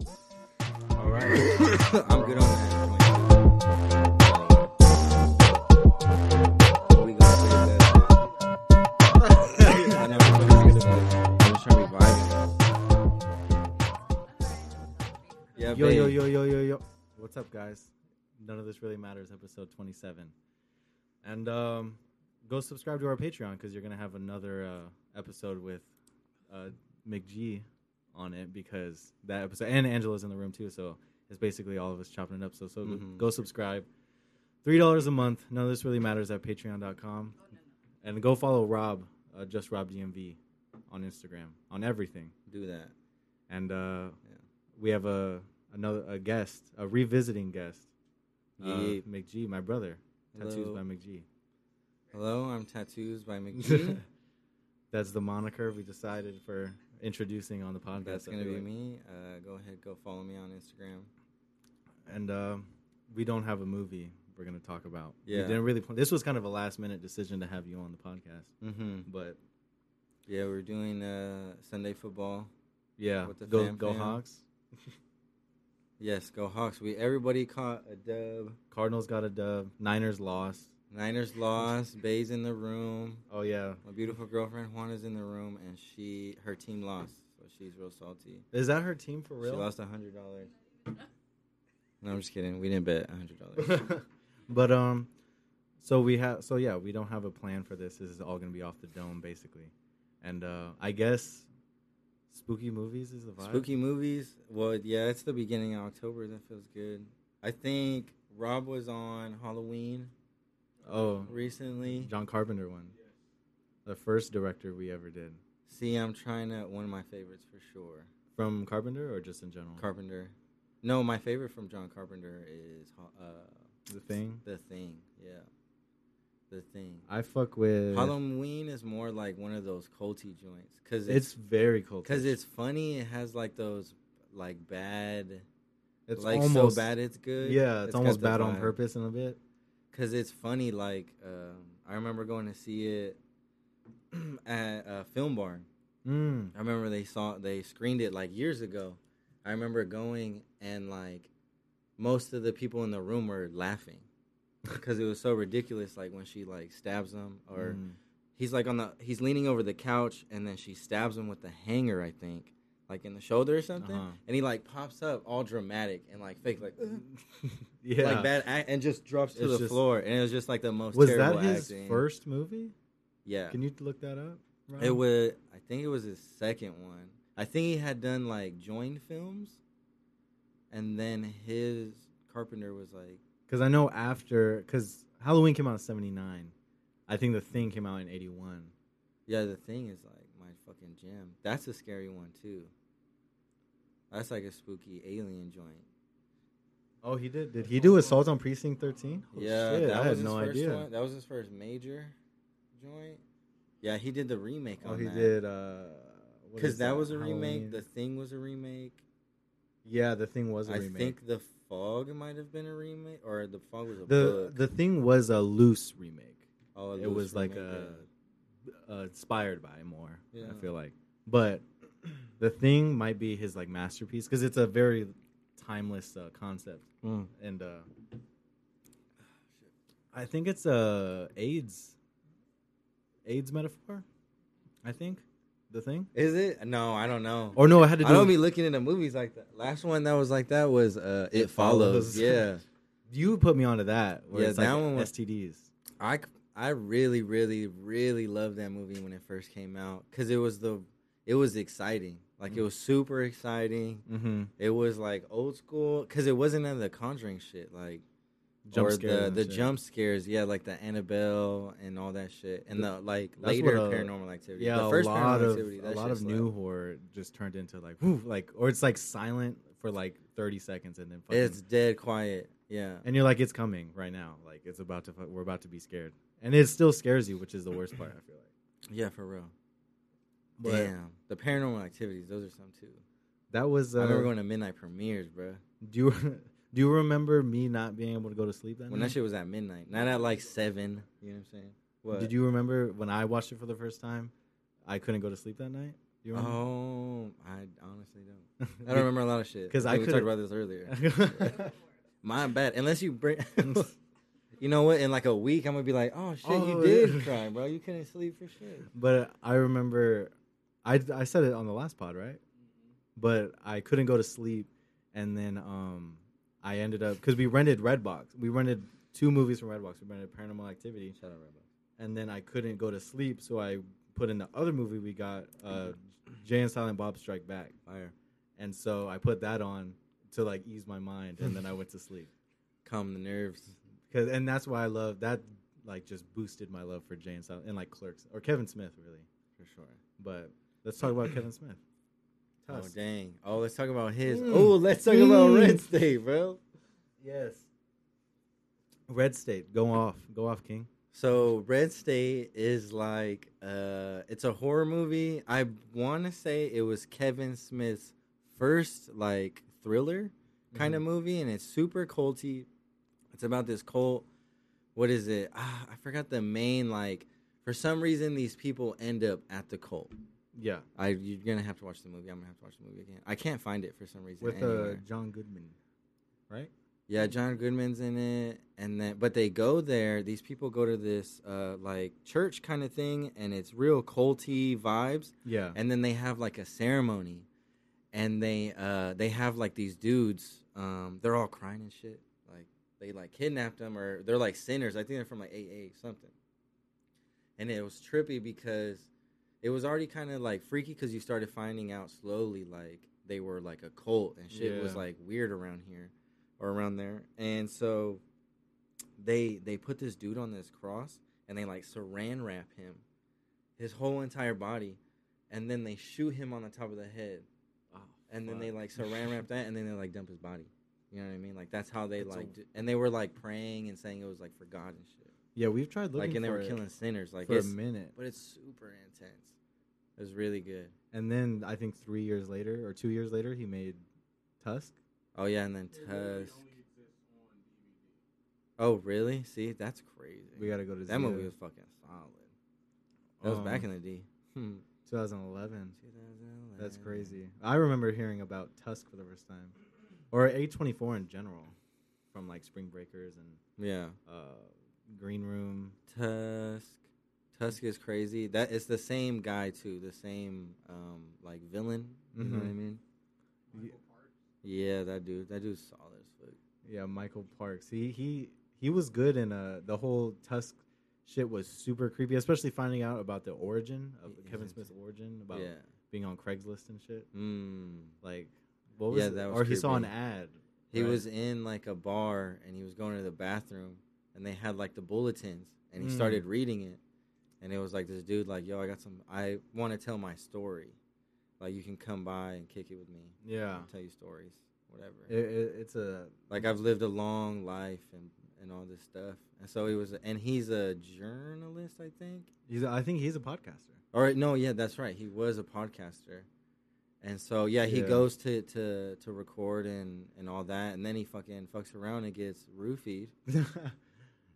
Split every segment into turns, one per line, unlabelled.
I'm good on that. point. We gonna save that. I know, we're gonna save that. I'm just trying to be vibing. Yeah,
Yo, yo,
babe.
yo, yo, yo, yo. What's up, guys? None of this really matters. Episode 27. And um, go subscribe to our Patreon because you're going to have another uh, episode with uh, McG on it because that episode, and Angela's in the room too. So it's basically all of us chopping it up. So, so
Mhm.
go subscribe. $3 a month. None of this really matters at patreon.com. And go follow Rob, uh, just Rob DMV on Instagram, on everything
Do that.
and uh,
Yeah.
we have a another a guest, a revisiting guest, uh,
Yeah.
McG, my brother, tattoos
Hello.
by McG.
Hello, I'm Tattoos by McGee.
That's the moniker we decided for introducing on the podcast.
That's
I
gonna
feel
be
like.
me. Uh, go ahead, go follow me on Instagram.
And uh, we don't have a movie we're gonna talk about. We
Yeah.
didn't really. Plan- this was kind of a last minute decision to have you on the podcast,
Mm-hmm.
but
Yeah, we're doing uh, Sunday football.
yeah,
With the
go
fam
go
fam.
Hawks.
Yes, go Hawks. We everybody caught a dub.
Cardinals got a dub. Niners lost.
Niners lost. Bay's in the room.
Oh yeah,
My beautiful girlfriend Juana's in the room, and she her team lost, so she's real salty.
is that her team for real?
She lost a hundred dollars. No, I'm just kidding. We didn't bet a hundred dollars.
but um so we have so yeah we don't have a plan for this this is all gonna be off the dome basically and uh i guess spooky movies is the vibe
Spooky movies. Well, yeah, it's the beginning of October. That feels good. I think Rob was on Halloween
oh
recently.
john carpenter one the first director we ever did
See, I'm trying to one of my favorites for sure.
from carpenter or just in general
Carpenter. No, my favorite from John Carpenter is Ho- uh,
the thing
The Thing. Yeah, The Thing.
i fuck with
Halloween is more like one of those culty joints because
it's
it's
very cool
because it's funny. It has like those like bad,
it's
like
almost
so bad it's good.
yeah it's, almost bad on purpose in a bit
because it's funny. Like um, I remember going to see it at uh, Film Barn.
mm.
I remember they saw they screened it like years ago. I remember going and like most of the people in the room were laughing because it was so ridiculous. Like when she like stabs him, or
Mm.
he's like on the he's leaning over the couch and then she stabs him with the hanger, I think, like in the shoulder or something.
Uh-huh.
And he like pops up all dramatic and like fake like
Uh-huh. yeah
like bad act, and just drops to
It's
the
just-
floor. And it was just like the most
was that
terrible
his
acting.
first movie
Yeah,
can you look that up Ryan?
It was. I think it was his second one. I think he had done like joint films, and then his Carpenter was like,
Because I know after, because Halloween came out in '79, I think The Thing came out in '81.
"Yeah, the thing is like my fucking gem. That's a scary one too. That's like a spooky alien joint.
Oh, he did. Did he do Assault on Precinct 13? Oh,
yeah,
shit,
that
I
was
had
his
no
first
idea.
One. That was his first major joint. Yeah, he did the remake.
Oh,
on
he
that.
did. uh, what
because
is
that was a remake.
Halloween-
The thing was a remake.
yeah, The Thing was a
I
remake.
think the fog might have been a remake, or the fog was a
the
book.
The Thing was a loose remake,
Oh,
it
loose
was like
remake,
a-
yeah.
uh, inspired by more.
Yeah.
I feel like, but The Thing might be his like masterpiece because it's a very timeless uh, concept. and uh I think it's a AIDS AIDS metaphor. I think the thing.
Is it? No, I don't know.
Or no, I had to do.
I don't be looking into movies like that. Last one that was like that was uh, It, Follows.
Follows.
Yeah,
you put me onto that. Where
Yeah,
it's like
that one was-
STDs.
I c- I really really really loved that movie when it first came out because it was the it was exciting. Like
Mm.
it was super exciting.
Mm-hmm.
It was like old school because it wasn't none of the Conjuring shit. Like
Jump
or
scares
the
and
the
shit.
jump scares. Yeah, like the Annabelle and all that shit and the like
That's
later
what a-
Paranormal Activity.
Yeah,
the first
a lot
Paranormal
of
Activity.
a
that
lot
shit
of
slapped.
new horror just turned into like, whew, like, or it's like silent for like thirty seconds and then fucking,
It's dead quiet. Yeah.
and you're like, it's coming right now. Like it's about to, fu- we're about to be scared, and it still scares you, which is the worst part. I feel like.
Yeah, for real.
But
Damn, the paranormal activities, those are some too.
that was. Uh,
I remember going to midnight premieres, bro.
Do you do you remember me not being able to go to sleep that
When
night?
that shit was at midnight, not at like seven. You know what I'm saying? What?
Did you remember when I watched it for the first time? I couldn't go to sleep that night. You remember?
Oh, I honestly don't. Oh, I don't remember a lot of shit.
'Cause I
think we talked
could've-
about this earlier. My bad. Unless you bring, you know what? In like a week, I'm gonna be like, oh shit,
Oh,
you did
yeah.
cry, bro. You couldn't sleep for shit.
but I remember, I I said it on the last pod, right?
Mm-hmm.
But I couldn't go to sleep, and then um, I ended up because we rented Redbox. We rented two movies from Redbox. We rented Paranormal Activity,
Shout out, Rebel.
and then I couldn't go to sleep, so I put in the other movie we got, uh, Jay and Silent Bob Strike Back,
Fire.
and so I put that on to like ease my mind, and then I went to sleep.
Calm the nerves.
Cause and that's why I love that. Like just boosted my love for Jane Silent and like Clerks or Kevin Smith really.
For sure.
But let's talk about Kevin Smith.
Oh
Tusk.
dang. Oh, let's talk about his.
Mm.
Oh, let's talk about
Mm.
Red State, bro.
yes. Red State, go off, go off, King.
So Red State is like uh it's a horror movie. I want to say it was Kevin Smith's first like thriller kind
Mm-hmm.
of movie and it's super culty. It's about this cult what is it? Ah, I forgot the main like for some reason these people end up at the cult.
Yeah,
I you're going to have to watch the movie. I'm going to have to watch the movie again. I can't find it for some reason
with uh,
anywhere.
John Goodman, right?
Yeah, John Goodman's in it, and then but they go there. These people go to this uh, like church kind of thing, and it's real culty vibes.
Yeah,
And then they have like a ceremony, and they uh, they have like these dudes. Um, they're all crying and shit. Like they like kidnapped them, or they're like sinners. I think they're from like AA something. And it was trippy because it was already kind of like freaky because you started finding out slowly like they were like a cult and shit was
Yeah.
like weird around here or around there. And so they they put this dude on this cross and they like saran wrap him, his whole entire body, and then they shoot him on the top of the head. And then they
fuck.
like saran wrap that and then they like dump his body. You know what I mean? Like that's how they
That's a-
like d- and they were like praying and saying it was like for God and shit.
yeah, we've tried looking
like and they
for
were
it
killing sinners. Like
for a
it's-
minute,
but it's super intense. It was really good.
and then I think three years later or two years later, he made Tusk.
Oh yeah, and then Tusk. Oh really? See, that's crazy.
We gotta go to Um,
that movie was fucking solid. That was back in the D. Hmm.
2011. That's crazy. I remember hearing about Tusk for the first time, or A24 in general, from like Spring Breakers and
Yeah,
uh, Green Room.
Tusk. Tusk is crazy. That it's the same guy too. The same um like villain. You know what I
Mhm.
mean?
Ye-
Yeah, that dude. That dude's solid as fuck.
Yeah, Michael Parks. He he he was good in uh the whole Tusk shit was super creepy, especially finding out about the origin of
Yeah,
Kevin
yeah.
Smith's origin about
Yeah.
being on Craigslist and shit.
Mm.
Like, what was
Yeah,
it?
that was
or he saw an
creepy.
ad.
He
right?
was in like a bar and he was going to the bathroom and they had like the bulletins and he
Mm.
started reading it and it was like this dude like yo I got some I want to tell my story like you can come by and kick it with me
yeah.
I'll tell you stories whatever
It, it, it's a
like I've lived a long life and and all this stuff and so he was and he's a journalist I think
he's a, I think he's a podcaster.
or no yeah that's right he was a podcaster and so yeah he
Yeah.
goes to to to record and and all that and then he fucking fucks around and gets roofied.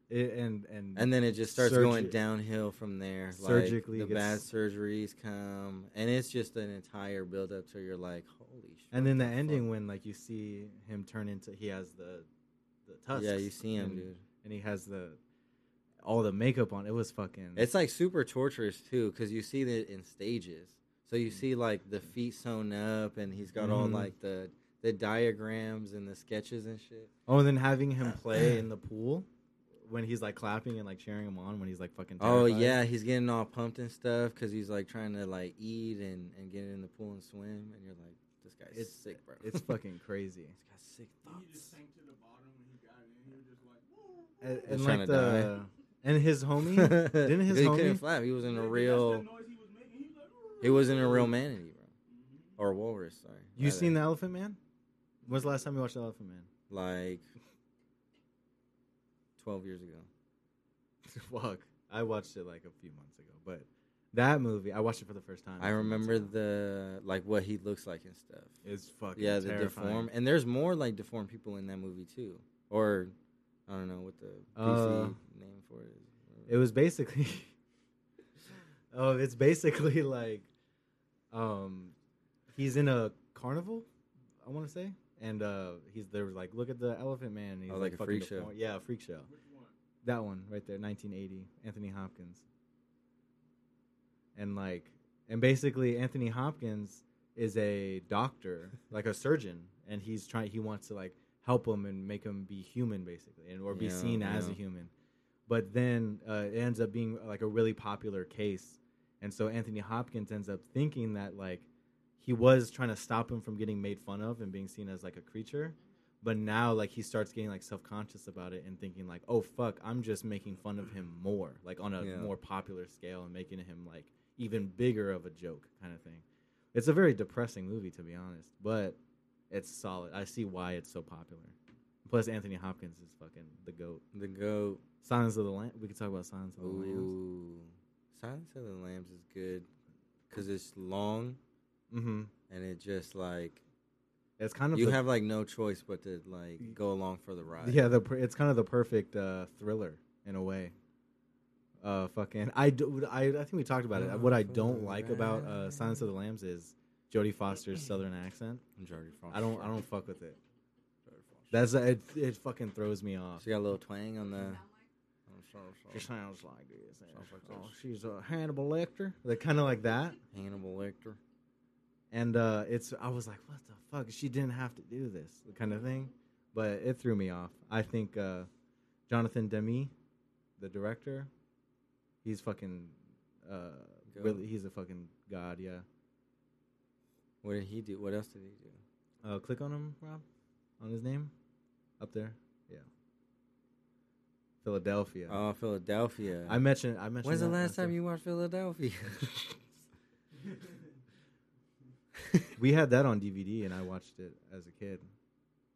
It- and and
And then it just starts
Surgi-
going downhill from there.
Surgically
like, the
gets-
bad surgeries come, and it's just an entire buildup till you're like, holy shit.
And then the
what
ending when like you see him turn into he has the the
fuck?
tusks.
Yeah, you see him,
and,
dude.
And he has the all the makeup on. It was fucking.
It's like super torturous too, because you see it in stages. So
Mm.
you see like the feet sewn up, and he's got all
Mhm.
like the the diagrams and the sketches and shit.
oh, and then having him play in the pool when he's like clapping and like cheering him on when he's like fucking.
Oh
terrified.
yeah, he's getting all pumped and stuff because he's like trying to like eat and and get in the pool and swim, and you're like, this guy's
It's-
sick, bro.
it's fucking crazy.
He's got sick
He
thoughts.
just sank to the bottom when he got in. He was just like, "Woo."
And,
He's
and
trying
like
to
the and his homie. Didn't his
he
homie-
couldn't flap. He was in
Yeah,
a
'cause
real.
That's the noise he was making. He was like, "Woo."
He wasn't a real manatee, bro,
Mhm.
or walrus. Sorry.
you
rather.
seen the Elephant Man? When's the last time you watched the Elephant Man?
Like twelve years ago.
Fuck, I watched it like a few months ago, but that movie I watched it for the first time. a
I
few months
remember
ago.
the like what he looks like and stuff.
It's fucking
yeah, the
terrifying.
deformed. And there's more like deformed people in that movie too, or I don't know what the PC
Uh,
name for it is.
It was basically. oh, it's basically like um, he's in a carnival, I want to say, and uh, he's there was like, look at the elephant man. and He's
Oh, like a
fucking
freak show.
deformed- Yeah, a freak show.
Which one?
That one right there, 1980, Anthony Hopkins. And like, and basically, Anthony Hopkins is a doctor, like a surgeon, and he's trying. He wants to like help him and make him be human, basically, and or be
Yeah,
seen as a
yeah.
human. But then uh, it ends up being like a really popular case, and so Anthony Hopkins ends up thinking that like he was trying to stop him from getting made fun of and being seen as like a creature but now like he starts getting like self-conscious about it and thinking like oh fuck i'm just making fun of him more like on a
Yeah.
more popular scale and making him like even bigger of a joke kind of thing it's a very depressing movie to be honest but it's solid i see why it's so popular plus anthony hopkins is fucking the goat
The goat.
silence of the lamb we could talk about silence of the lambs
Ooh. Silence of the Lambs is good because it's long
mm-hmm
and it just like
it's kind of
you
the,
have like no choice but to like go along for the ride.
yeah the per- it's kind of the perfect uh thriller in a way uh fucking i do, I, I think we talked about it what i don't like about uh silence of the lambs is jodie foster's southern accent
Jordy Foster.
i don't i don't Oh, fuck with it
Jordy Foster.
that's it, it fucking throws me off
She got a little twang on the.
she sounds like this. and
Sounds like
oh,
this.
she's a Hannibal Lecter. Like kind of like that,
Hannibal Lecter.
and uh, it's. I was like, "What the fuck?" She didn't have to do this kind of thing, but it threw me off. I think uh, Jonathan Demi, the director, he's fucking uh
Go.
really he's a fucking god, yeah.
What did he do? What else did he do?
Uh click on him, Rob. On his name? Up there. Yeah. Philadelphia.
Oh, Philadelphia.
I mentioned I mentioned
When's the
that
last time
time.
you watched Philadelphia?
we had that on DVD and I watched it as a kid.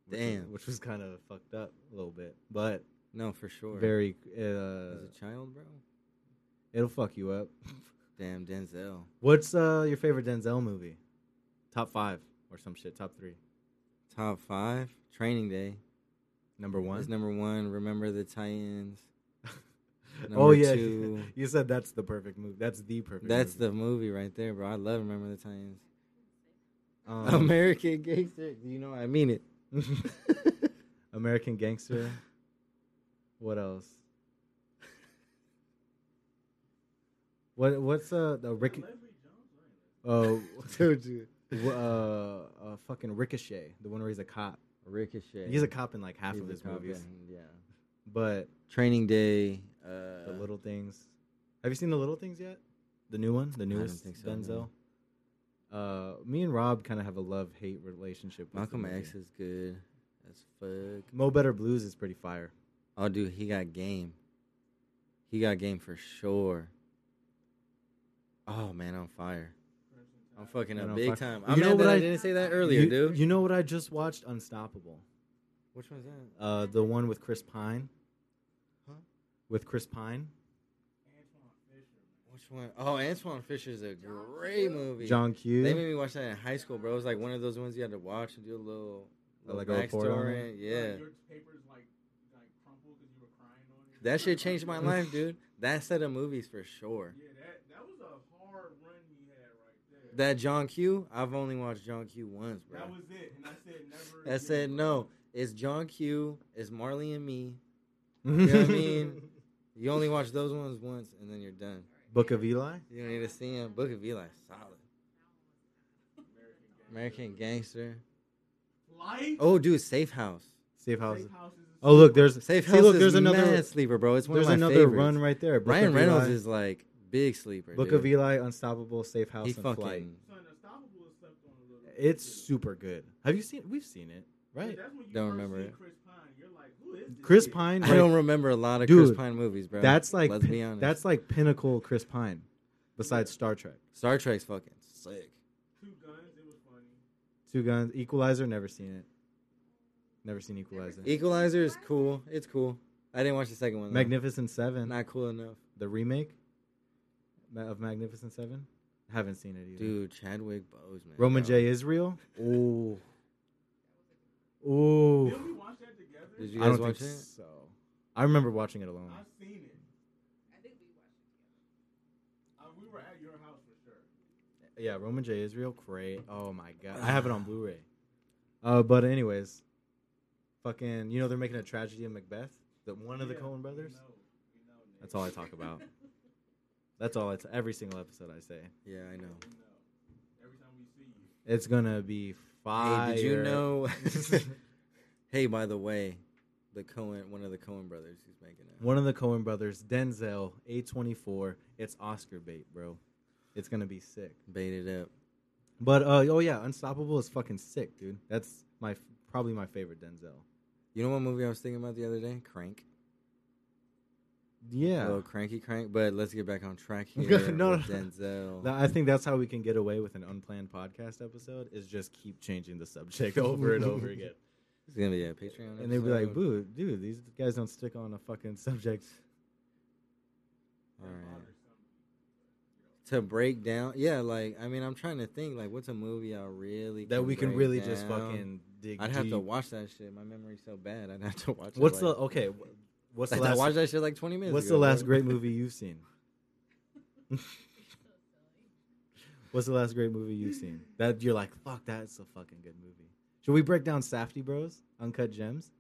Which Was,
Damn.
which was kind of fucked up a little bit, but
no, for sure.
very
As
uh
a child, bro.
it'll fuck you up.
Damn, Denzel.
What's uh your favorite Denzel movie? Top 5 or some shit, top 3.
Top five. Training Day.
Number 1.
That's number one. Remember the Titans.
oh
Number
yeah,
two.
you said that's the perfect move. That's the perfect.
That's
movie.
the movie right there, bro. I love Remember the Titans.
the
American Gangster. You know, I mean it.
American Gangster. What else? What what's uh the Rick?
Leslie Jones, right?
Oh,
Told you.
wh- uh, uh, fucking Ricochet, the one where he's a cop.
Ricochet.
He's a cop in like half
He's
of
a
his
cop,
movies,
Yeah.
but
Training Day. Uh,
the Little Things. Have you seen the Little Things yet? The new one, the
don't
newest
think so,
Denzel.
no.
Uh, me and Rob kind of have a love hate relationship. With the
Malcolm
movie.
X is good as fuck.
Mo Better Blues is pretty fire.
Oh, dude, he got game. He got game for sure. Oh man, I'm fire. I'm fucking
Man
up
on
big
fire.
time.
You
I'm
know
mad
what
that I,
I-
didn't say that earlier,
you,
dude.
You know what I just watched? Unstoppable.
Which one's that?
Uh, the one with Chris Pine.
Huh?
With Chris Pine,
Antoine Fisher.
Which one? Oh, Antoine Fisher is a great movie.
John
They
Q.
made me watch that in high school, bro. It was like one of those ones you had to watch and do a little,
Uh,
little
like a report on
backstory. Yeah,
Like, your paper's like, like crumpled because you were crying on it.
that shit changed my life, dude. That set of movies for sure.
Yeah, that, that was a hard run he had right there.
That John Q. I've only watched John Q. once, bro.
That was it, and I said never.
I
again,
said
bro.
no. It's John Q. It's Marley and me. You know what I mean? You only watch those ones once, and then you're done.
Book of Eli.
You don't need to see him. Book of Eli, solid. American Gangster.
Life.
Oh, dude, Safe House.
Safe House.
Safe House is a
Oh look, there's
Safe
See,
House
look,
there's
there's
is another
another-
sleeper, bro. It's one
there's
of my
another
favorites.
run right there. Book
Ryan
of
Reynolds
Eli,
is like big sleeper.
Book
dude.
of Eli, Unstoppable, Safe House,
He
and
fucking
Flight.
Son, Unstoppable is slept on a little bit.
It's super good. Have you seen? We've seen it,
Yeah,
right?
that's when you
Don't
first
remember
see
it.
Chris Pine. You're like, who is this?
Chris
kid?
Pine.
I
like,
don't remember a lot of Chris
Dude,
Pine movies, bro.
that's like
let's be honest.
that's like pinnacle Chris Pine, besides Star Trek.
Star Trek's fucking sick.
Two guns. It was funny.
Two Guns, Equalizer. Never seen it. Never seen Equalizer.
Equalizer is cool. It's cool. I didn't watch the second one. though.
Magnificent Seven,
Not cool enough,
the remake ma- of Magnificent Seven. Haven't seen it either.
dude. Chadwick Boseman.
Roman
bro.
J. Israel. Ooh, ooh.
Did we watch that together?
Did you
I
guys
don't
watch
think
it?
so. I remember watching it alone.
I've seen it.
I think we watched it.
Uh, we were at your house for sure.
yeah, Roman J. Israel, great. Oh my god, I have it on Blu-ray. Uh, but anyways, fucking, you know they're making a tragedy of Macbeth. That one of the
Yeah,
Cohen
we
brothers.
know, we know, Nick.
That's all I talk about. That's all. It's every single episode I say.
Yeah, I know.
We know. Every time we see you.
It's gonna be fire.
Hey, did you know? hey, by the way, the Cohen, one of the Cohen brothers, he's making it.
One of the Cohen brothers, Denzel, A24. It's Oscar bait, bro. It's gonna be sick.
Bait it up.
But uh, oh yeah, Unstoppable is fucking sick, dude. That's my probably my favorite Denzel.
You know what movie I was thinking about the other day? Crank. A
Yeah,
little cranky crank. But let's get back on track here.
No,
with
no, no.
Denzel.
Th- I think that's how we can get away with an unplanned podcast episode is just keep changing the subject over and over again.
It's gonna be a Patreon.
And they'd be like,
episode.
"Boo, dude, these guys don't stick on a fucking subject."
All
Or
right.
Otter something.
to break down. Yeah, like I mean, I'm trying to think like what's a movie I really
That we can
break
really just
down?
fucking dig.
I'd have to
deep.
watch that shit. My memory's so bad. I'd have to watch.
What's
it,
the
like,
okay? wh- What's the
I watched
last?
that shit like 20 minutes.
What's
ago,
the last
bro.
great movie you've seen? what's the last great movie you've seen that you're like, "Fuck, that's a fucking good movie." Should we break down Safety Bros, Uncut Gems?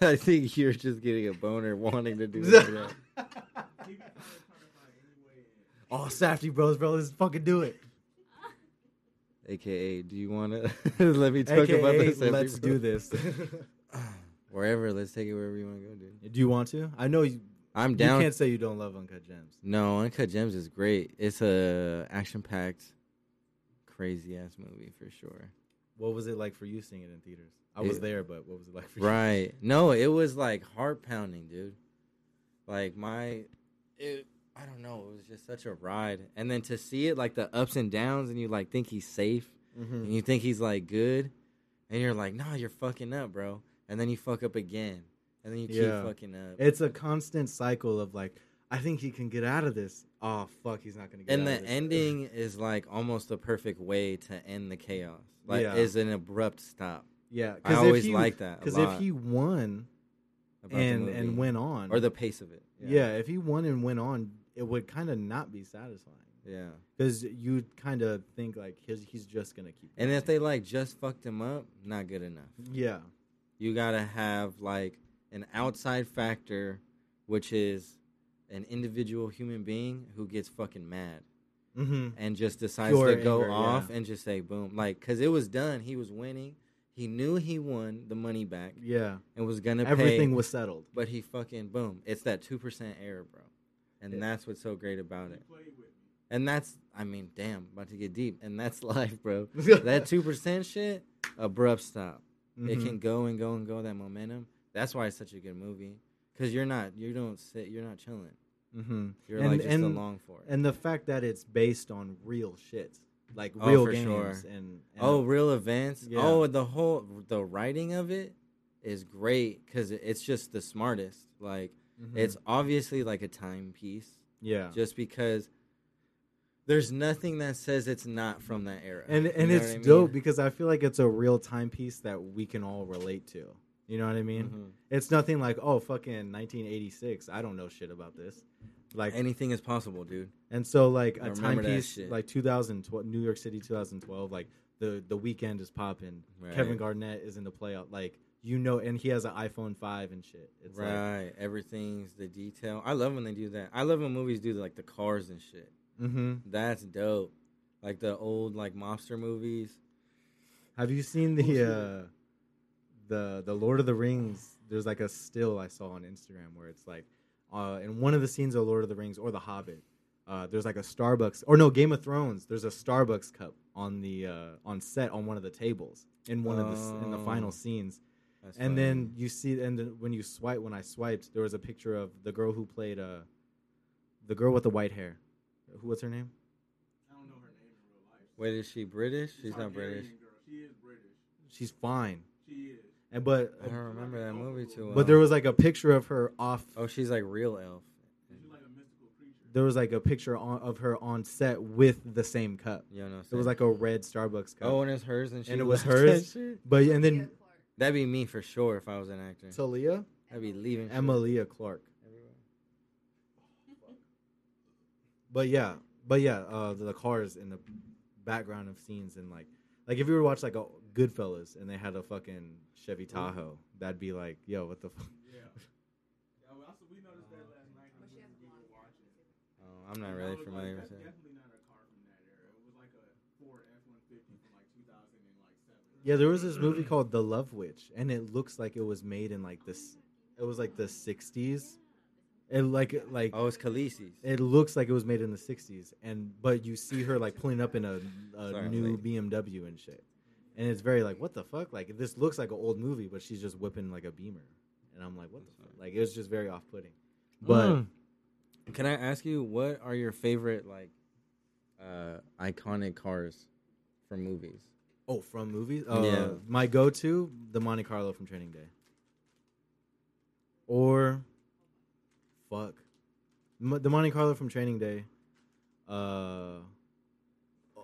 I think you're just getting a boner wanting to do that.
He be trying to- trying to find any way in.
Oh, Safety Bros, bro, let's fucking do it.
AKA, do you want to let me talk about
AKA,
this?
Let's do this.
Wherever, let's take it wherever you want to go, dude.
Do you want to? I know you,
I'm
you
down.
can't say you don't love Uncut Gems.
No, Uncut Gems is great. It's a action-packed, crazy ass movie for sure.
What was it like for you seeing it in theaters? I was
It-
there, but what was it like for you?
Right. No, it was like heart pounding, dude. Like my it I don't know, it was just such a ride. And then to see it like the ups and downs and you like think he's safe
Mm-hmm.
and you think he's like good and you're like, "Nah, you're fucking up, bro." And then you fuck up again. And then you keep
Yeah.
fucking up.
It's a constant cycle of like, I think he can get out of this. Oh fuck, he's not gonna get.
and
out
the
of this.
ending is like almost the perfect way to end the chaos. Like
Yeah.
is an abrupt stop.
yeah,
I always like that a
because if
lot
he won
about the
and
movie.
and went on,
or the pace of it.
yeah. if he won and went on, it would kind of not be satisfying
Yeah.
because you kind of think like he's he's just gonna keep.
And if
going.
they like just fucked him up, not good enough.
yeah,
you gotta have like an outside factor, which is an individual human being who gets fucking mad
mm-hmm.
and just decides
Pure
to go
anger,
off and just say boom, like because it was done. He was winning. He knew he won the money back
yeah,
and was gonna
everything
pay,
was settled.
but he fucking boom. It's that two percent error, bro. And
Yeah.
that's what's so great about
You
it.
play with me.
And that's, I mean, damn, about to get deep. And that's life, bro. that 2% shit, abrupt stop it
Mhm.
can go and go and go that momentum that's why it's such a good movie because you're not you don't sit you're not chilling
Mhm.
you're
And-
like just
and-
along for it
and the fact that it's based on real shit, like
Oh,
real
for
games,
sure.
and, and
oh real events
Yeah.
oh the whole the writing of it is great because it's just the smartest like
mhm.
it's obviously like a timepiece
yeah,
just because there's nothing that says it's not from that era
and
You
and
know
it's
what I mean?
dope because I feel like it's a real timepiece that we can all relate to. You know what I mean?
Mhm.
It's nothing like oh fucking 1986. I don't know shit about this. Like
anything is possible dude
and so like
I
a
remember that
timepiece
shit.
like 2012, New York City 2012. Like the the weekend is popping.
right
Kevin Garnett is in the playoff. Like you know, and he has an iPhone five and shit. It's like
right everything's the detail i love when they do that i love when movies do like the cars and shit
mm-hmm.
That's dope. Like the old like mobster movies.
Have you seen the uh, the the Lord of the Rings? There's like a still I saw on Instagram where it's like uh, in one of the scenes of Lord of the Rings or The Hobbit. Uh, there's like a Starbucks or no Game of Thrones. There's a Starbucks cup on the uh, on set on one of the tables in one of the s- in the
Oh.
final scenes.
That's
And
funny.
then you see and then when you swipe when I swiped there was a picture of the girl who played uh, the girl with the white hair. Who what's her name?
I don't know her name in real life.
wait, is she British?
It's
She's not British.
Hungarian girl. She is British.
She's fine.
She is.
And but
I don't remember that movie too well.
but there was like a picture of her off
oh, she's like real elf.
She's like a mystical creature.
there was like a picture on, of her on set with the same cup.
You know. What I'm
It was
saying?
like a red Starbucks cup.
oh, and it's hers, and she
and it was
left that
hers?
shit?
but and then
That'd be me for sure if I was an actor.
Talia,
I'd be leaving. shit
Emma Leah Clark. But yeah, but yeah, uh, the, the cars in the background of scenes and like, like if you were to watch like a Goodfellas and they had a fucking Chevy Tahoe, that'd be like, yo, what the fuck?
Yeah. yeah well, also, we noticed that last night when
But she
we
has
we were
blonde hair.
watching.
Oh, I'm not
And I
really
was like,
familiar
that's
with it.
definitely not a car from that era. It was like a Ford F-150 from like 2007.
Yeah, there was this movie called The Love Witch, and it looks like it was made in like this. It was like the '60s. It like like
Oh, it's Khaleesi's.
it looks like it was made in the '60s, and but you see her like pulling up in a, a
Sorry, I'm
new
late.
BMW and shit, and it's very like what the fuck? Like this looks like an old movie, but she's just whipping like a Beamer, and I'm like what the fuck? Like it was just very off-putting. But
Mm. can I ask you what are your favorite like uh iconic cars from movies?
oh, from movies, uh,
Yeah.
my go-to the Monte Carlo from Training Day, or fuck, Mo- the Monte Carlo from Training Day, uh,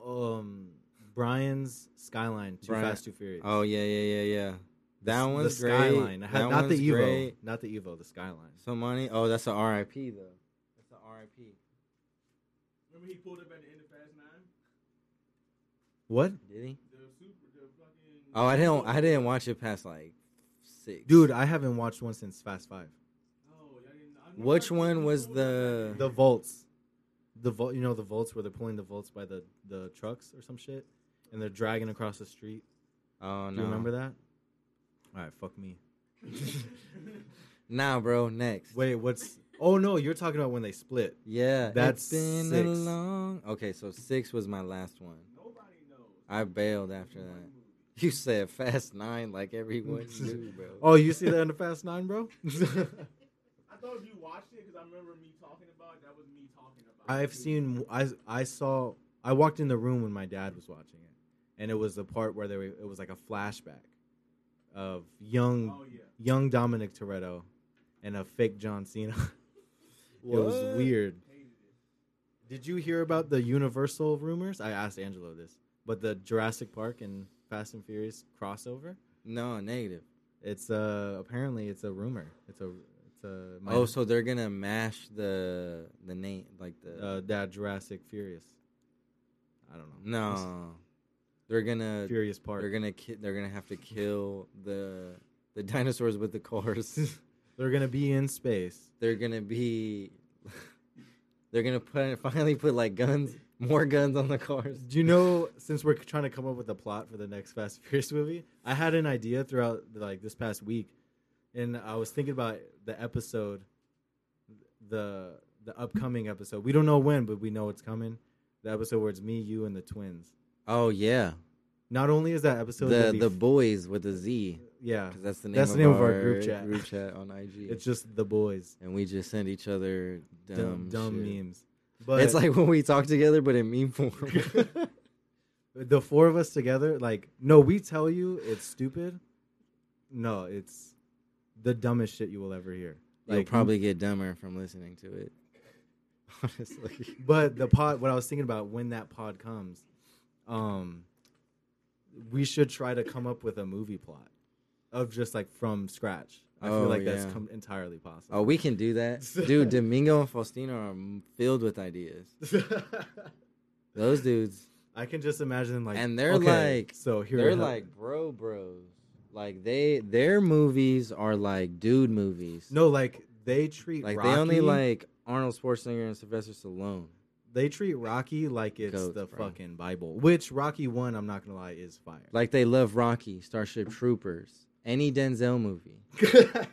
um, Brian's Skyline, Too
Brian-
Fast, Too Furious.
Oh yeah, yeah, yeah, yeah. That
S-
one's
the
great.
Skyline. I had-
That
not
one's
the Evo,
great.
not the Evo, the Skyline.
So money. Oh, that's a RIP though. That's a RIP.
Remember he pulled up at the end of Fast Nine?
What,
Did he?
The super, the fucking.
Oh, I didn't. I didn't watch it past like six.
dude? I haven't watched one since Fast Five.
Oh, y'all didn't- I remember
Which
I-
one
he
was
pulled up at
the-
The volts, the vol, you know, the volts where they're pulling the volts by the the trucks or some shit, and they're dragging across the street.
Oh no.
Do you remember that? All right, fuck me.
end.
Nah, bro. Next.
Wait, what's? Oh no, you're talking about when they split.
Yeah.
That's
been
six.
a long. Okay, so six was my last one.
Nobody knows.
I bailed after that. You said Fast Nine like everyone knew, bro.
Oh, you see that in the Fast Nine, bro?
I thought you watched it because I remember me talking about it. That was me talking about it.
I've seen. I I saw. I walked in the room when my dad was watching it, and it was the part where they were, it was like a flashback of young
Oh, yeah.
young Dominic Toretto and a fake John Cena. It
What?
was weird.
Hated it.
Did you hear about the Universal rumors? I asked Angelo this, but the Jurassic Park and Fast and Furious crossover.
No, negative.
It's uh apparently it's a rumor. It's a it's a
Oh, so they're gonna mash the the name like the
uh, that Jurassic Furious. I don't know.
no. They're gonna
Furious Park.
they're
They're
gonna
gonna,
ki- they're gonna have to kill the the dinosaurs with the cars.
be in space.
they're gonna be they're gonna put finally put like guns more guns on the cars.
Do you know? Since we're trying to come up with a plot for the next Fast and Furious movie, I had an idea throughout like this past week, and I was thinking about the episode, the the upcoming episode. We don't know when, but we know it's coming. The episode where it's me, you, and the twins.
Oh yeah,
Not only is that episode
the
gonna be
the
f-
boys with a Z
yeah,
because that's the name
That's
of
the name
our, group chat group chat on IG.
it's just the boys.
and we just send each other
dumb,
dumb
dumb
shit.
memes. But
it's like when we talk together, but in meme form.
the four of us together, like, no, we tell you it's stupid. No, it's the dumbest shit you will ever hear.
You'll
Like
probably get dumber from listening to it. Honestly,
But the pod, what I was thinking about when that pod comes, um, we should try to come up with a movie plot of just like from scratch. I
Oh,
feel like that's
yeah.
com- entirely possible.
oh, we can do that, dude. Domingo and Faustino are m- filled with ideas. Oh. Those dudes,
I can just imagine like,
And they're
okay,
like-
so here
they're
we have-
like bro bros. Like they, their movies are like dude movies.
no, like they treat
like
Rocky,
they only like Arnold Schwarzenegger and Sylvester Stallone.
they treat Rocky like it's
Goats,
the
bro.
fucking Bible. Which Rocky one, I'm not gonna lie, is fire.
Like they love Rocky, Starship Troopers, any Denzel movie.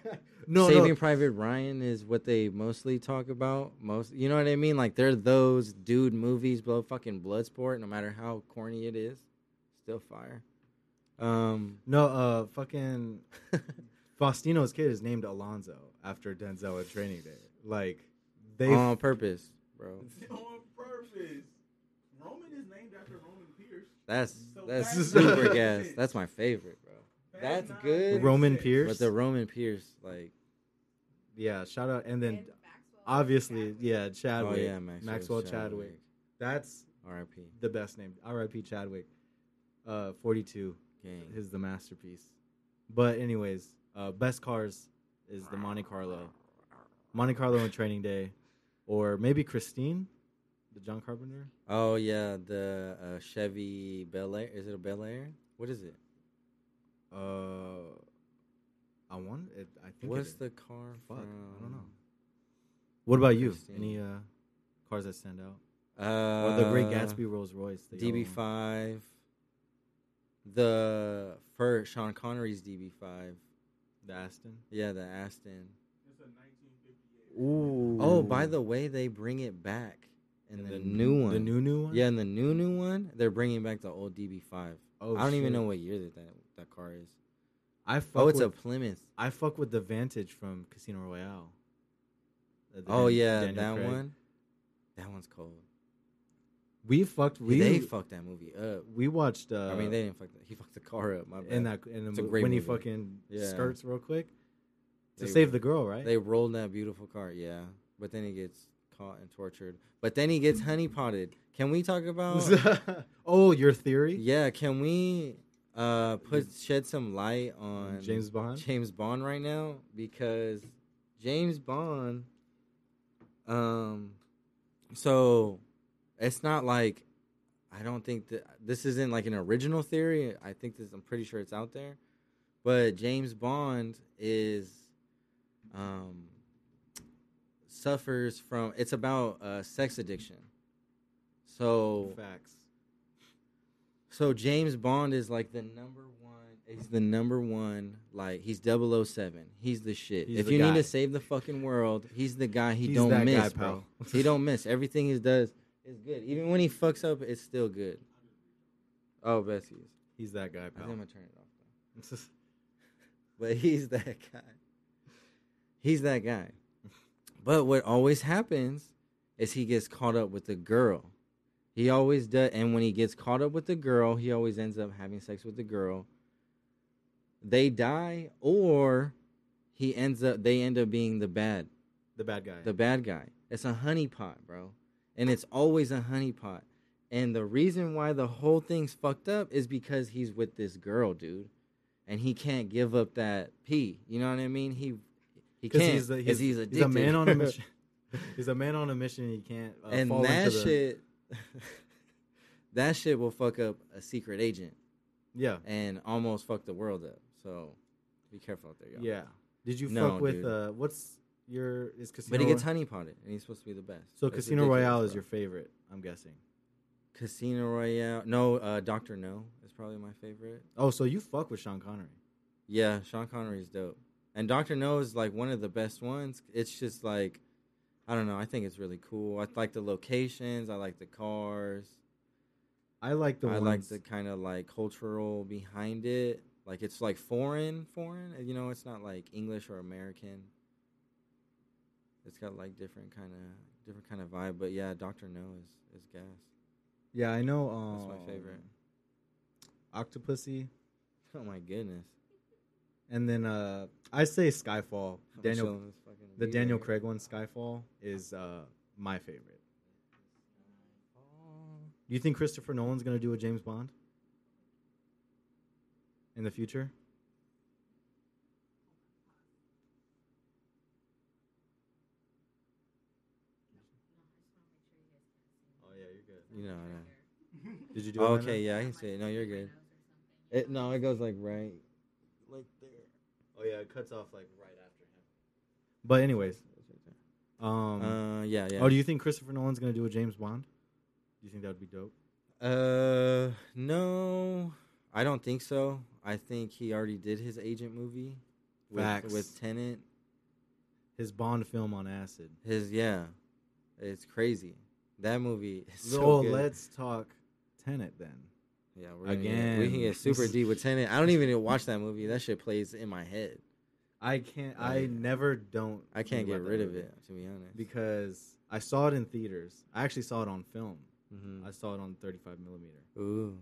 no,
Saving
no,
Private Ryan is what they mostly talk about. Most, you know what I mean? Like they're those dude movies, blow fucking Bloodsport. No matter how corny it is, still fire. Um,
no. Uh, fucking Faustino's kid is named Alonzo after Denzel at Training Day. Like they,
on purpose, bro.
On purpose. Roman is named after Roman Pierce.
That's
So
that's
that's-
super gas. That's my favorite, bro.
Fast
That's
Nine
good.
makes
Roman
sense.
Pierce?
But the Roman Pierce, like,
yeah. Shout out, and then
And Maxwell
obviously,
Chadwick.
yeah, Chadwick.
oh yeah, Maxwell,
Maxwell Chadwick. That's
R.I.P.
the best name. R.I.P. Chadwick. Uh, forty-two.
Gang.
is the masterpiece. But anyways, uh, best cars is the Monte Carlo, Monte Carlo and Training Day, or maybe Christine, The John Carpenter.
Oh yeah, the uh, Chevy Bel Air. Is it a Bel Air? What is it?
Uh, I want it. I think.
What's
it is.
the car?
Fuck, I don't
from-
What about you?
Christine.
Any uh, cars that stand out?
Uh,
or the Great Gatsby Rolls Royce. the yellow one.
DB5. The first Sean Connery's DB5.
The Aston.
Yeah, the Aston.
It's a 1958.
Ooh.
Oh, by the way, they bring it back in the, new one.
The new new one.
yeah, in the new new one, they're bringing back the old DB5.
Oh,
I don't even
shit.
know what year that that, that car is.
I fuck
Oh, it's
with,
a Plymouth.
I fuck with the Vantage from Casino Royale. Uh, the
Oh
Dan-
yeah,
Daniel
that
Craig.
one. That one's cold.
We fucked. We
they fucked that movie up.
we watched. Uh,
I mean, they didn't fuck. The, he fucked the car up. My bad.
in that in the
It's a
mo-
great
when he
movie.
fucking
Yeah.
skirts real quick to
They-
save the girl, right?
They rolled that beautiful car, yeah. But then he gets caught and tortured. But then he gets honey potted. Can we talk about?
oh, your theory,
yeah, can we uh put shed some light on
James Bond.
James Bond right now because James Bond, um, so it's not like I don't think that this isn't like an original theory. I think this. I'm pretty sure it's out there, but James Bond is, um, suffers from. It's about uh, sex addiction. So
Facts.
so James Bond is like the number one. He's the number one. Like he's 007. He's the shit.
He's
if
the
you need
guy.
to save the fucking world, he's the guy. He
He's
don't
that
miss,
guy,
bro.
pal.
he don't miss. Everything he does is good. Even when he fucks up, it's still good. Oh, Bessie's.
He's that guy,
I think I'm
pal.
gonna turn it off. Though. But he's that guy. He's that guy. But what always happens is he gets caught up with the girl. He always does, and when he gets caught up with the girl, he always ends up having sex with the girl. They die, or he ends up. They end up being the bad,
the bad guy.
the bad guy. It's a honeypot, bro, and it's always a honeypot. And the reason why the whole thing's fucked up is because he's with this girl, dude, and he can't give up that P. You know what I mean? He he
Because
can't
he's, the, he's,
he's, addicted.
he's a man on a mission. he's a man on a mission. He can't uh,
and
fall
that
into the,
shit that shit will fuck up a secret agent
Yeah,
and almost fuck the world up so be careful out there y'all
yeah. Did you
No,
fuck with
dude.
uh, what's your is Casino?
but he gets
Roy-
honey potted and he's supposed to be the best
so
It's
Casino
ridiculous,
Royale is
bro.
your favorite. I'm guessing.
casino royale no uh doctor no is probably my favorite
Oh, so you fuck with Sean Connery?
yeah sean connery's dope and doctor no is like one of the best ones it's just like i don't know i think it's really cool i like the locations i like the cars
I like the
I
ones.
like the kind of like cultural behind it. Like it's like foreign, foreign. You know, it's not like English or American. It's got like different kind of different kind of vibe. But yeah, Doctor No is is gas.
yeah, I know. Um,
That's my favorite.
Octopussy.
Oh my goodness,
And then uh, I say Skyfall.
I'm
Daniel,
chilling this fucking
the
weed
Daniel
right
Craig one, Skyfall, is uh, my favorite.
here.
Do you think Christopher Nolan's gonna do a James Bond in the future? Oh yeah, you're good.
You know. no.
Did you do?
Oh,
it,
okay,
Amanda?
yeah, I can see it. No, you're good. It no, it goes like right, like there.
Oh yeah, it cuts off like right after him. But anyways, um,
Uh, yeah, yeah.
oh, do you think Christopher Nolan's gonna do a James Bond? Do you think that would be dope?
Uh, no, I don't think so. I think he already did his agent movie with
Facts.
with Tenant.
His Bond film on acid.
His yeah, it's crazy. That movie is so
so
good.
let's talk Tenet then.
yeah, we're gonna get-
Again.
we can get super deep with Tenant. I don't even need to watch that movie. That shit plays in my head.
I can't.
Oh,
I
yeah.
never don't.
I can't
think
get
about that
rid of
movie
it to be honest.
because I saw it in theaters. I actually saw it on film.
Mhm.
I saw it on 35 millimeter,
Ooh,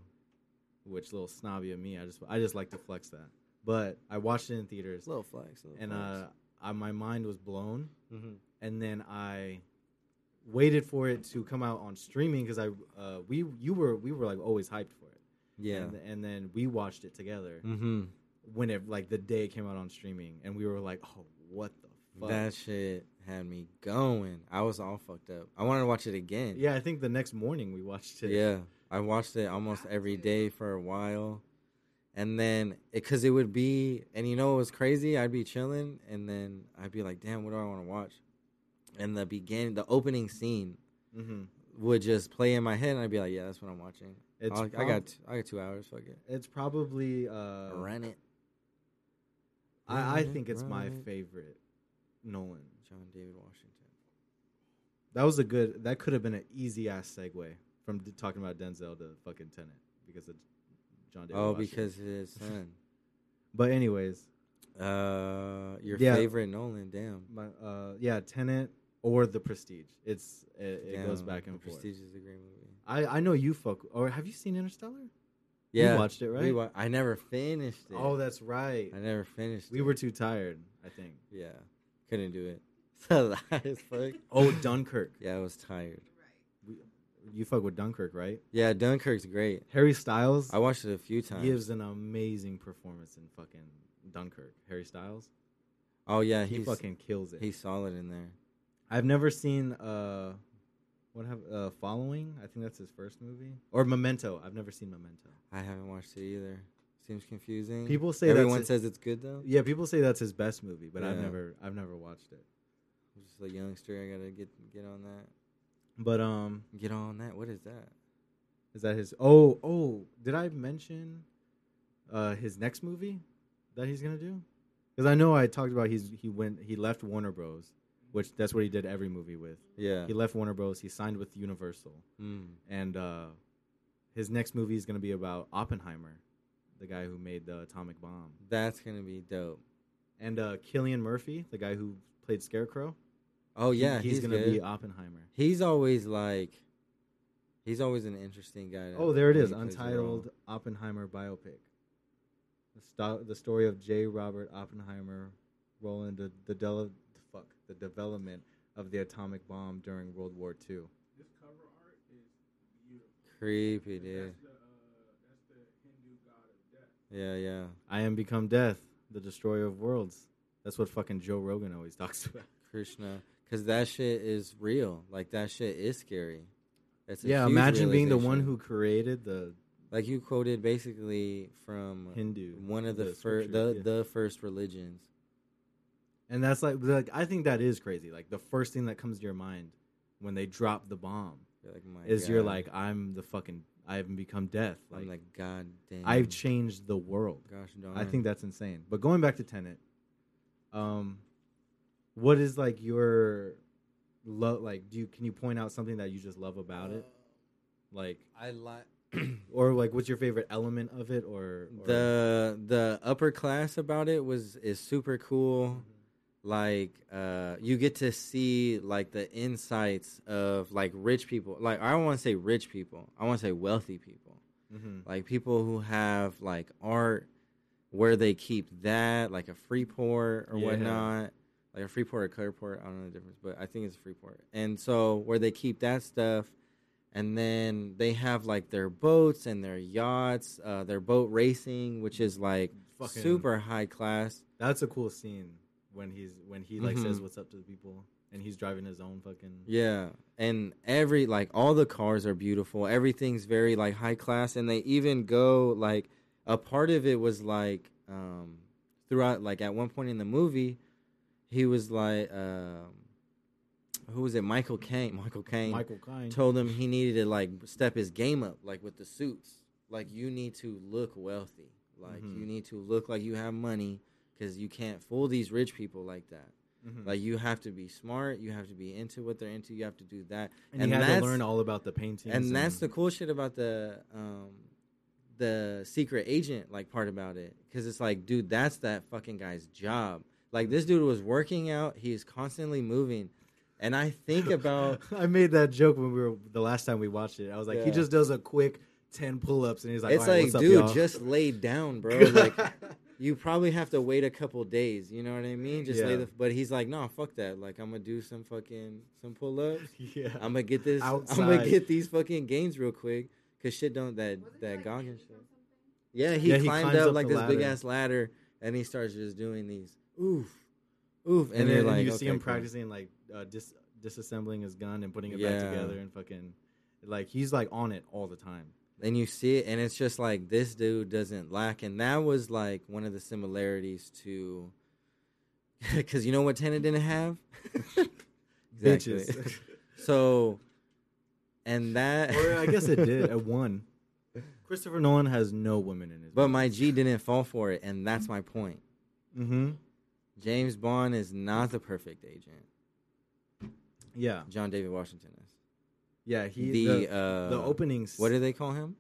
which little snobby of me. I just I just like to flex that. But I watched it in theaters,
little flags. Little
and uh, I, my mind was blown.
hmm
And then I waited for it to come out on streaming because I uh, we you were we were like always hyped for it.
yeah.
And, and then we watched it together
Mm-hmm.
when it like the day it came out on streaming, and we were like, oh, what the Fuck.
That shit had me going. I was all fucked up. I wanted to watch it again.
yeah, I think the next morning we watched it.
Yeah, I watched it almost every day for a while, and then because it, would be, and you know it was crazy. I'd be chilling, and then I'd be like, "Damn, what do I want to watch?" And the beginning, the opening scene
hmm
would just play in my head, and I'd be like, "Yeah, that's what I'm watching."
It's
I'll- I
prob-
got, t- I got two hours. Fuck it,
It's probably uh,
rent it.
I, I
Run it,
think it's my
run it.
favorite Nolan.
John David Washington.
That was a good. That could have been an easy ass segue from d- talking about Denzel to fucking Tenant because of John David.
oh,
Washington.
because his son.
But anyways,
Uh, your
Yeah.
favorite Nolan? Damn.
my uh, yeah, Tenant or The Prestige. It's it, it goes
Damn,
back and
The
forth.
Prestige is a great movie.
I I know you fuck. Or have you seen Interstellar? You
Yeah,
watched it,
we
right?
wa- I never finished it.
Oh, that's right.
I never finished.
We
it.
were too tired. I think.
Yeah, couldn't do it. So that is fuck.
Oh, Dunkirk.
Yeah, I was tired.
You fuck with Dunkirk, right?
Yeah, Dunkirk's great.
Harry Styles.
I watched it a few times.
gives an amazing performance in fucking Dunkirk. Harry Styles,
oh yeah,
he
he's
fucking kills it.
he's solid in there.
I've never seen uh, what have uh, following? I think that's his first movie or Memento. I've never seen Memento.
I haven't watched it either. Seems confusing.
People say that's
everyone
it.
says it's good though.
Yeah, people say that's his best movie, but I've
Yeah.
never, I've never watched it.
I'm just a youngster. I gotta get get on that.
But um,
Get on that. What is that?
is that his? Oh, oh, did I mention uh his next movie that he's gonna do? Because I know I talked about he's he went he left Warner Bros, which that's what he did every movie with.
Yeah.
He left Warner Bros. He signed with Universal.
Mm.
and uh, his next movie is going to be about Oppenheimer, the guy who made the atomic bomb,
That's gonna be dope.
and uh, Killian Murphy, the guy who played Scarecrow.
Oh
he-
yeah,
he's,
he's,
going to
good.
be Oppenheimer.
He's always like, he's always an interesting guy. to-
Oh, there it
when
is,
he plays a role.
untitled Oppenheimer biopic. The, sto- the story of J. Robert Oppenheimer, role in the the, dele- fuck, the development of the atomic bomb during World War II.
This cover art is beautiful.
Creepy, dude.
That's the, uh, that's the Hindu god of death.
Yeah, yeah.
I am become death, the destroyer of worlds. That's what fucking Joe Rogan always talks about.
Krishna, because that shit is real. Like that shit is scary. That's a
yeah,
huge
imagine being the one
realization.
who created the
like you quoted basically from
Hindu,
one of the,
the
first
scripture,
the,
yeah.
the first religions.
and that's like, like I think that is crazy. Like the first thing that comes to your mind when they drop the bomb
You're like, my
is you're
God,
like, I'm the fucking, I haven't become death. Like,
I'm like goddamn.
I've changed the world.
gosh darn.
I think that's insane. But going back to Tenet, um, what is like your love? Like, do you can you point out something that you just love about it? Like,
I like
or like, what's your favorite element of it? Or, or
the the upper class about it was is super cool. like uh you get to see like the insights of like rich people like i don't want to say rich people i want to say wealthy people
Mhm.
like people who have like art where they keep that like a freeport or
Yeah.
whatnot like a freeport or clearport i don't know the difference but i think it's a freeport and so where they keep that stuff and then they have like their boats and their yachts uh, their boat racing which is like
Fucking-
super high class
That's a cool scene when he's when he like says
Mhm.
what's up to the people and he's driving his own fucking
Yeah. And every like all the cars are beautiful. Everything's very like high class and they even go like a part of it was like um throughout like at one point in the movie he was like um who was it? Michael Caine. Michael Caine
Michael Caine.
told him he needed to like step his game up like with the suits. Like you need to look wealthy. Like
Mhm.
you need to look like you have money cuz you can't fool these rich people like that.
Mhm.
Like you have to be smart, you have to be into what they're into, you have to do that,
and,
and
he had
that's-
to learn all about the paintings.
and that's the cool shit about the um, the secret agent like part about it, because it's like, dude, that's that fucking guy's job. Like this dude was working out, he's constantly moving, and I think about
I made that joke when we were the last time we watched it. I was like, he
Yeah.
just does a quick ten pull ups and he's like,
it's
"All right,
like,
what's up,
dude,
y'all?"
just lay down, bro. Like you probably have to wait a couple days. You know what I mean? Just lay
Yeah.
the. But he's like, no, fuck that. Like I'm gonna do some fucking some pull ups.
yeah.
I'm gonna get this. I'm
Outside.
gonna get these fucking games real quick because shit don't that that Gonkin shit. Yeah, he
Yeah, he
climbed
climbs
up
up
like
the
this big
ladder.
ass ladder and he starts just doing these. Oof, oof,
and, then
you're
and
like,
you see
okay,
him
cool.
practicing like uh, dis- disassembling his gun and putting it back
Yeah.
together and fucking like he's like on it all the time.
and you see it and it's just like this dude doesn't lack and that was like one of the similarities to because you know what Tenet didn't have
Bitches.
so and that
or I guess it did at one. Christopher Nolan has no women in his.
but my G didn't fall for it and that's my point
mm-hmm.
James Bond is not the perfect agent
yeah,
John David Washington is
yeah. He
the,
the
uh
the openings.
what do they call him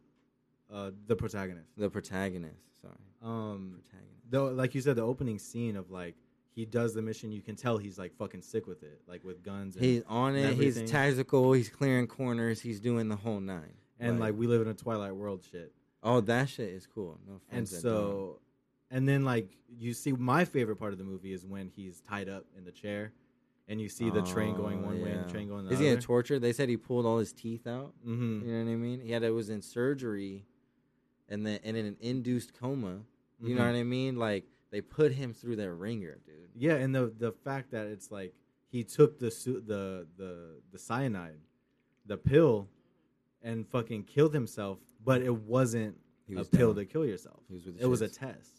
uh, the protagonist?
the protagonist sorry
Um,
protagonist
though, like you said, the opening scene of like he does the mission. You can tell he's like fucking sick with it, like with guns. And,
he's on it
everything.
he's tactical he's clearing corners he's doing the whole nine
and
Like-
like we live in a Twilight world shit.
Oh, that shit is cool. No
and
offense. at all.
so and then like you see my favorite part of the movie is when he's tied up in the chair and you see the train going
Oh,
one way and the
yeah.
train going the
is he
other
in torture? They said he pulled all his teeth out.
mm-hmm.
You know what I mean? He had it was in surgery, and then and in an induced coma. You
Mm-hmm.
know what I mean? Like they put him through their ringer, dude.
yeah and the the fact that it's like he took the su- the the the cyanide the pill and fucking killed himself but it wasn't
He
a
was
pill
down.
to kill yourself
He was with
it
the
was a
shits.
test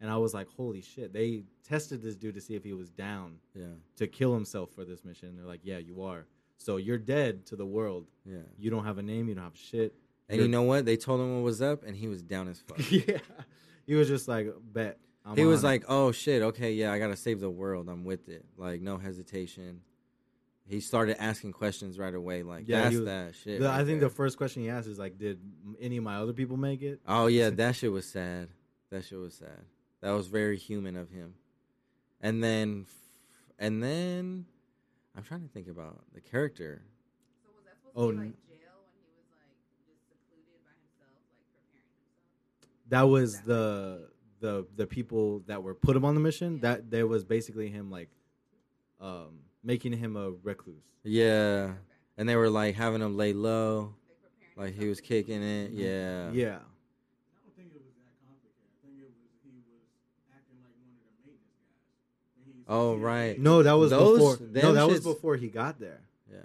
and i was like holy shit they tested this dude to see if he was down
yeah,
to kill himself for this mission. They're like, yeah, you are. So you're dead to the world.
yeah.
You don't have a name. You don't have shit.
And
You're-
you know what? They told him what was up, and he was down as fuck.
yeah. He was just like, bet. I'm
he was
on it.
like, "Oh shit, okay, yeah, I gotta save the world. I'm with it. Like no hesitation." He started asking questions right away. Like
Yeah,
that's
he was-
that shit.
The-
right
I think
there.
the first question he asked is like, did m- any of my other people make it?
Oh yeah, that shit was sad. That shit was sad. That was very human of him. And then, and then, I'm trying to think about the character.
So was that supposed
Oh,
to be
n-
like jail when he was like just secluded by himself, like preparing himself?
That was the the the people that were put him on the mission. That there was basically him like, um, making him a recluse.
Yeah,
Okay.
and they were like having him lay low,
Like preparing
like he
himself
was
to be-
kicking it. Yeah,
Mm-hmm. Yeah.
I don't think it was that complicated. I think it was he was acting like one of the maintenance guys. When he
Oh,
he-
right.
No, that was
Those-
before. No,
them
that was
shits-
before he got there
yeah.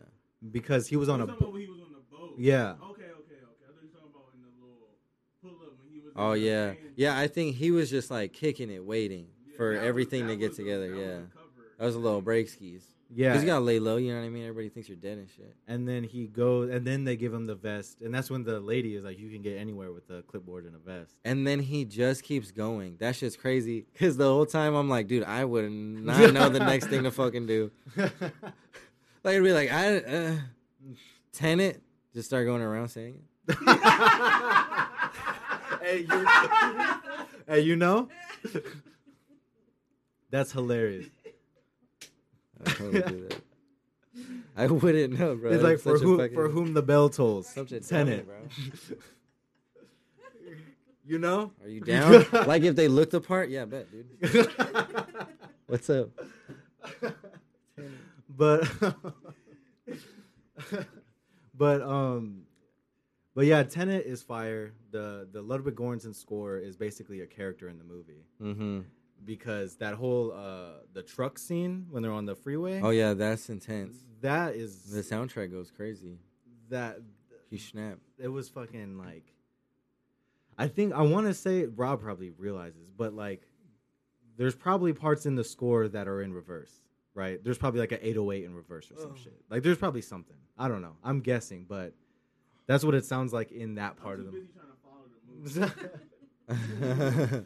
because he was on
You
a.
talking about when he was on the boat.
Yeah.
Okay, okay, okay. I thought you were talking about in the little pull up when he was. in
Oh
the
yeah,
van.
yeah. I think he was just like kicking it, waiting
Yeah,
for
that was-
everything to
that
get
was a-
together.
that was
yeah,
a cover.
that was a little break skis.
Yeah.
'Cause you gotta lay low. You know what I mean? Everybody thinks you're dead and shit.
and then he goes and then they give him the vest and that's when the lady is like you can get anywhere with a clipboard and a vest
And then he just keeps going. That shit's crazy. Cause the whole time I'm like, dude, I would not know the next thing to fucking do. Like it'd be like, I uh, tenant, just start going around saying it.
hey, you, hey you know that's hilarious
I would totally do that. I wouldn't know, bro.
it's like for, who, for whom the bell tolls
Such a
tenant
dummy,
you know
Are you down? like if they looked apart, yeah, I bet, dude. What's up?
but but um but yeah Tenet is fire the the Ludwig Göransson score is basically a character in the movie
Mm-hmm.
because that whole uh the truck scene when they're on the freeway
Oh yeah, that's intense.
that is
The soundtrack goes crazy.
that
He snapped.
it was fucking like I think I want to say Rob probably realizes but like there's probably parts in the score that are in reverse right there's probably like an 808 in reverse or some
Oh.
shit like there's probably something I don't know I'm guessing but that's what it sounds like in that
I'm
part
too
of
busy trying to follow the movie.
the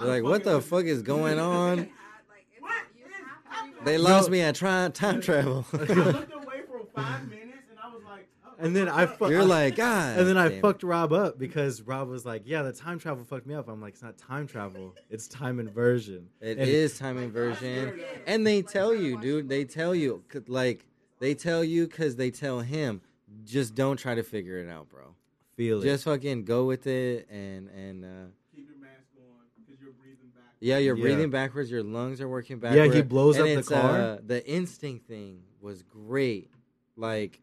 I'm
They're like, what
fucking
the
with
fuck
you.
is going
You
on?
had, like, it's-
What
you
is
have to
happening?
be
They
like-
lost me at trying time travel.
I looked away for five minutes and I was like, oh,
And then
what
I
the fuck?
fu-
You're like, God.
and then I
damn it."
fucked Rob up because Rob was like yeah the time travel fucked me up I'm like it's not time travel it's time inversion
It
And-
is time
Like,
inversion.
you did.
And they
Like,
tell
I
you,
watched
dude.
the
They
movie.
tell you, 'cause, like, they tell you because they tell him, just don't try to figure it out, bro.
feel it
Just fucking go with it, and and uh,
Keep your mask on because you're breathing back.
yeah, you're
Yeah.
breathing backwards. Your lungs are working
Yeah, he
backwards.
blows up the car.
Uh, the instinct thing was great. Like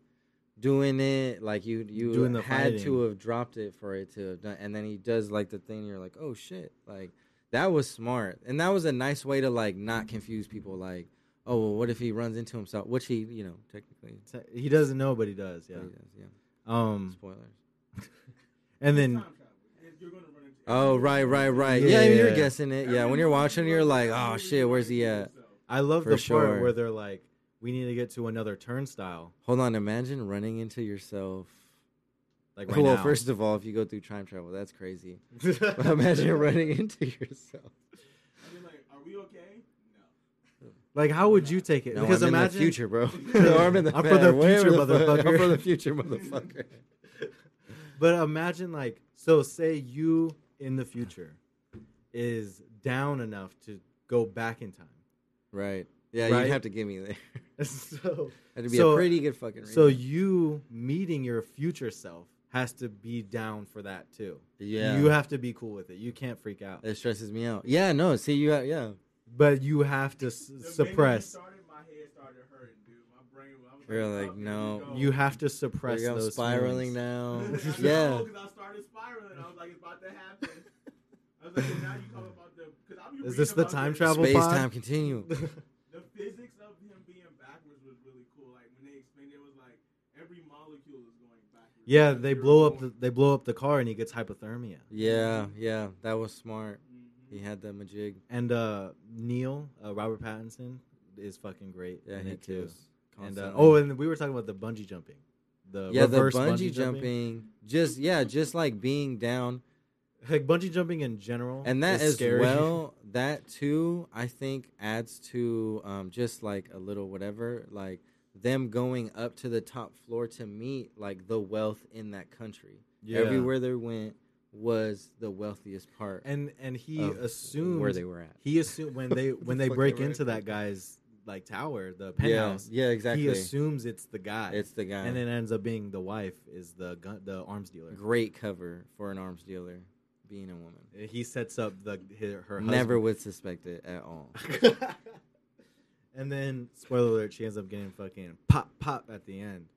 doing it, like you you
Doing the
had
fighting.
to have dropped it for it to have done. And then he does like the thing. You're like, oh shit, like that was smart, and that was a nice way to like not confuse people. Like, oh, well, what if he runs into himself? Which he, you know, technically,
Te- He doesn't know, but he does.
yeah,
Yeah.
he does, yeah.
Um,
Spoilers.
and
It's
then
time travel. It's- You're gonna run into
Oh, right, right, right. Yeah, I mean, you're
Yeah.
guessing it. Yeah,
Every
when you're
movie
watching,
you
you're
watch,
like,
every
oh
movie
shit,
you
where's
watch,
he
you
at?
think so.
I love
For
the
sure.
part where they're like, "We need to get to another turnstile."
Hold on, imagine running into yourself.
Like right
well,
now.
first of all, if you go through time travel, that's crazy. But imagine
imagine
running into yourself.
And then like, are we okay? No.
like how would you take it?
No,
because
I'm
imagine
in the future, bro. Or I'm in the
I'm from the
past, wherever
future,
the fuck- I'm
motherfucker.
from the future, motherfucker.
But imagine like so say you in the future is down enough to go back in time.
right. Yeah,
Right?
you'd have to get me there.
so
That'd be
So-
a pretty good fucking.
so
reason.
you meeting your future self has to be down for that too.
yeah,
You have to be cool with it. You can't freak out.
it stresses me out. Yeah, no. See, you. Have, yeah,
But you have to s-
The minute you
suppress.
started, my head started hurting, dude. My brain was- I was
You're like,
oh, here
no.
we go.
You have to
Like,
suppress
I'm
those
spiraling
feelings.
now.
I know,
yeah,
'cause I started spiraling. I was like, it's about to happen. I was like, well, now you talk about the. Cause I'll be
Is
reading
this the
about
time travel
space
pod?
time continuum.
The physics of him being backwards was really cool. Like when they explained it, it was like every molecule is going backwards.
yeah,
Like,
they
you're
blow up the
going-
they blow up the car and he gets hypothermia.
Yeah, yeah, that was smart.
Mhm.
He had that majig.
And uh Neil, uh, Robert Pattinson is fucking great
Yeah,
in
he
it too.
kills.
And uh,
constantly.
oh, and we were talking about the bungee jumping. The
yeah, the bungee,
reverse
jumping, Just yeah, just like being down,
Like bungee jumping in general.
and that
is
as
scary.
well. That too, I think, adds to um, just like a little whatever, like them going up to the top floor to meet like the wealth in that country.
Yeah.
Everywhere they went was the wealthiest part.
And and he
of
assumed
Oh, where they were at.
he assumed when they when they
Fuck,
break
they were
into
at-
that guy's like tower, the
yeah,
penthouse.
yeah, exactly.
He assumes it's the guy.
it's the guy.
and then ends up being the wife is the gun, the arms dealer.
great cover for an arms dealer being a woman.
He sets up the her, her
Never would suspect it at all.
husband. and then spoiler alert, she ends up getting fucking pop pop at the end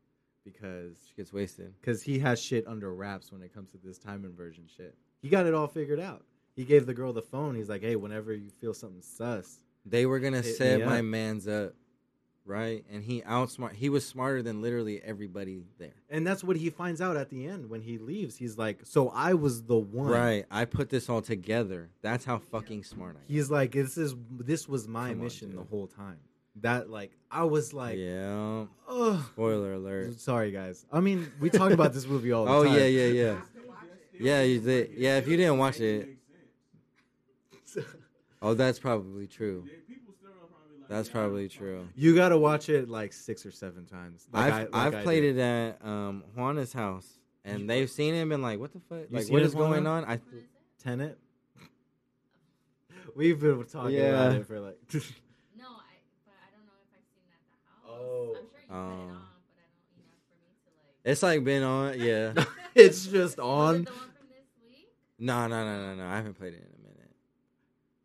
because
She gets wasted.
because he has shit under wraps when it comes to this time inversion shit. He got it all figured out. He gave the girl the phone. He's like, "Hey, whenever you feel something sus,
They were gonna
Hit
set
me
my
up.
man's up, right? And he outsmart. He was smarter than literally everybody there.
and that's what he finds out at the end when he leaves. He's like, "So I was the one."
Right. I put this all together. That's how fucking smart I am.
He's like, "This is this was my
Come on,
mission the
dude.
whole time." That like I was like,
yeah.
Ugh.
Spoiler alert.
Sorry, guys. I mean, we talked about this movie all the
Oh
time.
yeah, yeah, yeah.
have to watch it.
Yeah, you did. Yeah, if you didn't watch
It
it,
makes sense.
yeah.
oh, that's probably true.
Yeah, people still are probably like,
That's
yeah, I
probably
was fucking
true.
you gotta watch it like six or seven times.
I've
Like
I,
I,
have i have played it at um, Juana's house, and they've seen him and like, what the fuck?
You
Like,
seen
what
it,
is going
Juana?
on? I
What is it?
Tenet. We've been talking
Yeah.
about it for like.
No, I. But I don't know if I've seen that at the house.
Oh.
I'm sure you put it
Oh.
on, but I don't. You know, for me to like.
it's like been on. Yeah.
it's just
Was it
on.
the one from this week?
No, no, no, no, no. I haven't played it in a minute.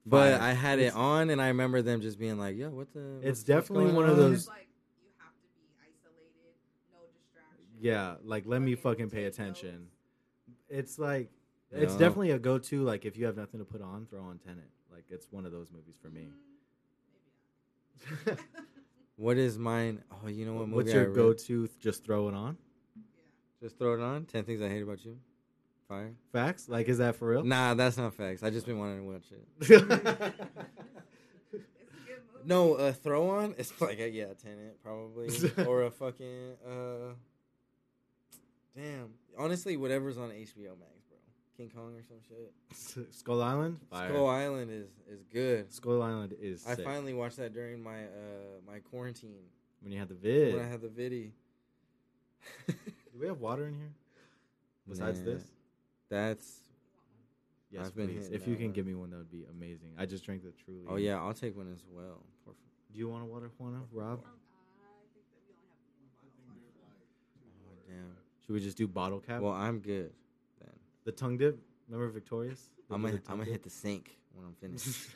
But
Fire.
I had
It's-
it on, and I remember them just being like, "Yo, what the?"
It's
what's- what's
definitely
going
one of
on?"
those-
Oh, It's like you have to be isolated, no distractions.
Yeah, like let me fucking pay
take
attention.
notes.
It's like it's
Yeah.
definitely a go-to. Like if you have nothing to put on, throw on Tenet. Like it's one of those movies for me.
Mm, maybe not.
What is mine? Oh, you know what movie?
What's
I
your
re-
go-to? Just throw it on.
Just throw it on. Ten things I hate about you. Fire.
Facts? Like is that for real?
Nah, that's not facts. I just been wanting to watch it.
yeah. It's a good movie.
No, uh, throw on. It's like a, yeah, tenant probably, or a fucking uh, damn. Honestly, whatever's on HBO Max, bro. King Kong or some shit.
Skull Island.
Skull Island is is good.
Skull Island is
I
sick.
finally watched that during my uh my quarantine
when you had the vid.
when I had the video.
Do we have water in here? Besides
Nah,
this,
that's
yes,
I've been
please.
hitting
If
that
you can
one.
give me one, that would be amazing. I just drank the Truly.
oh yeah, I'll take one as well. Por fa-
Do you want a water, Juana? Rob?
Oh, I think that we only have one bottle
think
left.
they're like,
Oh, damn.
Should we just do bottle cap?
Well, I'm good. Then
the tongue dip. Remember Victorious? They
I'm
do
gonna
the
I'm
tongue
gonna
dip?
hit the sink when I'm finished.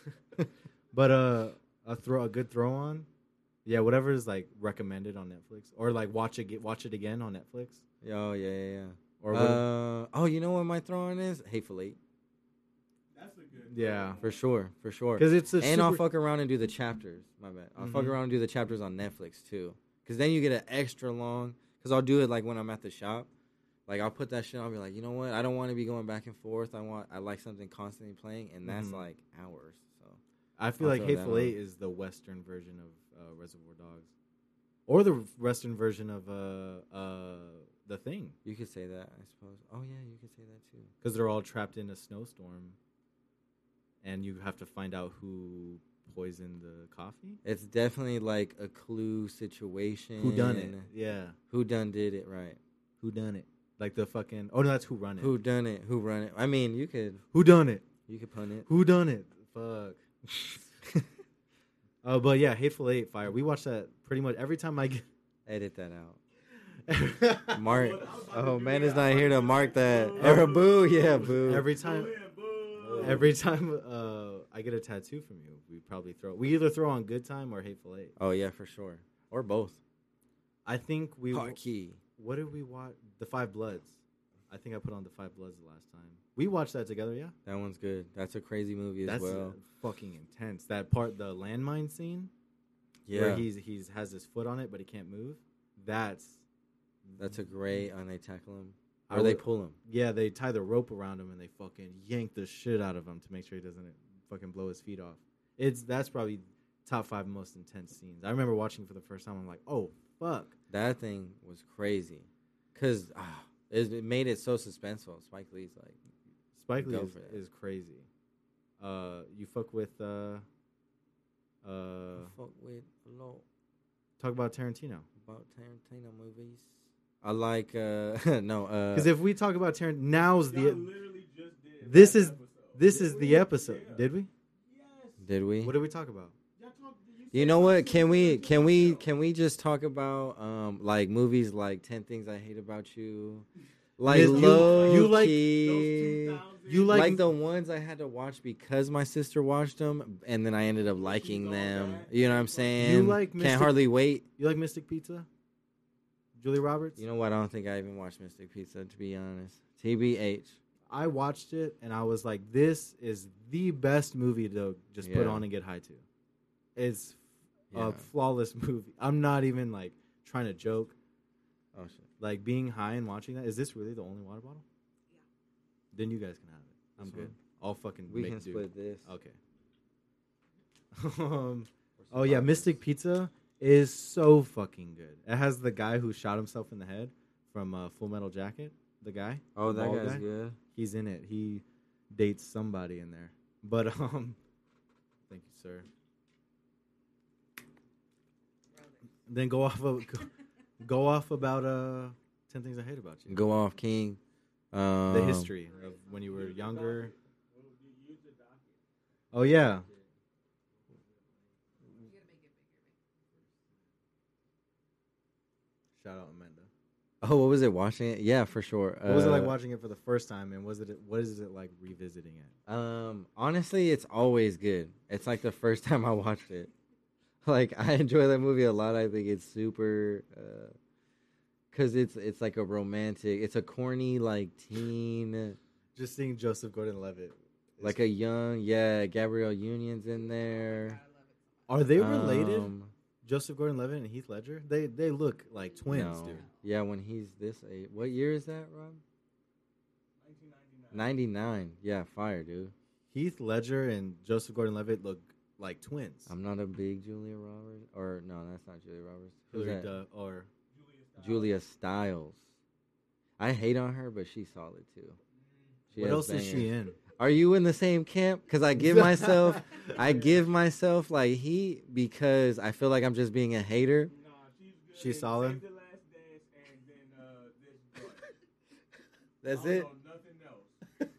but uh, a throw a good throw on. Yeah, whatever is like recommended on Netflix, or like watch it watch it again on Netflix.
oh yeah, yeah, Uh, yeah.
Or what-
uh, oh, you know what my throwing is? Hateful Eight.
That's a good.
Yeah.
for sure, for sure.
Because it's a
And I'll
super-
fuck around and do the chapters. My bad. I'll fuck
Mhm.
around and do the chapters on Netflix too. Because then you get an extra long. Because I'll do it like when I'm at the shop. Like I'll put that shit. on, I'll be like, you know what? I don't want to be going back and forth. I want. I like something constantly playing, and that's
Mhm.
like hours. So
I feel
I'll
like
throw that
Hateful Eight is the Western version of uh, Reservoir Dogs, or the Western version of uh, uh, the Thing,
you could say that, I suppose. Oh yeah, you could say that too.
because they're all trapped in a snowstorm, and you have to find out who poisoned the coffee,
It's definitely like a clue situation.
who done it. Yeah,
Who done did it right?
who done it? Like the fucking oh no, that's who run it.
Who done it? Who run it? I mean, you could
who done it?
you could pun it.
Who done it? Fuck. Uh, but yeah, Hateful Eight, fire. We watch that pretty much every time I
Edit that out.
get.
Mark.
Well, I was about to
Oh
do
man,
that.
is not here to mark that.
Boo.
Or boo, yeah, boo.
Every time,
Boo, yeah, boo.
Every time uh, I get a tattoo from you, we probably throw. We either throw on Good Time or Hateful Eight.
oh yeah, for sure. Or both.
I think we.
Oh, Hotkey.
What did we watch? The Five Bloods. I think I put on The Five Bloods the last time. We watched that together, yeah.
That one's good. That's a crazy movie as
That's
well.
fucking intense. That part, the landmine scene,
Yeah,
where he's he's has his foot on it but he can't move. That's
that's a great. And they tackle him
I
or they
would-
pull him.
yeah. They tie the rope around him and they fucking yank the shit out of him to make sure he doesn't fucking blow his feet off. It's that's probably top five most intense scenes. I remember watching it for the first time. I'm like, oh fuck.
That thing was crazy, cause ah, it, it made it so suspenseful. Spike Lee's like,
Spike Lee
Go
is,
for that.
is crazy. Uh, you fuck with uh, uh,
fuck with a lot
talk about Tarantino
about Tarantino movies. I like uh no uh
because if we talk about Tarantino, now's
Y'all
the
literally just did
this
last
is-
episode.
this
Did
is
we?
the episode.
Yeah.
Did we?
Yes.
did we
What did we talk about?
Y'all talked-
You
said
know
y'all
what?
should
Can
do
we
it
can we
yourself.
can we just talk about um like movies like Ten Things I Hate About You, like
you-
low
you like-
key,
Those 2000
you
like,
like-
the ones I had to watch because my sister watched them, and then I ended up liking
all
them.
that.
You know what I'm
You
saying?
like Mystic-
Can't hardly wait.
You like Mystic Pizza? Julie Roberts.
You know what? I don't think I even watched Mystic Pizza to be honest. TBH.
I watched it and I was like, this is the best movie to just put
Yeah.
on and get high to. It's
Yeah.
a flawless movie. I'm not even like trying to joke.
Oh shit.
Like being high and watching that. Is this really the only water bottle?
Yeah.
Then you guys can have it. I'm
This
good.
one?
I'll fucking
We
make
can
do.
split this.
Okay. um,
We're
oh yeah,
survivors.
Mystic Pizza is so fucking good. It has the guy who shot himself in the head from uh, Full Metal Jacket. The guy.
Oh,
the
that
bald
guy's
guy.
good.
He's in it. He dates somebody in there. But um, thank you, sir. Then go off of go, go off about uh ten things I hate about you.
Go off, King. Um,
the history of when you were
Use the
younger.
docket. Well, you use the docket.
Oh yeah,
You gotta make it bigger.
shout out Amanda.
Oh, what was it? Watching it? Yeah, for sure.
What was it like
Uh,
watching it for the first time, and was it what is it like revisiting it?
Um, honestly, it's always good. It's like the first time I watched it. Like I enjoy that movie a lot. I think it's super uh 'cause cuz it's it's like a romantic. It's a corny like teen
Just seeing Joseph Gordon-Levitt.
like a young, yeah, Gabrielle Union's in there.
I love it so much.
are they related?
Um,
Joseph Gordon-Levitt and Heath Ledger. They they look like twins,
no.
dude.
Yeah, when he's this age. What year is that, Rob?
1999.
99. Yeah, fire, dude.
Heath Ledger and Joseph Gordon-Levitt look like twins.
I'm not a big Julia Roberts or no, that's not Julia Roberts. Who's
Hillary
that?
Duff- or
Julia
Julia
Stiles.
Stiles. I hate on her, but she's solid too. She
what
has
else is she
bangers.
in?
Are you in the same camp? Because I give myself, I give myself like heat because I feel like I'm just being a hater.
Nah, she's good.
She's
Save
solid?
The Last Dance and then, uh, This Boy.
That's
I
it.
don't know nothing else.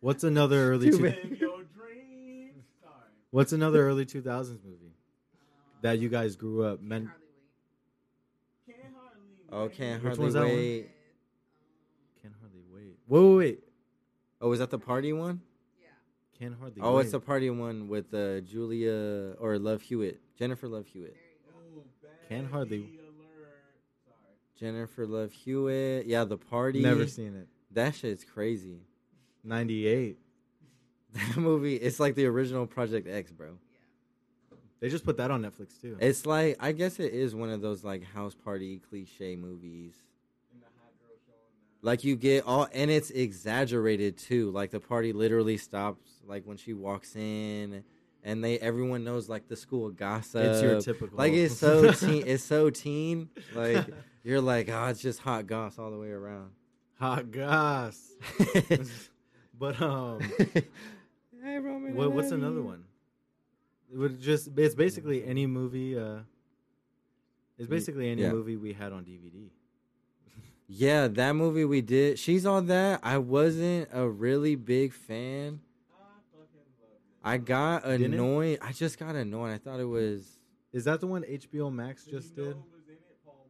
What's another early
Too
two,
bad.
Live your dreams. Sorry.
What's another early two thousands movie
Um,
that you guys grew up?
Can't
Men,
hardly wait.
Can't hardly.
Oh, can't
Which
hardly
one's that one?
wait.
Um,
can hardly wait. Whoa, wait, wait.
Oh, is that the party one?
yeah.
can hardly.
Oh,
wait.
it's the party one with uh, Julia or Love Hewitt, Jennifer Love Hewitt,
There you go.
Ooh, bad
Can hardly-
alert. Sorry.
Jennifer Love Hewitt. Yeah, the party.
never seen it.
That shit's crazy.
Ninety eight.
That movie, it's like the original Project X, bro.
Yeah.
They just put that on Netflix too.
It's like I guess it is one of those like house party cliche movies.
And the hot girl showing the
Like you get all and it's exaggerated too. Like the party literally stops like when she walks in and they everyone knows like the school gossip.
it's your typical.
uh, like it's so teen it's so teen. Like you're like, oh it's just hot goss all the way around.
hot goss. But um, what, what's another one? It would just it's basically any movie. Uh, it's
Ye-
basically any
yeah.
movie we had on DVD.
Yeah, that movie we did. She's on that. I wasn't a really big fan.
I fucking love it.
I got
Didn't it?
annoyed. I just got annoyed. I thought it was
Is that the one HBO Max
Did you
just
know
did?
who was in it? Paul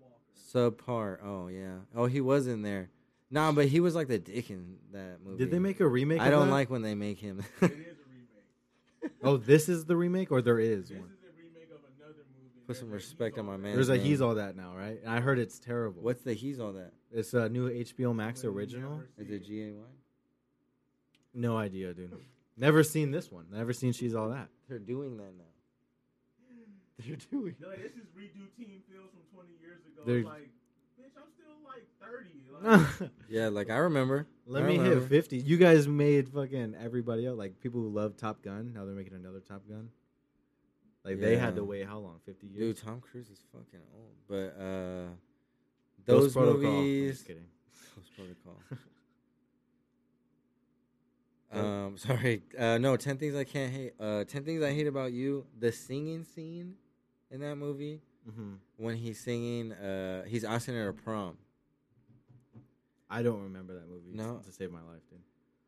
subpar.
Walker.
Oh yeah. Oh, he was in there. Nah, but he was like the dick in that movie.
Did they make a remake?
I
of
don't
that?
like when they make him.
it is a remake.
Oh, this is the remake, or there is
This
one.
is a remake of another movie.
Put some
There's a
respect
He's
on my
All
man.
There's a
name.
he's all that now, right? And I heard it's terrible.
What's the he's all that?
It's a new HBO
That,
Max
but you
original.
never see
Is it G A Y?
No idea, dude. Never seen this one. Never seen she's all that.
They're doing that now. They're doing.
No, this is redo team feels from 20 years ago.
There's-
Like, bitch, I'm still like 30. Like,
Yeah, like I remember.
Let
I
me hit
remember.
fifty. You guys made fucking everybody else like people who love Top Gun. Now they're making another Top Gun. Like they had to
Yeah.
wait how long? Fifty years.
Dude, Tom Cruise is fucking old. But uh, those
Ghost Protocol. I'm
movies.
just kidding.
Ghost Protocol. um, sorry. Uh, no, ten things I can't hate. Uh, ten things I hate about you. The singing scene in that movie
hmm
when he's singing. Uh, he's asking her to prom.
I don't remember that movie.
No.
to save my life, dude.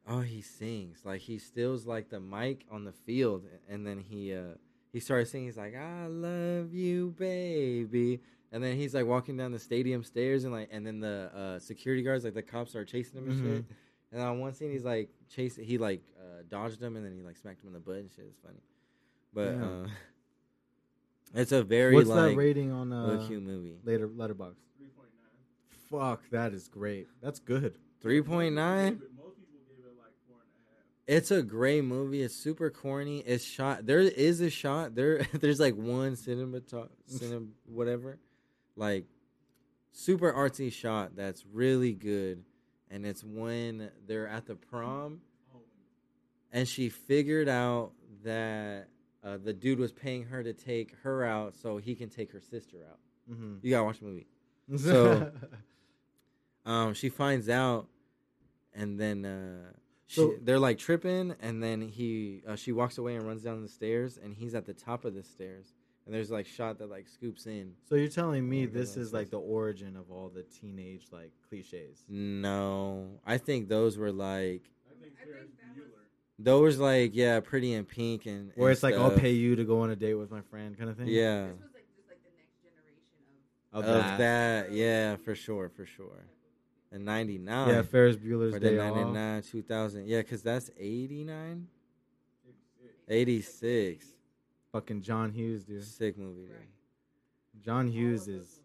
Oh, he sings like he steals like the mic on the field, and then he uh he starts singing. He's like, "I love you, baby," and then he's like walking down the stadium stairs, and like, and then the uh, security guards, like the cops, are chasing him and shit.
Mm-hmm.
And on one scene, he's like chase, he like uh, dodged him, and then he like smacked him in the butt and shit. It's funny, but
Yeah.
uh, it's a very
What's that
like
rating on uh,
look you movie.
later Letterbox?
3.9.
Fuck, that is great. That's good.
Three point nine.
Most people gave it like four and a half.
It's a great movie. It's super corny. It's shot. There is a shot. There, there's like one cinematog, cinem, whatever, like super artsy shot that's really good, and it's when they're at the prom
Oh,
and she figured out that uh, the dude was paying her to take her out so he can take her sister out.
hmm
You gotta watch the movie. Mm-hmm. So- Um, she finds out, and then uh, she,
So-
they're like tripping, and then he uh, she walks away and runs down the stairs, and he's at the top of the stairs, and there's like shot that like scoops in.
so you're telling me
Oh, no,
this
no,
is
it's-
like the origin of all the teenage like cliches.
No, I think those were like
I think
I
Ferris
think that was-
Bueller.
those like yeah, Pretty in Pink, and
Where
and
it's like, I'll
stuff.
pay you to go on a date with my friend, kind of thing.
Yeah,
This was like just like the next generation of
of, that. yeah, for sure, for sure. And ninety nine,
Yeah, Ferris Bueller's
Or
Day
the
Off.
99, 2000. Yeah, because that's 89?
It's- it-
86.
Fucking John Hughes, dude.
Sick movie. dude.
Right.
John
all of
Hughes is.
those movies.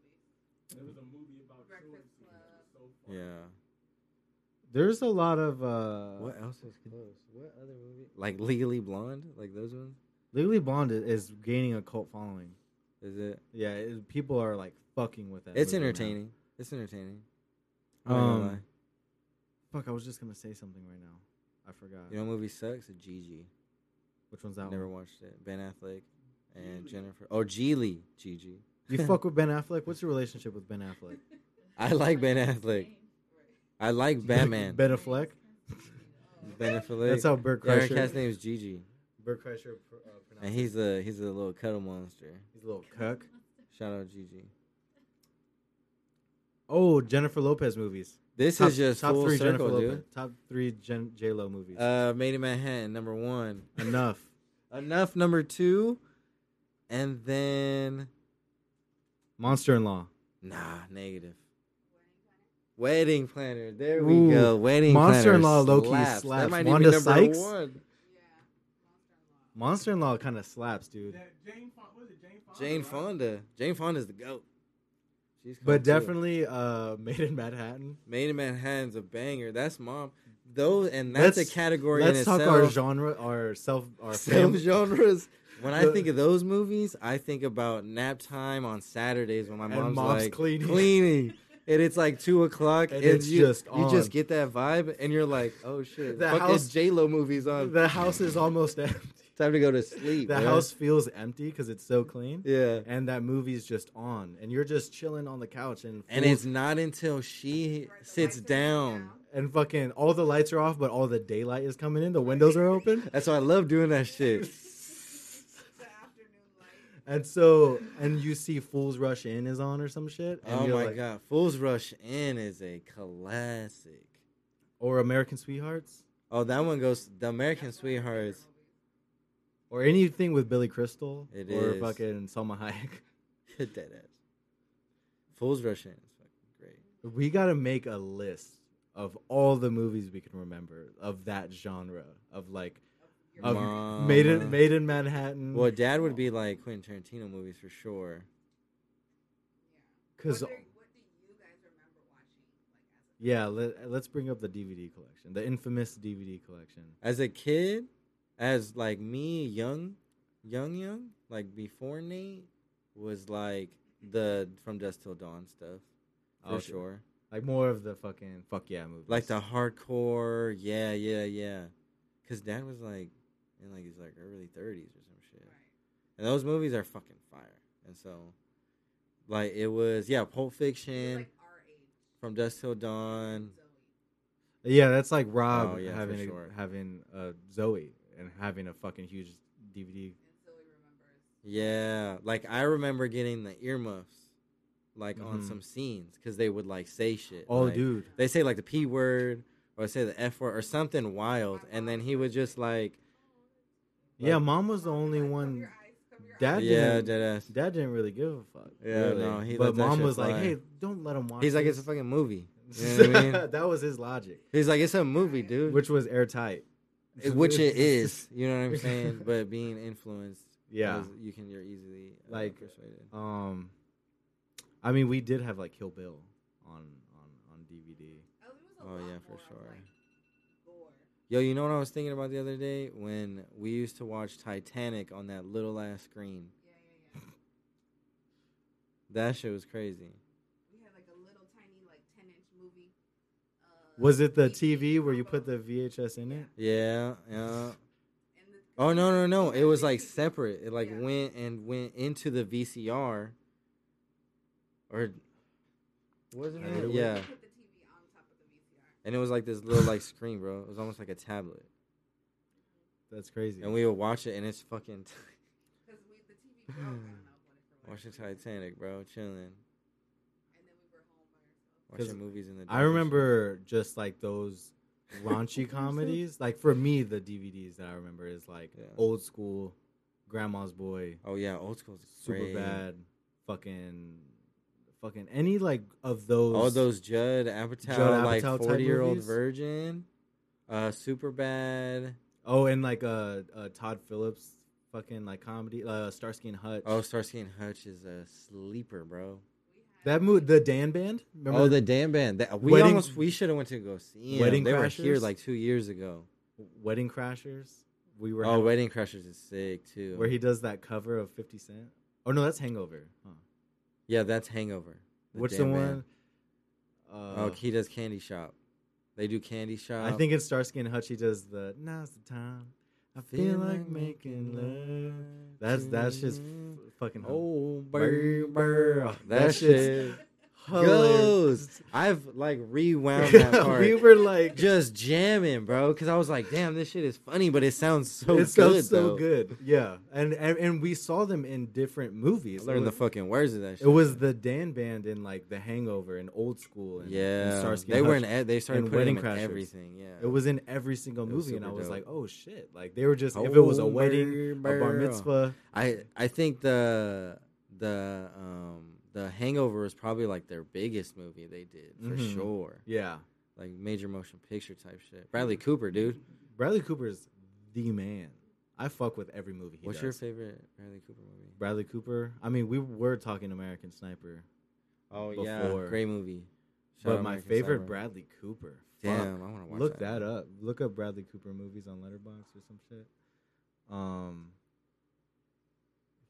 There was a movie about
Breakfast
children. It
Club.
was so funny.
Yeah.
There's a lot of uh,
What else was close? What other movie? Like Legally Blonde? Like those ones?
Legally Blonde i- is gaining a cult following.
Is it?
Yeah, it, people are like fucking with that.
It's
movie now.
entertaining. It's entertaining. I'm not gonna
Um,
lie.
fuck, I was just gonna say something right now. I forgot.
you know, what movie sucks. Gigi.
Which one's that?
Never
one?
watched it. Ben Affleck and
Geely.
Jennifer. Oh, Geely. Gigi.
You fuck with Ben Affleck. What's your relationship with Ben Affleck?
I like Ben Affleck. I like Batman.
ben Affleck.
ben Affleck.
That's how Bert
Yeah, her
Kreischer.
cat's name is Gigi,
Bert Kreischer pr- uh,
and
pronounced.
he's a he's a little cuddle monster.
He's a little cuck.
Shout out Gigi.
Oh, Jennifer Lopez movies.
This is just full circle, dude.
Top three Gen- J Lo movies.
Uh, Made in Manhattan, number one.
Enough.
Enough, number two, and then
Monster in Law.
nah, negative. Wedding planner. There we
Ooh,
go. Wedding
Monster
planner.
in Law low-key
slaps.
slaps.
That might
Wanda
even be number
Sykes?
one.
Monster in Law kind of slaps, dude.
That Jane Fon- was it Jane Fonda?
Jane
right?
Fonda. Jane Fonda's the goat. She's cool
But
too.
definitely, uh, Made in Manhattan.
Made in Manhattan's a banger. That's mom. those and that's
Let's-
a category in
Let's talk
itself.
our genre, our self, our
Same
fam-
genres. When I
The-
think of those movies, I think about nap time on Saturdays when my
And
mom's,
mom's
like
cleaning.
cleaning. and it's like two o'clock,
And
and,
it's
you
just
just you
on.
just get that vibe, and you're like, oh shit,
The
the fuck
house-
this J Lo movies on.
The house is almost empty.
Time to go to sleep.
The
bruh.
house feels empty because it's so clean,
yeah.
and that movie's just on, and you're just chilling on the couch, and
And
fools-
it's not until she
Right, the
sits
lights are
down.
and fucking all the lights are off, but all the daylight is coming in. The windows are open,
That's why I love doing that shit.
The afternoon light.
and so and you see "Fools Rush In" is on or some shit. And
oh
you're
my
like-
god, Fools Rush In is a classic.
Or "American Sweethearts"
Oh, that one goes. The American
That's one of my favorite
Sweethearts.
movies.
or anything with Billy Crystal
It
or
is.
fucking Salma Hayek.
Hit that ass. Fools Rush In is fucking great.
We gotta make a list of all the movies we can remember of that genre of like
Your
of
favorite.
Mama.
Made in Made in Manhattan.
Well, Dad would be like Quentin Tarantino movies for sure.
Yeah.
Because
What do- what do you guys remember watching? Like as a
yeah, let, let's bring up the DVD collection, the infamous DVD collection.
As a kid, as like me, young, young, young, like before Nate was like the From Dusk Till Dawn stuff for
Okay.
sure.
Like more of the fucking fuck yeah movies.
Like the hardcore, yeah, yeah, yeah. Because Dad was like in like his like early thirties or some shit.
Right.
And those movies are fucking fire. And so, like it was yeah, Pulp
It was,
Fiction.
like our age.
From Dusk Till Dawn.
Zoe.
yeah, that's like Rob
Oh, yeah, for
having a-
sure.
having uh, Zoe and having a fucking huge DVD.
And Zoe remembers.
Yeah, like I remember getting the earmuffs, like on
Mhm.
some scenes, because they would like say shit.
Oh,
like,
dude,
They say like the p word or say the f word or something wild,
My
and then
mom
he would just like
yeah, Mom was the
Mom,
only
like, cover
one.
your eyes, cover your
Dad
eyes.
yeah,
didn't-
dead ass.
Dad didn't really give a fuck.
Yeah,
really.
no, he
but
let that
Mom
shit
was like,
fly.
"Hey, don't let him watch."
He's like it's a
this."
fucking movie. You know what I mean?
that was his logic,
He's like it's a movie, dude, which,
which was airtight.
which it is. You know what I'm saying? But being influenced,
Yeah.
is- you can you're easily uh,
Like,
persuaded.
Um, I mean, we did have like Kill Bill on on on DVD.
Oh, there was a
Oh,
lot
yeah, for
more of,
sure.
like, gore.
Yo, you know what I was thinking about the other day when we used to watch Titanic on that little ass screen.
Yeah, yeah, yeah.
That shit was crazy.
We had like a little tiny like ten inch movie. Uh,
Was it the
DVD
TV where you put
combo.
the VHS in it?
Yeah, yeah.
And the-
Oh no, no, no! It was like separate. It like
Yeah.
went and went into the VCR. Or wasn't
Either
it?
way.
Yeah,
You put the TV on top of the VCR.
and it was like this little like screen, bro. It was almost like a tablet,
That's crazy.
and we would watch it, and it's fucking
Because we the TV broke. I don't know what it for.
watching Titanic, bro, chilling,
And then we were home by ourselves.
Cause
watching movies in the.
I
dark and
remember just like those raunchy
What you
comedies. Like for me, the DVDs that I remember is like
Yeah.
old school, Grandma's Boy,
shit. Oh yeah, old school's
Super
great.
Bad, fucking, fucking any like of those.
All those Judd Apatow,
Judd
like
Apatow type
forty-year-old
movies?
virgin, uh, super bad.
Oh, and like uh, uh Todd Phillips fucking like comedy uh Starsky and Hutch.
Oh, Starsky and Hutch is a sleeper, bro.
We had
that movie, the Dan Band. Remember
oh, the damn band. That, we
Wedding-
almost we should have went to go see. 'em.
Wedding
they were here
Crashers?
like two years ago.
Wedding Crashers. We were
oh,
having-
Wedding Crashers is sick too.
where he does that cover of Fifty Cent. Oh no, that's Hangover. Huh.
yeah, that's Hangover.
What's the
Damn
one?
Band.
Uh,
oh, he does Candy Shop. They do Candy Shop.
I think in Starsky and Hutch he does the Now's the time. I feel like making love. That's that's just f- fucking oh,
oh,
Burr,
burr, burr.
burr. That
That shit
Oh,
goes. I've like rewound that part.
we were like,
just jamming, bro. Because I was like, damn, this shit is funny, but it sounds so
it
good.
sounds so
though.
good. Yeah, and, and and we saw them in different movies.
I
it
learned the
was,
fucking words of that shit.
it was the Dan Band in like The Hangover and Old School. And, uh,
yeah.
and Starsky
they
and
were
Hutch.
in. e- They started
and
putting
Wedding
them in
Crashers.
everything. Yeah.
It was in every single
It was
movie, and I
super
was
dope.
like, "Oh shit!" Like they were just if it was a
Oh,
wedding, a bar
burr.
mitzvah.
I I think the the um the Hangover was probably like their biggest movie they did for
Mhm.
sure.
Yeah,
Like major motion picture type shit. Bradley Cooper, dude.
Bradley Cooper is the man. I fuck with every movie. He
What's
does.
your favorite Bradley Cooper movie?
Bradley Cooper? I mean, we were talking American Sniper,
Oh
yeah. Before.
great movie. Shout
but
out
my
American
favorite
Sniper.
Bradley Cooper.
Damn, I want to watch
Look
that.
that up. Look up Bradley Cooper movies on Letterbox or some shit. Um,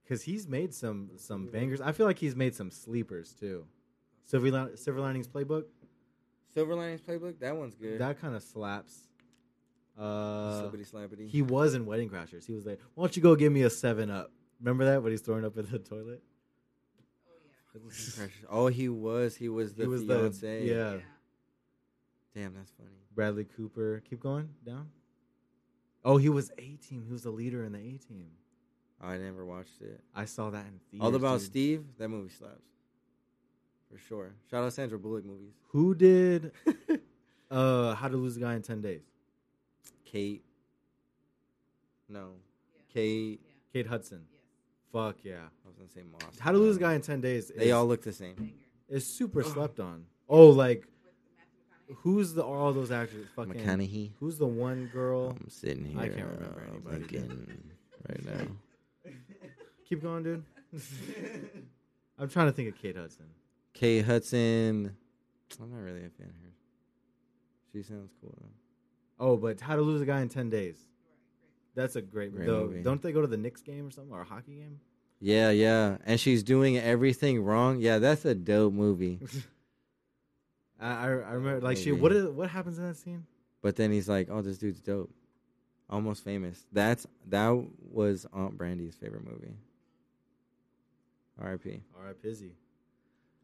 because he's made some some bangers. I feel like he's made some sleepers too. Silver, Lin- Silver Linings Playbook.
Silver Linings Playbook. That one's good.
That kind of slaps. Uh,
Slippity slappity.
he was in Wedding Crashers. He was like, "Why don't you go give me a Seven Up?" Remember that when he's throwing up in the toilet?
Oh yeah.
oh, he was. He was the
he was
fiance.
the yeah.
Damn, that's funny.
Bradley Cooper. Keep going down. Oh, he was A team. He was the leader in the A team.
I never watched it.
I saw that in theaters.
All about
dude.
Steve. That movie slaps. For sure. Shout out Sandra Bullock movies.
Who did uh How to Lose a Guy in Ten Days?
Kate. No,
Yeah.
Kate.
Yeah.
Kate Hudson.
Yes.
Fuck yeah.
I was gonna say Moss.
How to Lose a Guy in Ten Days? Is,
They all look the same.
Banger.
is super slept on. Oh, like
With Matthew McConaughey.
who's the all those actors? Fucking
McConaughey.
who's the one girl?
I'm sitting here.
I can't remember
uh,
anybody.
thinking right now.
Keep going, dude. I'm trying to think of Kate Hudson.
Kate Hudson. I'm not really a fan of her. She sounds cool though.
Oh, but How to Lose a Guy in Ten Days. That's a great,
Great
though,
movie.
Don't they go to the Knicks game or something or a hockey game?
Yeah, yeah. And she's doing everything wrong. Yeah, that's a dope movie.
I I, I remember like she
Maybe.
what is, what happens in that scene?
But then he's like, "Oh, this dude's dope, almost famous." That's that was Aunt Brandy's favorite movie. R.I.P.
All right, Pizzy.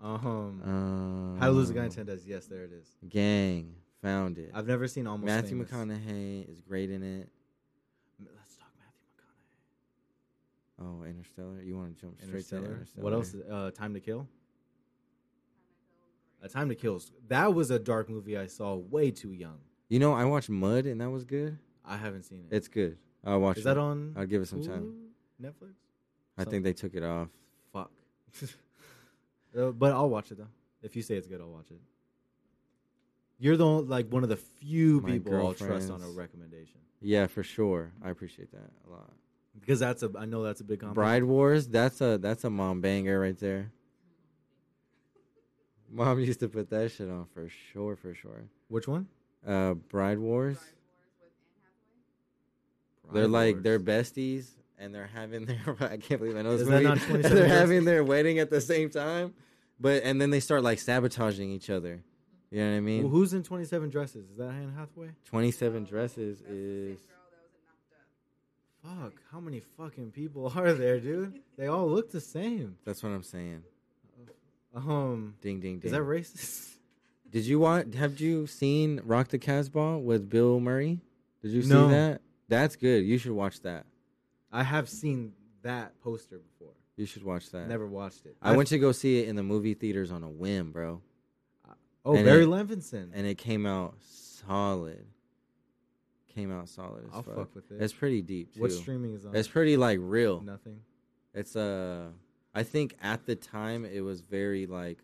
Um,
Um,
How to Lose a Guy in Ten Days. Yes, there it is.
Gang found it.
I've never seen almost
Matthew
Famous.
McConaughey is great in it.
M- Let's talk Matthew McConaughey.
Oh, Interstellar. You want to jump straight
Interstellar.
to Interstellar?
What else? is- Uh, Time to Kill. A Time to Kill. That was a dark movie I saw way too young.
You know, I watched Mud, and that was good.
I haven't seen it.
It's good. I'll watch.
Is that
it.
on?
I'll give it some time.
Hulu? Netflix.
I think they took it off.
Fuck. Uh, but I'll watch it though. If you say it's good, I'll watch it. You're the only, like one of the few
My
people I'll trust on a
girlfriend's-
recommendation
Yeah, for sure. I appreciate that a lot.
because that's a I know that's a big compliment.
Bride Wars. That's a that's a mom banger right there. Mom used to put that shit on for sure, for sure.
Which one?
Uh, Bride Wars.
Drive Wars with Anne Hathaway.
they're
Bride
like
Wars.
they're besties, and they're having their. I can't believe I know this
Is that
movie.
not
and
27
they're
years?
having their wedding at the same time, but and then they start like sabotaging each other. You know what I mean?
Well, who's in Twenty Seven Dresses? Is that Anne Hathaway?
Twenty-seven
So,
dresses
that's the same
is.
girl that was in Knocked Up.
Fuck, how many fucking people are there, dude? They all look the same.
That's what I'm saying.
Um,
Ding ding ding.
is that racist?
Did you want? Have you seen Rock the Casbah with Bill Murray? Did you
No.
see that? That's good. You should watch that.
I have seen that poster before.
You should watch that.
Never watched it.
I went to go see it in the movie theaters on a whim, bro,
Oh,
and
Barry
it-
Levinson.
and it came out solid. Came out solid. As
I'll
fuck.
fuck, with it.
It's pretty deep too.
what streaming is on?
it's pretty like real.
Nothing.
It's uh, I think at the time it was very like,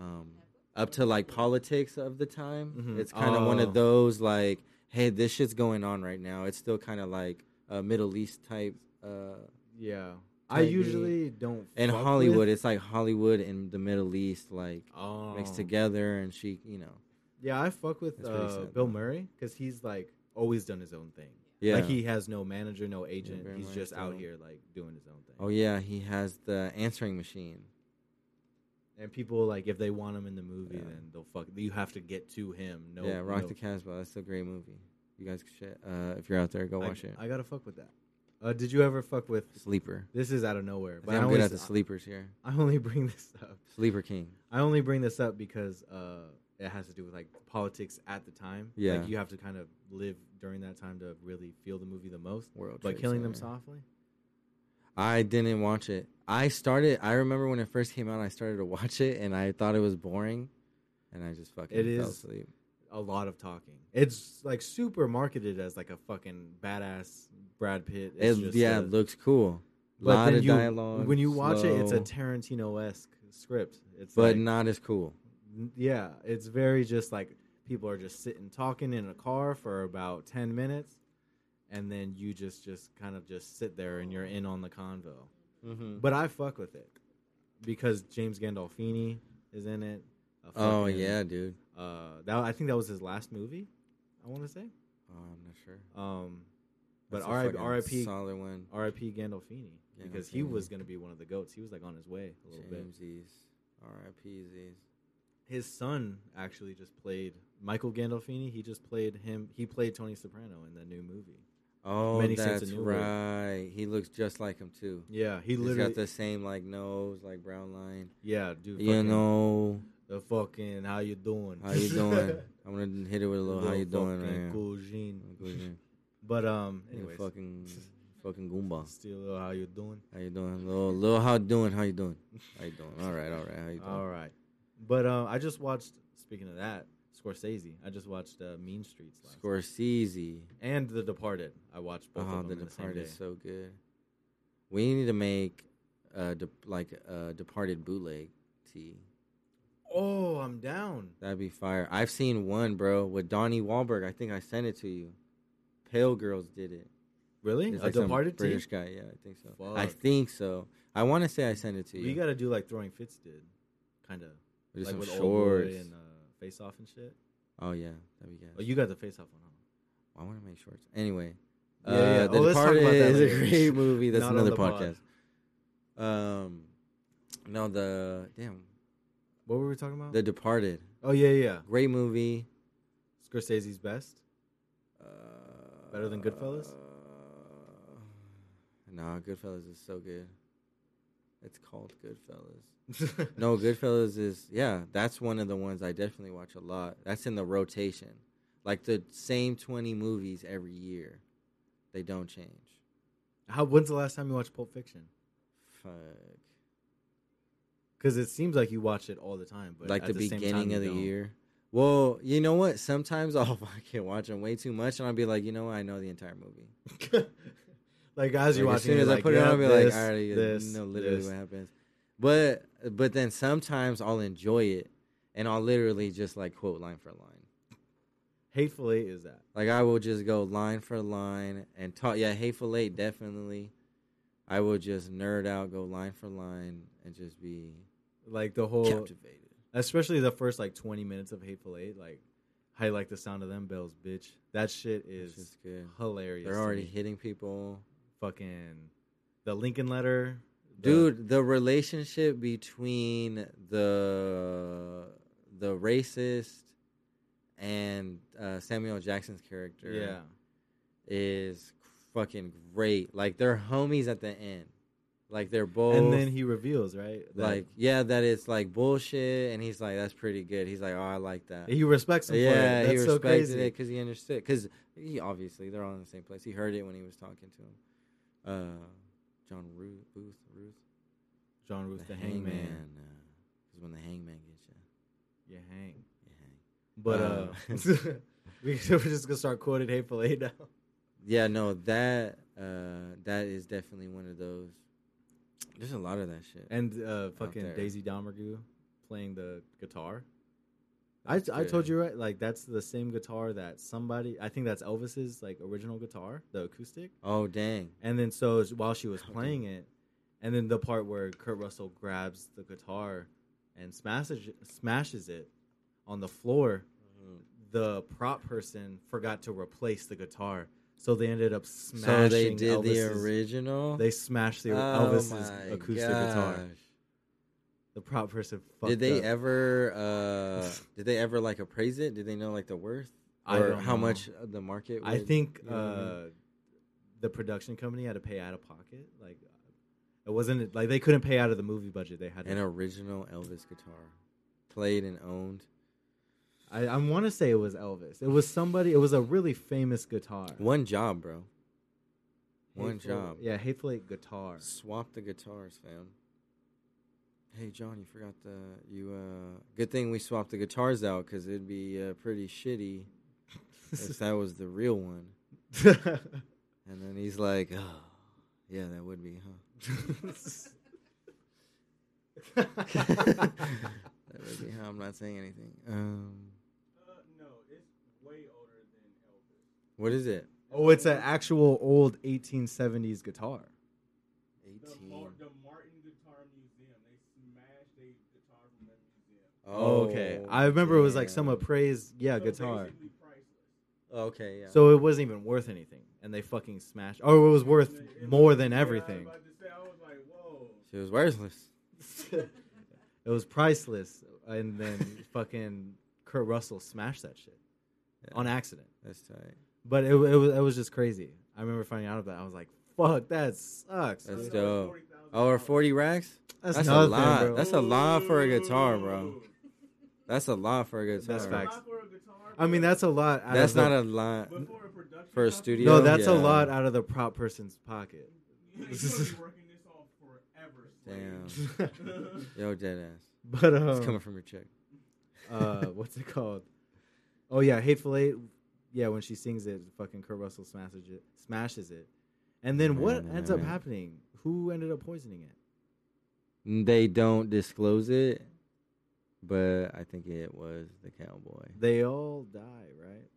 um, up to like politics of the time.
Mhm.
It's kind of one
Oh.
of those like, hey, this shit's going on right now. It's still kind of like a Middle East type. Uh,
Yeah, I
Tiny-
usually don't.
in
fuck
Hollywood,
with-
it's like Hollywood and the Middle East like
oh.
mixed together, and she, you know,
Yeah, I fuck with
That's pretty
uh,
sad,
Bill
though.
Murray because he's like always done his own thing.
yeah.
Like he has no manager, no agent.
very
he's
much
just out
so.
here like doing his own thing.
oh yeah, he has the answering machine.
And people like if they want him in the movie,
Yeah.
then they'll fuck. You have to get to him. No,
yeah, Rock
no.
the Casbah. That's a great movie. You guys, should, uh, if you're out there, go
I-
watch it.
I gotta fuck with that. Uh, did you ever fuck with?
Sleeper.
This is out of nowhere,
I
but
think
I
I'm
only,
good at the sleepers here.
I only bring this up.
Sleeper King.
I only bring this up because uh, it has to do with like politics at the time.
Yeah.
like, you have to kind of live during that time to really feel the movie the most.
World.
But
Trade
killing them
Center.
softly.
I didn't watch it. I started. I remember when it first came out. I started to watch it, and I thought it was boring, and I just fucking
It
fell
is-
asleep.
a lot of talking. It's like super marketed as like a fucking badass Brad Pitt. It's
It,
just
yeah,
a-
it looks cool.
but
lot
then
of
you-
dialogue.
When you watch it, it's a
slow,
Tarantino esque script. It's
but
like,
not as cool.
yeah, it's very just like people are just sitting talking in a car for about ten minutes, and then you just just kind of just sit there and you're in on the convo.
Mm-hmm.
But I fuck with it because James Gandolfini is in it. Uh,
Oh
fucking,
yeah, dude.
Uh, that I think that was his last movie. I want to say.
Oh, I'm not sure.
Um, but
That's a
RIP,
fucking
RIP,
solid one.
R.I.P. Gandolfini because he
Gandolfini.
was gonna be one of the goats. He was like on his way a little bit.
James East. R.I.P. Z's.
His son actually just played Michael Gandolfini. He just played him. He played Tony Soprano in the new movie.
Oh,
Many Saints
that's
of Newark.
right. He looks just like him too.
Yeah,
He
he
has
literally.
got the same like nose, like brown line.
yeah, dude.
You
fucking-
know
the fucking how you doing?
how you doing? I'm gonna hit it with a little, how you doing right
fucking
here.
cool Jean.
I'm good, man.
But um,
You
anyways,
fucking fucking goomba.
still a little how you doing?
How you doing? Little little how doing? How you doing? How you doing? All right, all right. How you doing?
All right, but um, I just watched. Speaking of that, Scorsese. I just watched uh, Mean Streets last
Scorsese.
and The Departed. I watched both
Oh,
of them
the
in the same
Departed
day.
is so good. We need to make uh de- like a Departed bootleg tee.
Oh, I'm down.
That'd be fire. I've seen one, bro, with Donnie Wahlberg. I think I sent it to you. Pale Girls did it.
Really?
It's
A
like some
Departed
British
team?
guy. Yeah, I think so. I
Fuck.
think so. I want to say I sent it to you.
We got to do like Throwing Fits did, kind of
Or just
like
some
with Old
shorts.
Boy and uh, Face Off and shit.
oh yeah, that'd be good.
Oh, you got the Face Off one. Huh?
I want to make shorts. Anyway,
Yeah,
uh,
yeah.
The
Oh, let's talk
Departed
about that
is a
later.
great movie. That's
Not on
another
the pod.
podcast. Um, no, the damn,
What were we talking about?
The Departed,
oh yeah, yeah.
great movie.
Scorsese's best.
Uh,
Better than Goodfellas?
Nah, Goodfellas is so good. It's called Goodfellas. No, Goodfellas is yeah. That's one of the ones I definitely watch a lot. That's in the rotation, like the same twenty movies every year. They don't change.
How? When's the last time you watched Pulp Fiction?
Fuck.
Because it seems like you watch it all the time, but
like
at
the,
same
beginning
time you
of the
don't.
year. Well, you know what? Sometimes I'll fucking watch them way too much, and I'll be like, you know what? I know the entire movie.
like as you
Like,
watch,
as soon as I put it on, I'll be like, I already know literally what happens. But but then sometimes I'll enjoy it, and I'll literally just like quote line for line.
Hateful Eight is that?
Like I will just go line for line and talk. Yeah, Hateful Eight definitely. I will just nerd out, go line for line, and just be
Like the whole,
captivated.
especially the first like twenty minutes of Hateful Eight. Like, I like the sound of them bells, bitch. That shit
It's
is
just good.
hilarious.
They're
to
already
me.
hitting people.
fucking the Lincoln Letter, the-
dude the relationship between the the racist and uh, samuel jackson's character
Yeah,
is fucking great like they're homies at the end like they're both
and then he reveals right, that
like yeah that it's like bullshit and he's like that's pretty good he's like oh i like that
he respects him.
yeah
for it.
he
that's so
respected
crazy.
it because he understood because he obviously they're all in the same place he heard it when he was talking to him uh john ruth booth ruth
John Ruth, the, Hangman,
Because uh, when the hangman gets you,
you hang.
you hang.
But uh,
Uh,
we, we're just gonna start quoting Hateful Eight now.
Yeah, no, that uh, that is definitely one of those. There's a lot of that shit.
And uh, fucking
there.
Daisy Domergue playing the guitar. I, I told
good.
you right, like that's the same guitar that somebody I think that's Elvis's like original guitar, the acoustic.
oh dang!
And then so it's- while she was
Okay.
playing it, and then the part where Kurt Russell grabs the guitar and smashes smashes it on the floor, Mm-hmm. the prop person forgot to replace the guitar, so they ended up smashing.
So they did the
Elvis's-
original.
They smashed the
Oh
Elvis's
my
acoustic guitar.
gosh.
The prop person fucked
Did they
up.
ever? Uh, did they ever like appraise it? Did they know like the worth
I
or
don't
how
know.
much the market?
I
would-
think
you know what I
uh, the production company had to pay out of pocket. Like it wasn't like they couldn't pay out of the movie budget. They had
an
to.
original Elvis guitar, played and owned.
I, I want to say it was Elvis. It was somebody. It was a really famous guitar.
One job, bro. One
Hateful-
job.
Yeah, Hateful Eight guitar.
Swap the guitars, fam. Hey John, you forgot the you. uh Good thing we swapped the guitars out because it'd be uh, pretty shitty if that was the real one. And then he's like, oh, "Yeah, that would be, huh? That would be, huh? I'm not saying anything. Um,
Uh, no, it's way older than Elvis.
what is it?
oh, it's an actual old 1870s guitar.
The,
18.
Mar- the Martin Guitar Museum. They smashed a guitar from that museum.
Oh,
Oh, okay. I remember it was like
damn.
some appraised, yeah,
So
guitar.
basically priceless.
Okay, yeah.
So it wasn't even worth anything, and they fucking smashed. Oh, it was worth
It was-
more than
yeah, I was
everything.
about to say, I was like, whoa.
she was worthless.
It was priceless, and then fucking Kurt Russell smashed that shit
Yeah.
on accident.
That's tight.
But it, wa- it was it was just crazy. I remember finding out about. it. I was like, "Fuck, that sucks."
That's
That's,
Another
dope.
$40,000.
Oh, or forty racks? that's a
nothing,
lot.
bro.
That's a lot for a guitar, bro.
Ooh.
That's a lot for a guitar.
That's
a
facts.
lot for a guitar,
I mean,
bro.
that's a lot. Out
That's
of
not
the,
a lot.
But for a production
Uh, for a
company,
studio,
no. That's a
Yeah.
lot out of the prop person's pocket.
You know, you're gonna be working this off forever.
Damn.
slave.
Yo, dead ass.
but
It's coming
um,
from your check.
uh, what's it called? Oh yeah, hateful eight. Yeah, when she sings it, fucking Kurt Russell smashes it. Smashes it. And then what ends up happening? Who ended up poisoning it?
They don't disclose it, but I think it was the cowboy.
They all die, right?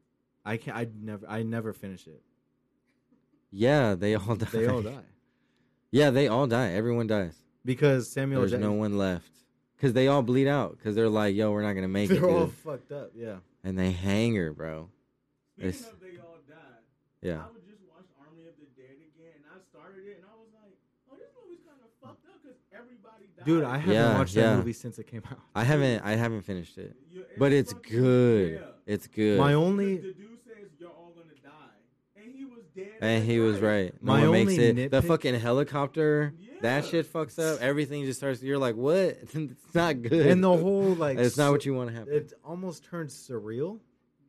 I can not I never. I never finish it.
Yeah, they all die.
They all die
Yeah, they all die. Everyone dies.
because Samuel.
There's
Jack-
no one left because they all bleed out because they're like, yo, we're not gonna make it,
They're all
dude."
fucked up. Yeah.
and they hang her, bro.
Speaking
It's-
of they all died,
Yeah,
I was just watched Army of the Dead again, and I started it, and I was like, oh, this movie's kind of fucked up because everybody died.
Dude, I haven't
Yeah,
watched
yeah.
that movie since it came out.
I haven't. I haven't finished it,
You-
but it's
fucking-
good.
yeah.
It's good.
My
The-
only
The dude says you're all gonna die, and he was dead.
And he was right. No
My
one makes
only
it. The
nitpick-
fucking helicopter, that
Yeah.
shit fucks up. Everything just starts. You're like, what? it's not good.
and the whole like
it's not
sur-
what you want to happen.
It almost turned surreal,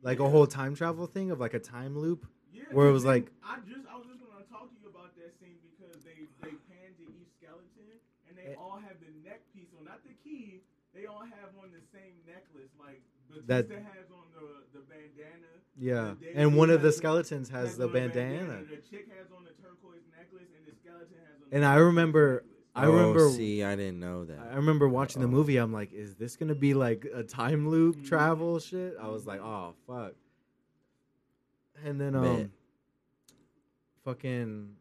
like a
Yeah.
whole time travel thing of like a time loop.
Yeah,
Where it
and
was
then
like-
I just I was just gonna talk to you about that scene because they they pan to each skeleton and they
Eh.
all have the neck piece on, not the key. They all have on the same necklace, like
That-
Batista has on the the bandana.
Yeah,
The
and
Daisy
one of the
has-
skeletons has the
on a
bandana.
The chick has on the turquoise necklace, and the skeleton has on.
And
the
I
turquoise
remember-
necklace.
I
Oh,
remember,
See, I didn't know that.
I remember watching the
Oh.
movie. I'm like, is this gonna be like a time loop
Mhm.
travel shit? I was like, oh fuck. And then um,
Bet.
fucking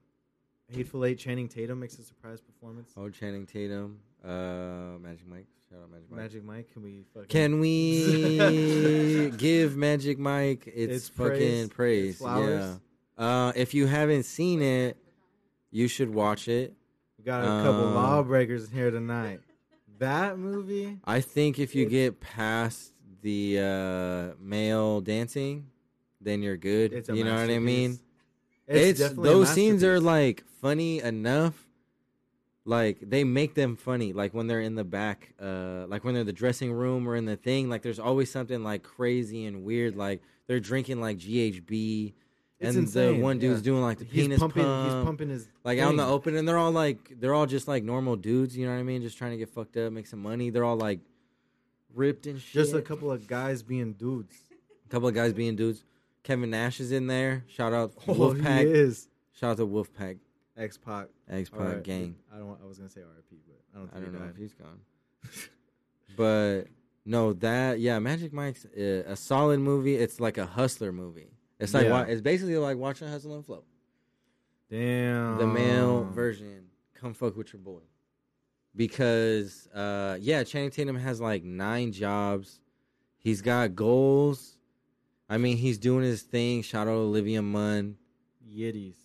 hateful eight. Channing Tatum makes a surprise performance.
oh, Channing Tatum, uh, Magic Mike. Shout out Magic Mike.
Magic Mike, can we fucking
Can we give Magic Mike its, fucking praise?
it's flowers.
Yeah. Uh, if you haven't seen it, you should watch it.
We got a couple
Um,
lawbreakers in here tonight. That movie,
I think if you
It's-
get past the uh, male dancing, then you're good.
it's a
you know what I mean?
masterpiece.
It's,
definitely a
those scenes are
masterpiece.
like funny enough. Like they make them funny. Like when they're in the back, uh, like when they're in the dressing room or in the thing. Like there's always something like crazy and weird. Like they're drinking like GHB,
It's
and
insane,
the one dude's
yeah.
doing like the
he's
penis
pumping,
pump,
he's pumping his
like out in the
thing.
open, and they're all like they're all just like normal dudes. You know what I mean? Just trying to get fucked up, make some money. They're all like ripped and shit.
Just a couple of guys being dudes.
couple of guys being dudes. Kevin Nash is in there. Shout out
Oh, he
Wolfpack.
is
Shout out to Wolfpack.
X Pac.
X Pac gang.
I don't. want- I was gonna say RIP, but I don't
I
think
don't
he
know
died.
if he's gone. but no, that yeah, Magic Mike's uh, a solid movie. It's like a hustler movie. It's like
Yeah.
wa- it's basically like watching Hustle and Flow,
Damn.
the male version. Come fuck with your boy, because uh, yeah, Channing Tatum has like nine jobs. He's got goals. I mean, he's doing his thing. Shout out Olivia Munn.
Yiddies.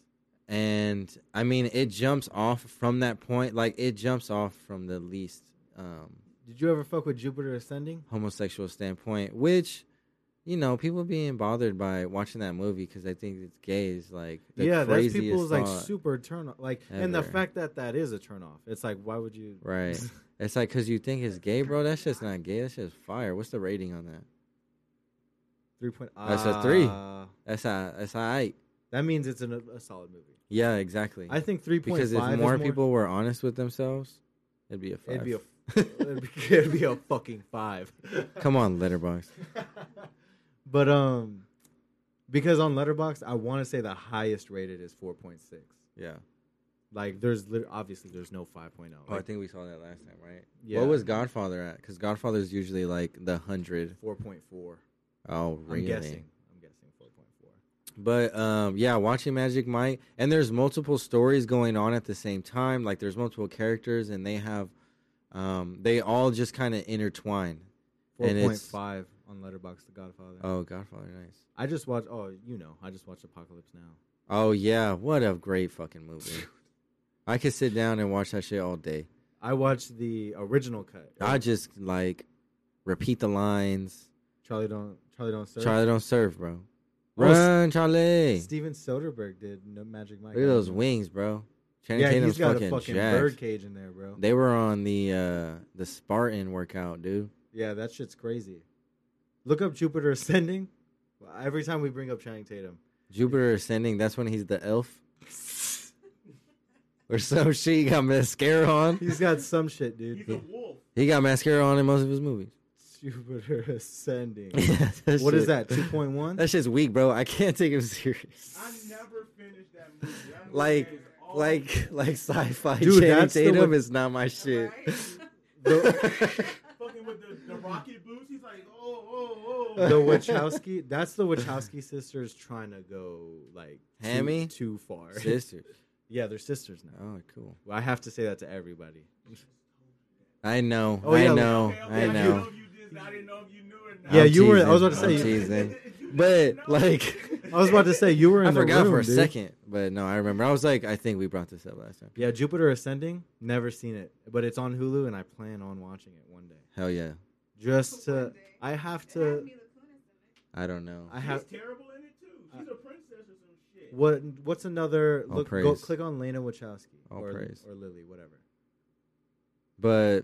and I mean it jumps off from that point. Like it jumps off from the least um,
Did you ever fuck with Jupiter Ascending?
homosexual standpoint, which you know people being bothered by watching that movie because they think it's gay is like the
yeah, that's
craziest
people's like
thought.
super turn off. Like, and the
ever.
fact that that is a turn off. It's like, why would you?
right. It's like because you think it's gay, bro. That shit's not gay. That shit's fire. What's the rating on that?
three point.
That's a three.
Ah,
That's a that's all right.
That means it's an, a solid movie.
Yeah, exactly.
I think three point five
because if more, people were honest with themselves, it'd be a five.
it'd be a it'd be, it'd be a fucking five.
Come on, Letterbox.
but um, because on Letterbox, I want to say the highest rated is four point six.
Yeah.
Like, there's lit- obviously there's no 5.0.
Oh, I
Like,
think we saw that last time, right?
Yeah.
What was Godfather at? Because Godfather is usually like the hundred.
four point four.
Oh,
I'm
really?
guessing. I'm guessing four point four.
But um, yeah, watching Magic Mike, and there's multiple stories going on at the same time. Like there's multiple characters, and they have, um, they all just kind of intertwine.
Four
And
point
it's-
five on Letterbox The Godfather.
Oh, Godfather, nice.
I just watched. Oh, you know, I just watched Apocalypse Now.
Oh yeah, what a great fucking movie. I could sit down and watch that shit all day.
I watched the original cut.
I just like repeat the lines.
Charlie don't Charlie don't serve.
Charlie don't serve, bro.
Oh, S-
Run, Charlie.
Steven Soderbergh did no Magic Mike.
Look at those wings, bro. Channing
yeah,
Tatum's
he's got
fucking,
a fucking
jacked.
bird cage in there, bro.
They were on the uh the Spartan workout, dude.
Yeah, that shit's crazy. Look up Jupiter Ascending. Every time we bring up Channing Tatum,
Jupiter ascending. That's when he's the elf. Or some shit. He got mascara on.
he's got some shit,
He's a
dude.
wolf.
He got mascara on in most of his movies.
Jupiter Ascending.
What is
What is that? Two point one.
That shit's weak, bro. I can't take him serious.
I never finished that movie. That movie
Like-
is all-
Like, like sci-fi.
Dude,
Channing
that's the
Tatum
way-
is not my shit.
fucking with the, the rocket boots. He's like, oh, oh, oh.
The Wachowski. That's the Wachowski sisters trying to go like too-
Hammy?
too, far.
Sister.
yeah, they're sisters now.
Oh, cool.
Well, I have to say that to everybody.
I know.
Oh,
I
yeah,
know.
Okay, okay,
I
didn't
know.
if you did- I didn't know if you knew or not.
Yeah, you were- I was
teasing.
about to say-
I'm teasing.
You didn't
But,
know.
like-
I was about to say you were in
I
the
forgot
room,
for a
dude.
second, but no, I remember. I was like, I think we brought this up last time.
Yeah, Jupiter Ascending. Never seen it, but it's on Hulu, and I plan on watching it one day.
Hell yeah.
Just
One
to,
day.
I have
It has
to.
Mila Kunis in it.
I don't know.
I have
She's terrible in it too. She's a princess or some shit.
what? What's another?
All
Look, go
praise.
click on Lena Wachowski
All
or
praise.
or Lily, whatever.
But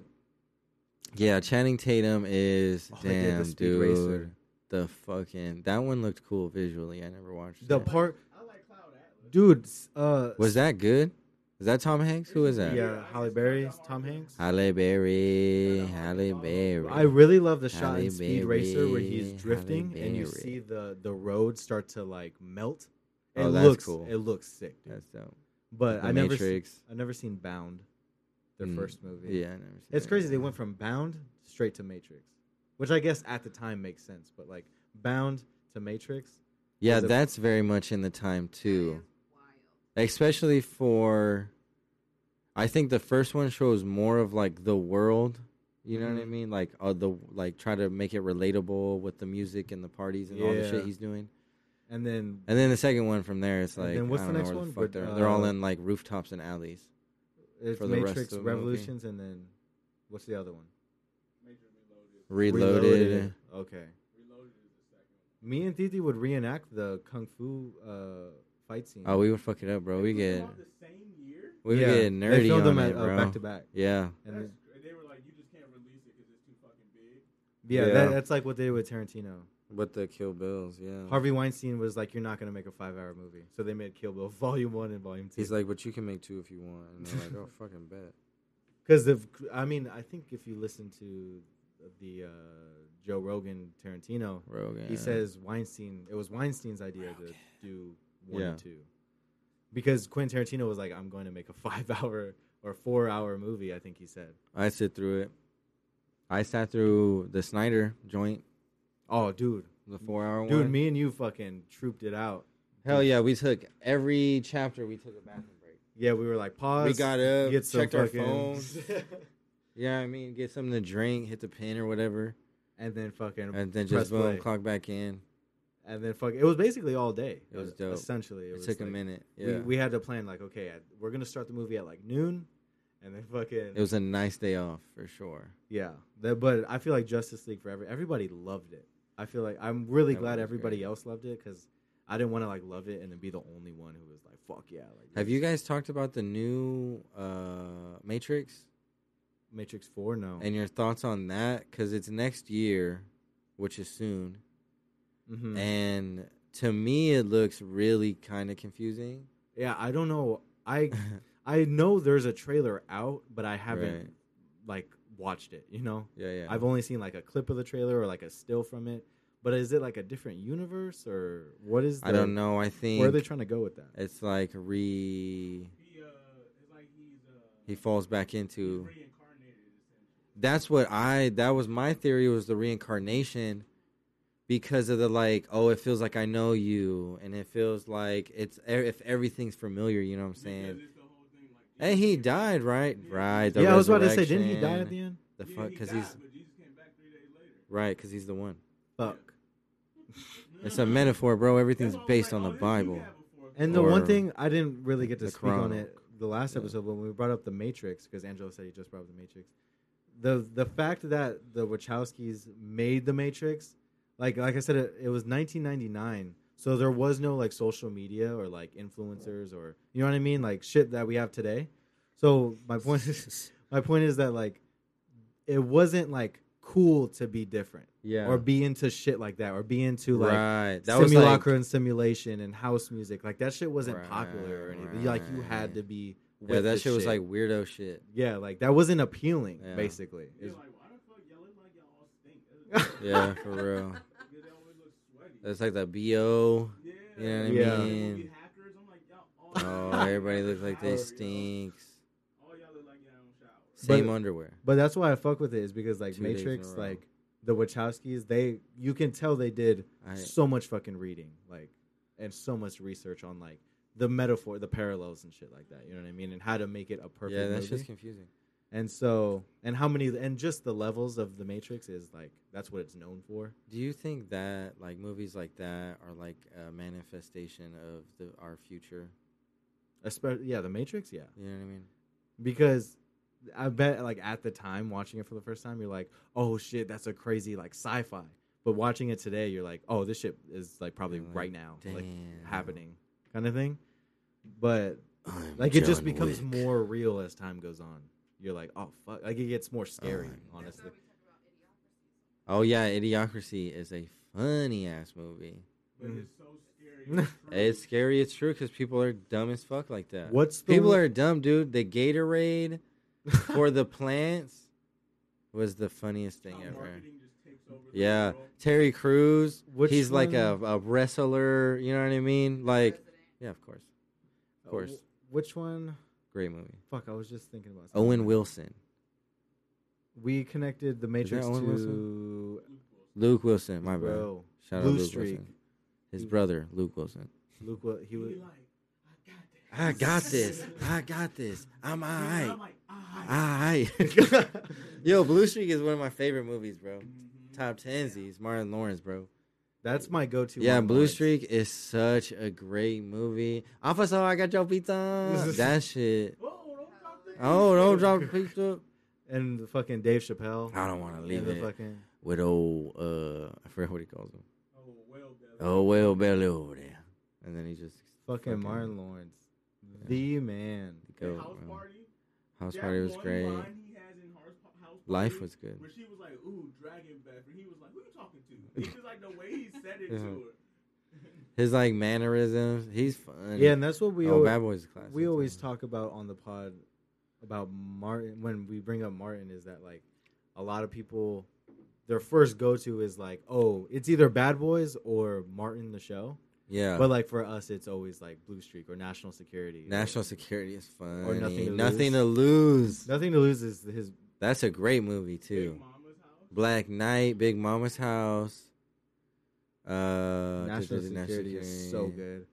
yeah, Channing Tatum is
Oh, they did the
damn
Speed
dude.
Racer.
The fucking that one looked cool visually. I never watched.
The
that.
part,
I like Cloud Atlas.
dude. s- Uh,
was that good? Is that Tom Hanks? Who is that?
yeah, Halle Berry, Tom Hanks.
Halle Berry. Halle Berry.
I really love the shot
Halle
in Speed Racer where he's
Berry,
drifting
Halle
and you
Berry.
see the the road start to like melt. It
Oh, that's
looks
cool.
It looks sick, dude.
That's dope.
But
The
I never, se-
Matrix.
I never seen Bound, their
Mm,
first movie.
Yeah, I never. seen
It's
that.
crazy. They went from Bound straight to Matrix, which I guess at the time makes sense. But like Bound to Matrix,
Yeah,
the-
that's very much in the time too.
That is wild.
especially for i think the first one shows more of like the world you know what i
Mhm.
mean like uh, the like try to make it relatable with the music and the parties and all the
Yeah.
shit he's doing
and then
and then the second one from there it's
And
like
then what's
I
the
don't
next
know where
one?
the fuck
But,
they're, they're all
uh,
in like rooftops and alleys
it's
For the rest
Matrix
of the movie.
Revolutions, and then what's the other one?
Major Reloaded.
reloaded,
Okay.
Reloaded is the second one.
Me and Titi would reenact the kung fu uh, fight scene.
oh we would fuck it up bro we
They
get
came out the same year.
we
Yeah,
get
They
nerdy
filmed
on
them
it
at,
bro
Uh, back to back.
yeah
And
That's,
then-
and they were like, you just can't release it because it's too fucking big.
yeah,
Yeah.
That, that's like what they did with Tarantino.
with the kill bills yeah
Harvey Weinstein was like, "You're not gonna make a five-hour movie," so they made Kill Bill Volume One and Volume Two.
like but you can make two if you want and
they're like, "Oh,
fucking bet
Because the, I mean, I think if you listen to the uh, Joe Rogan Tarantino,
rogan
he says Weinstein. It was Weinstein's idea
Rogan.
to do one
Yeah.
and two, because Quentin Tarantino was like, "I'm going to make a five-hour or four-hour movie." I think he said.
I sit through it. I sat through the Snyder joint,
Oh, dude,
the four hour
dude,
one.
me and you fucking trooped it out.
Hell yeah, we took every chapter. We took a bathroom break.
Yeah, we were like, pause.
We got up,
get some
checked our
fucking-
phones. Yeah, I mean, get something to drink, hit the pin or whatever,
and then fucking,
and then
Press
just boom,
play.
clock back in.
and then fucking. It was basically all day.
It was dope.
Essentially, it,
It,
was
took a
like-
minute. Yeah,
we, we had to plan like okay I, we're gonna start the movie at like noon and then fucking
it was a nice day off for sure.
yeah that, but i feel like justice league for every, everybody loved it i feel like i'm really
That
glad
was
everybody
great.
else loved it because i didn't want to like love it and then be the only one who was like fuck yeah like
Have
this-
you guys talked about the new uh, Matrix
matrix 4 no
and your thoughts on that? Because it's next year, which is soon.
Mhm.
and to me it looks really kind of confusing
yeah i don't know i i know there's a trailer out but i haven't
Right.
like watched it you know
yeah yeah
I've only seen like a clip of the trailer or like a still from it, but is it like a different universe or what is? The,
i don't know i think
Where are they trying to go with that?
it's like re
He, uh, it's like he's, uh,
he falls back
he's
into
reincarnated essentially.
that's what i that was my theory was the reincarnation because of the like oh it feels like i know you and it feels like it's e- if everything's familiar you know what i'm
Because
saying
it's the whole thing, like,
and he died right right the
yeah, I was about to say, didn't he die
resurrection,
at the end?
the fuck
he
because
died,
he's
But Jesus came back three days later.
Right, because he's the one.
Fuck.
It's
Mm-hmm.
a metaphor, bro. Everything's
That's why I was
based
like,
on the
oh, this you
Bible.
got before.
And the one
Or
thing I didn't really get to
the
speak on
Chronicle.
it the last
Yeah.
episode, but when we brought up the Matrix, because Angelo said he just brought up the Matrix, the the fact that the Wachowskis made the Matrix, like like I said, it, it was 1999, so there was no like social media or like influencers or you know what I mean, like shit that we have today. So my point is, my point is that like it wasn't like cool to be different
yeah.
or be into shit like that or be into like
right. That was like
simulacra and simulation and house music. Like that shit wasn't popular or anything. Like you had
Right.
to be. With
yeah, that
the
shit was like weirdo shit.
Yeah, like that wasn't appealing.
Yeah.
Basically,
You're
It's-
like, why the fuck y'all look like y'all all stink?
Yeah,
That's-
for real.
Yeah, they always look sweaty.
That's like the bo.
yeah.
you know what
I
Yeah.
mean?
Movie hackers, I'm like, y'all all
Oh, everybody looks like they
Shower, yo.
stinks.
All y'all look like y'all don't shower.
Same underwear.
Oh, but that's why I fuck with it is because like
Two days in a
Matrix,
row.
like the Wachowskis, they you can tell they did
I,
so much fucking reading, like and so much research on like the metaphor, the parallels and shit like that. You know what I mean? And how to make it a perfect.
yeah,
movie.
that's just confusing.
and so and how many and just the levels of the Matrix is like that's what it's known for.
Do you think that like movies like that are like a manifestation of the our future?
Especially yeah, the Matrix, yeah.
You know what I mean?
because I bet like at the time watching it for the first time, you're like, oh shit, that's a crazy like sci-fi. But watching it today, you're like, oh, this shit is like probably
You're like,
right now, like
"Damn."
happening, kind of thing. But like it just becomes more real as time goes on. You're like, oh fuck, like it gets more scary,
my-
honestly.
That's why we talk about idiocracy.
Oh yeah, Idiocracy is a funny ass movie.
But
Mm.
it's so scary. It's, true.
It's scary. It's true because people are dumb as fuck like that.
What's the
People are dumb, dude. The Gatorade for the plants was the funniest
How
thing ever.
marketing just takes over the
Yeah,
world.
Terry Crews.
Which
he's like uh, a,
one-
a wrestler. You know what I mean? Like,
President.
yeah, of course, of course.
uh, Which one?
Great movie.
Fuck, I was just thinking about something.
Owen Wilson,
We connected the Matrix
Owen
to
Luke Wilson. My bad.
bro,
Shout out
Blue
Luke
Streak.
Wilson. His brother, Luke Wilson.
Luke, what he
He
was.
like, I got this.
I got this. I got this. I'm
And
alright.
I'm like, I.
Alright. Yo, Blue Streak is one of my favorite movies, bro.
Mhm.
Top tensies, Martin Lawrence, bro.
That's my go-to.
yeah,
one,
Blue
Lawrence.
Streak is such a great movie. Officer, I got your pizza. that shit.
Oh, don't drop that.
Oh, don't drop the pizza.
and the fucking Dave Chappelle.
I don't want to
and
Ah, leave
the
it
fucking
with old, uh, I forget what he calls him.
Oh, well, Bella.
Oh, well, belly over there. And then he just
fucking
Fucking-
Martin Lawrence,
Yeah.
the man.
go.
House
bro.
party.
House
That
Party was
one
great.
line he has in House Pa- House
Life
Party
was good.
Where she was like, "Ooh, dragon back," and he was like, "Who you talking to?" It's just like the way he said it to
Yeah.
her.
His like mannerisms, he's fun.
Yeah, and that's what we
oh,
always,
Bad Boys is classic.
we always
too.
talk about on the pod about Martin when we bring up Martin is that like a lot of people their first go-to is like oh it's either Bad Boys or Martin the show,
Yeah,
but like for us it's always like Blue Streak or National Security.
National Security is fun.
Or Nothing to
nothing
Lose.
to lose.
Nothing to lose is his
That's a great movie
Big
too.
Mama's house.
Black Knight, Big Mama's House. Uh,
National
duh, duh, duh,
Security is so
Security.
good.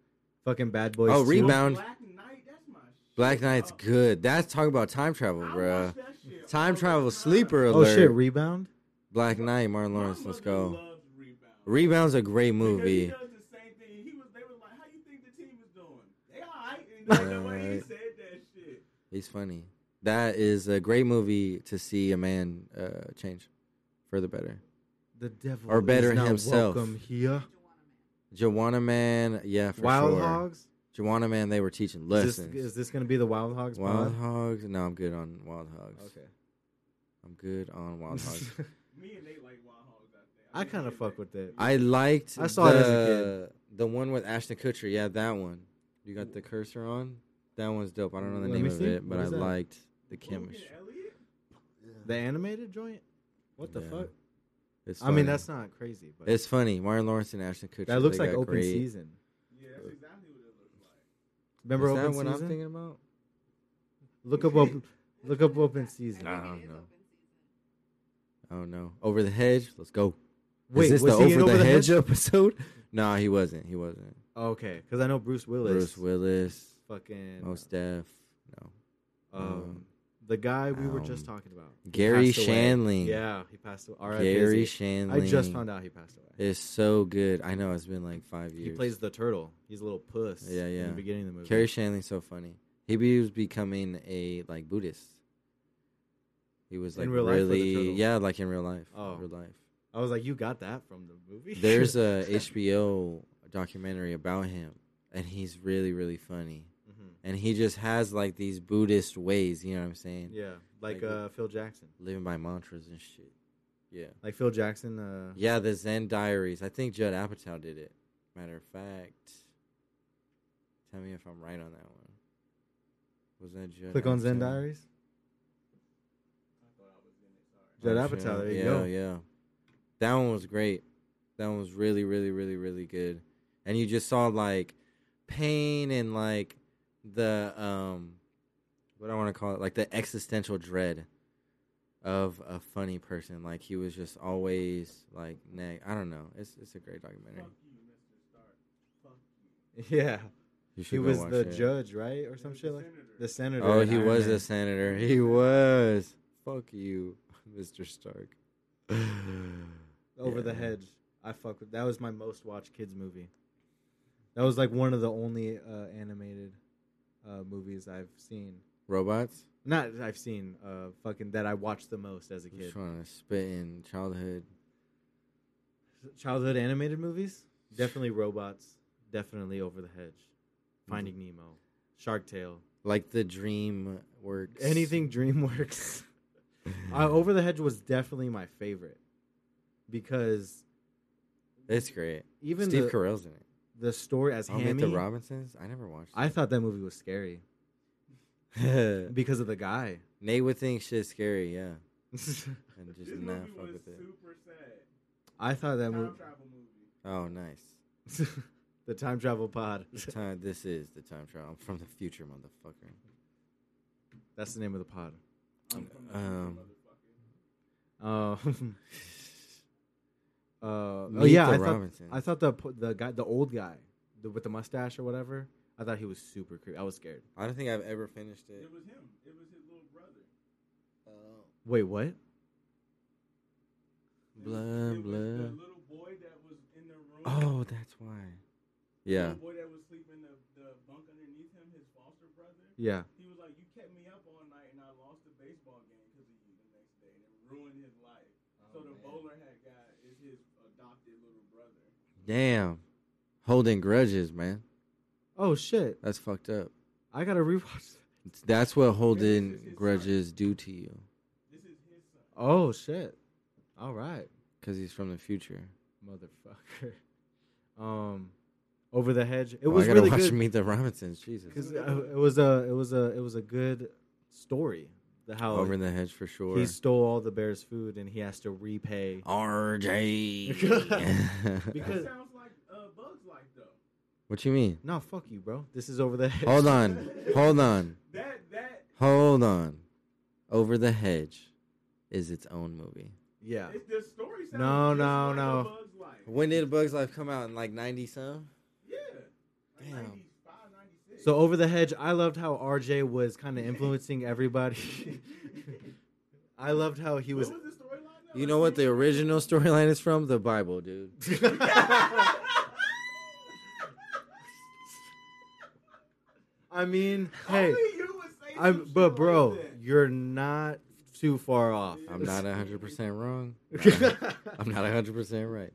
Fucking Bad Boys.
Oh,
2.
Rebound.
Black Knight. That's my. Shit.
Black Knight's
Uh,
good. That's talking about time travel,
I
bruh.
watch that shit all
Time
the
travel
time.
sleeper
Oh
alert.
shit, Rebound.
Black Knight, Martin
My
Lawrence. Let's
mother
go.
loves Rebound.
Rebound's a great
Because He
movie.
does the same thing. He was. They was like, "How you think the team is doing?" They all right. And like the way he
Alright.
said that shit.
He's funny. That is a great movie to see a man uh, change for the better.
The devil
Or better
is not
himself.
Welcome here.
Joanna Man.
Joanna Man, yeah, for
Wild
sure.
Hogs.
Joanna Man, they were teaching
Is this,
lessons.
is this gonna be the Wild Hogs?
Wild
pod?
Hogs? No, I'm good on Wild Hogs.
Okay.
I'm good on Wild Hogs.
Me and they like Wild Hogs out there.
I
mean,
kind of
me and
fuck
they-
with it.
I liked.
I saw it as a
the- The one with Ashton Kutcher. Yeah, that one. You got the cursor on. That one's dope. I don't know the
Let
name
me
of
see.
it, but
What
I
is that?
liked the
Logan
chemistry.
Elliott?
The animated joint. What the
Yeah.
fuck?
It's
I
funny.
mean, that's not crazy, but
it's funny. Martin Lawrence and Ashton Kutcher.
that looks
they
like
got
open
great-
season.
Yeah, that's exactly what it looks like.
Remember
Is that
open
what I'm
season?
thinking about?
Look up, op- look up open season.
Nah.
I
I
think
don't
it is
know.
open season.
Oh no! Over the hedge. Let's go.
Wait,
Is this
was
the
he in
over the hedge
Hedge?
episode? No, he wasn't. He wasn't.
Okay, because I know Bruce Willis.
Bruce Willis,
Fucking
Most Def. No.
um,
um,
The guy we were just
Um,
talking about.
Gary
passed away.
Shanling.
Yeah, he passed away. R.I.P.
Gary
Gary
Shanling.
I just found out he passed away.
Is so good. I know it's been like five years.
He plays the turtle. He's a little puss.
Yeah,
In
yeah.
the beginning of the movie.
Gary Shanling's so funny. He be- was becoming a like Buddhist. He was
In
like
real life or the
really
turtle?
yeah, like in real life.
Oh.
Real life.
I was like, you got that from the movie.
There's a HBO documentary about him and he's really really funny.
Mhm.
And he just has like these Buddhist ways, you know what I'm saying?
Yeah, like
Like,
uh, Phil Jackson.
Living by mantras and shit. Yeah.
Like Phil Jackson. Uh,
Yeah, the Zen Diaries. I think Judd Apatow did it. Matter of fact, tell me if I'm right on that one. Was that Judd?
click on Zen
Apatow?
Diaries.
I thought I was in it. Sorry.
Judd
Oh,
Apatow,
shit.
there you
yeah,
go.
yeah. That one was great. That one was really, really, really, really good. And you just saw like pain and like the um what I want to call it, like the existential dread of a funny person. Like he was just always like neg I don't know. It's it's a great documentary.
Fuck you, Mr. Stark. Fuck you.
Yeah,
You should
he
go
was
watch
the
it.
judge, right, or some
He's
shit
the
like
senator.
the senator.
Oh,
in
he
Iron
was
Man.
a senator. He was. Fuck you, Mr. Stark.
over the
Yeah.
hedge. I fuck with that was my most watched kids movie. That was like one of the only uh, animated uh, movies I've seen.
Robots?
Not that I've seen uh, fucking that I watched the most as a
I'm
kid.
trying to spit in childhood.
Childhood animated movies, definitely robots, definitely over the hedge,
Mm-hmm.
Finding Nemo, Shark Tale,
Like the dream works.
anything DreamWorks. uh, over the hedge was definitely my favorite because
It's great.
even
Steve
the,
Carell's in it.
the story as
I'll meet the
Hammy,
Robinsons. I never watched
I thought that movie was scary
it.
because of the guy.
Nate would think shit's scary, yeah. And just
This
not
movie
fuck
was
with it.
super sad.
I thought that
Time
movie,
travel movie.
Oh, nice.
the time travel pod.
Time, this is the time trial. I'm from the future, motherfucker.
That's the name of the pod.
I'm from the
Um,
future, motherfucker.
Uh, uh, oh
Meet
yeah,
the
I thought,
Robinsons.
I thought the po- the guy, the old guy, the, with the mustache or whatever. I thought he was super creepy. I was scared.
I don't think I've ever finished it.
It was him. It was his little brother.
Uh,
Oh.
Wait, what?
It
Blah,
was- it was
blah.
The little boy that was in the room.
Oh, that's why. Yeah.
The little boy that was sleeping in the, the bunk underneath him, his foster brother.
Yeah,
He was like, "You kept me up all night, and I lost the baseball game because of you the next day, and it ruined his life." so the bowler hat guy is his adopted little brother.
Damn. Holding grudges, man.
Oh shit!
That's fucked up.
I gotta rewatch.
That's what
his
holding
son.
grudges do to you.
This is his son.
Oh shit! All right,
Because he's from the future.
motherfucker. Um, over the hedge. It
Oh,
was
I gotta
really
watch
good.
Meet the Robinsons. Jesus.
Because it was a it was a it was a good story. The how
Over in the hedge for sure.
he stole all the bear's food and he has to repay.
RJ.
Because-
That sounds like uh, Bugs Life though.
what you mean?
No, fuck you, bro. This is over the hedge.
Hold on. Hold on.
That that
Hold on. Over the hedge is its own movie.
Yeah,
it's the story. Sounds
No,
just
no,
like a
no.
Bugs Life.
When did Bugs Life come out? In like 90 some?
Yeah. Like
Damn.
95, 96.
So over the hedge, I loved how RJ was kind of influencing everybody. I loved how he
What
was.
the storyline? though?
You know what the original storyline is from? The Bible, dude.
I mean, hey,
Only you would say some
I'm
shit
but
like
bro,
that.
you're not too far off.
I'm not 100% wrong. I'm not 100% right.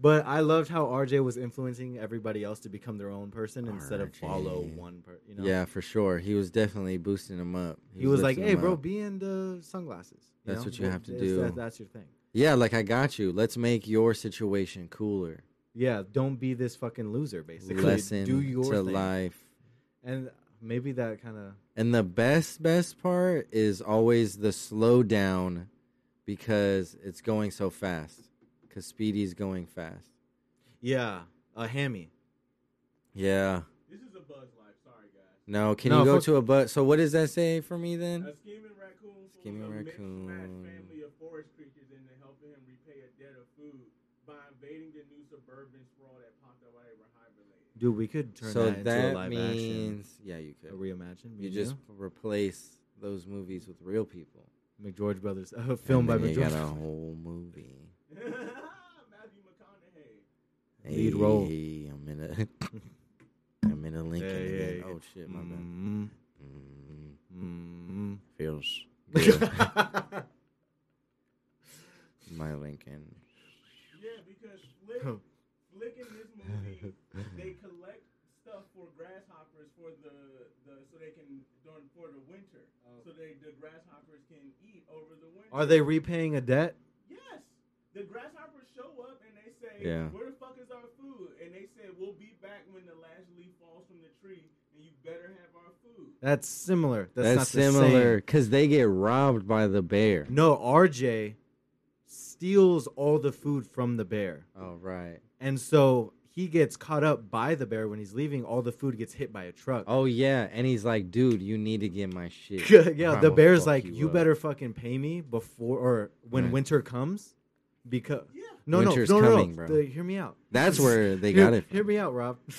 but I loved how RJ was influencing everybody else to become their own person instead of
RJ.
follow one person. You know,
Yeah, for sure. He was definitely boosting him up.
He was like,
lifting
"Hey,
him
bro,
up.
be in the sunglasses."
That's what you
Well,
have to
that's- that-
do.
that's your thing.
Yeah, like I got you. Let's make your situation cooler.
Yeah, don't be this fucking loser. Basically,
Lesson
do your
to
thing.
life.
and maybe that kind of
And the best, best part is always the slowdown because it's going so fast. Because Speedy's going fast.
yeah, a hammy.
Yeah.
This is a Bugs Life. Sorry, guys.
No, can
No,
you go
fuck-
to a but? So, what does that say for me then?
A scheming raccoon forms
Scheming
a
raccoon.
mixed-matched family of forest creatures into helping him repay a debt of food by invading the new suburban sprawl that popped up while they were hibernating.
Dude, we could turn
So
that, into a
that
live
means, yeah, you
action, a
could.
reimagine. me
You
and
just replace those movies with real people.
McGeorge Brothers, a film by
And then you got
McGeorge.
a whole movie.
Matthew McConaughey.
Lead role.
Hey, I'm in a. I'm in a Lincoln.
Yeah,
and
yeah,
then-
yeah.
Oh shit, my bad.
Mm,
Mm,
mm,
feels good.
mm.
my Lincoln.
Yeah, because Flick, Flick in this movie, they collect stuff for grasshoppers for the, the so they can during for the winter, so they the grasshoppers can eat over the winter.
Are they repaying a debt?
Yes. The grasshoppers show up and they say,
Yeah.
"Where the fuck is our food?" And they said, "We'll be back when the last leaf falls from the tree, and you better have our food."
That's similar.
That's,
That's, not
similar
The
because they get robbed by the bear.
same. No, RJ steals all the food from the bear.
Oh right.
And so he gets caught up by the bear when he's leaving. All the food gets hit by a truck.
Oh yeah, and he's like, dude, you need to get my shit.
yeah,
I
the
will
bear's
fuck
like, you,
up."
better fucking pay me before or when
Right.
winter comes, because
Yeah.
no,
Winter's
no, no, no,
coming, bro.
The- hear me out.
That's where they
Hear-
got it. From.
Hear me out, Rob.
oh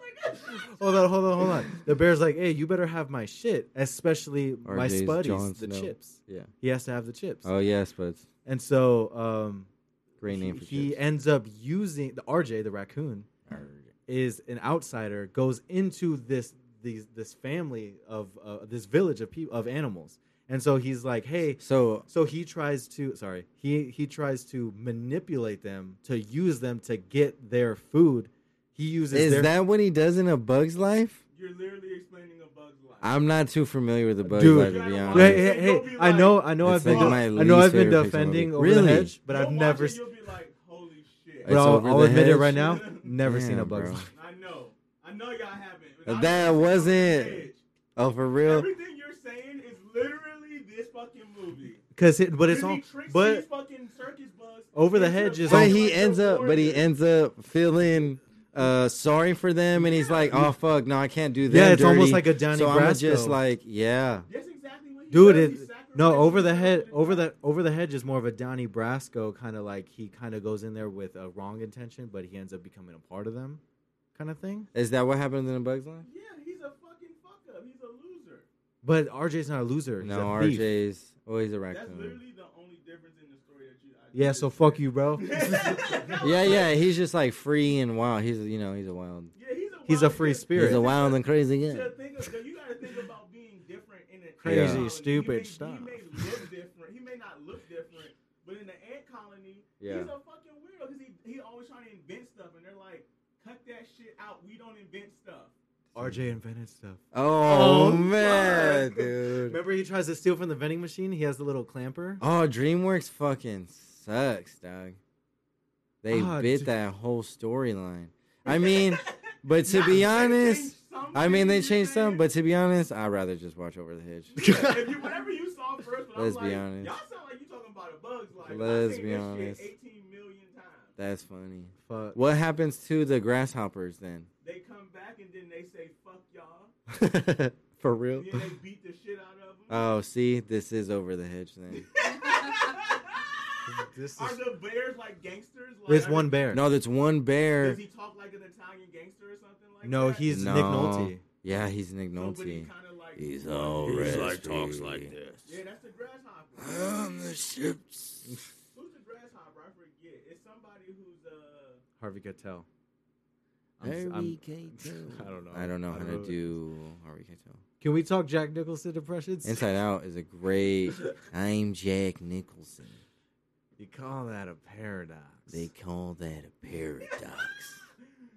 my
hold
god!
on, hold on, hold on. The bear's like, hey, you better have my shit, especially my
RJ's
spuddies,
Jon
the
Snow.
chips.
Yeah.
He has to have the chips,
Oh yes, but it's
and so um,
a great name
he,
for
he
chips.
ends up using the RJ, the raccoon, is an outsider goes into this these this family of uh, this village of people of animals and so he's like hey
So
so he tries to sorry he he tries to manipulate them to use them to get their food he uses
is
their
that what he does in A Bug's Life?
You're literally explaining a bug's life.
I'm not too familiar with A Bug's
Dude.
Life to be
Yeah,
honest.
hey, hey, hey,
Don't be
I know
like-
I know
It's
I've been
like
de-
my
I know
least
I've been
favorite Pixar
defending
movie.
over the
Really?
hedge but
You'll
I've
watch
never
it,
s-
you'll be like, "Holy shit!"
but
It's
I'll,
Over
I'll
the
admit it
Hedge?
right now never seen a
Damn,
bug's
bro.
life
I know. I know y'all haven't.
That
I've never seen
wasn't-
Iron Age.
Oh, for real?
Everything you're saying is literally this fucking movie.
because it but it's
Because
all
he tricks
but
these fucking circus bugs
Over the
into
Hedge is
But
on-
fighting
he
like
ends
they're
up, but he
warriors.
ends up feeling uh, sorry for them, and he's like, "Oh fuck, no, I can't do that."
yeah it's almost like a Johnny
so
Brasco
I'm just like, yeah,
That's exactly what he
Dude,
does. He
it-
sacrifices
No, over the
himself
head,
to the
over
dragon.
the over the hedge is more of a Donnie Brasco kind of like he kind of goes in there with a wrong intention, but he ends up becoming a part of them, kind of thing.
is that what happens in a Bug's Life?
Yeah, he's a fucking fuck up. He's a loser.
But RJ's not a loser. He's
No,
a thief.
RJ's oh, he's a
That's
raccoon.
literally the only difference in the story that you. I
Yeah,
just
so
said.
fuck you, bro.
Yeah, yeah, he's just like free and wild. He's you know, he's a wild,
Yeah, he's a
He's a
wild
free
kid.
spirit.
he's a wild and crazy
To
guy.
think of- so you gotta think about being different in an ant
Crazy,
colony.
stupid
he may,
stuff.
He may look different. He may not look different, but in the ant colony,
Yeah.
he's a fucking weirdo because he he always trying to invent stuff, and they're like, cut that shit out. We don't invent stuff.
RJ invented stuff.
Oh,
Oh,
man,
fuck.
dude.
Remember, he tries to steal from the vending machine. He has the little clamper.
Oh, DreamWorks fucking sucks, dog. They
Ah,
bit
dude.
that whole storyline. I mean, but to be
Not that they
honest,
changed some
I mean they
things,
changed some,
man.
but to be honest, I'd rather just watch Over the Hedge.
Yeah, if you, whatever you saw first, but
Let's
I
be
was like,
honest.
y'all sound like you talking about a bug's life.
Let's
I've seen
be
this
honest.
Shit 18 million times.
That's funny.
Fuck.
What happens to the grasshoppers then?
They come back and then they say fuck y'all,
For
and
real?
then they beat the shit out of them.
Oh, see, this is Over the Hedge then.
This
Are
is
the bears like gangsters? Like,
with
are
one
they-
bear.
No, that's one
Does
bear.
he talk like an Italian gangster or something like
no,
that?
he's
No.
Nick Nolte.
Yeah, he's Nick
So, but he
Nolte.
kinda like-
He's
He's
already-
like talks like this.
Yeah, that's the grasshopper.
On the ships.
Who's the grasshopper? I forget. It's somebody who's uh.
Harvey Keitel. I'm
Harvey
s- I'm-
Keitel.
I don't know.
I don't know how
know
to
it.
do Harvey Keitel.
Can we talk Jack Nicholson impressions?
Inside Out is a great. I'm Jack Nicholson.
You call that a paradox?
They call that a paradox.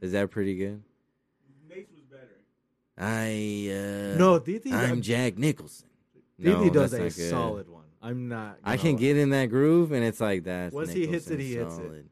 Is that pretty good?
Nace was better.
I uh,
no, Didi.
I'm Jack Nicholson.
Didi
No,
does
that's
a
not good.
solid one. I'm not.
I
gonna
can
lie.
get in that groove, and it's like that.
Once he hits it, he hits it.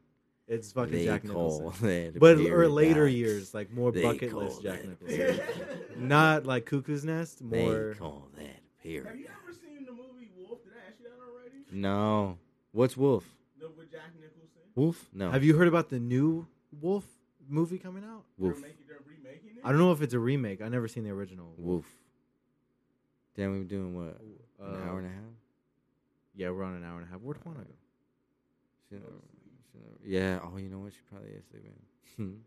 It's fucking
they
Jack
call
Nicholson.
that a
But or later
paradox.
years, like more
They
bucket
call
list Jack
that-
Nicholson. Not like Cuckoo's Nest,
They
more.
call that a
Have you
paradox.
ever seen the movie Wolf? Did I ask you that already?
No, what's Wolf?
No, with Jack Nicholson.
Wolf? No.
Have you heard about the new Wolf movie coming out?
Wolf?
They're, making, they're remaking it.
I don't know if it's a remake. I never seen the original.
Wolf. Damn, we've been doing what? An
Uh,
hour and a half?
Yeah, we're on an hour and a half. Where'd Juana go?
She never, she never, yeah, oh, you know what? She probably is sleeping.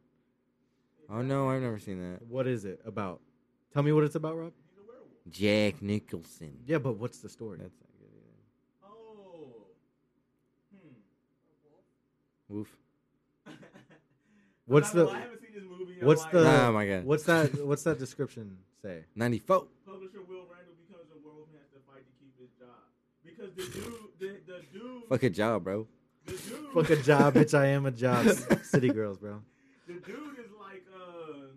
oh, no, I've never seen that.
What is it about? Tell me what it's about, Rob.
He's a werewolf.
Jack Nicholson.
Yeah, but what's the story?
That's not good either.
Oh. Hmm.
Woof.
I'm
What's
not gonna
the-
lie, I haven't seen this movie. in a
what's
while.
the- Uh,
oh my god.
What's that? What's that description say?
94.
Publisher Will Randall becomes a werewolf and has to fight to keep his job because the dude, the, the dude,
Fuck a job, bro.
the dude,
Fuck a job, bitch. I am a job. City girls, bro.
the dude is like, uh,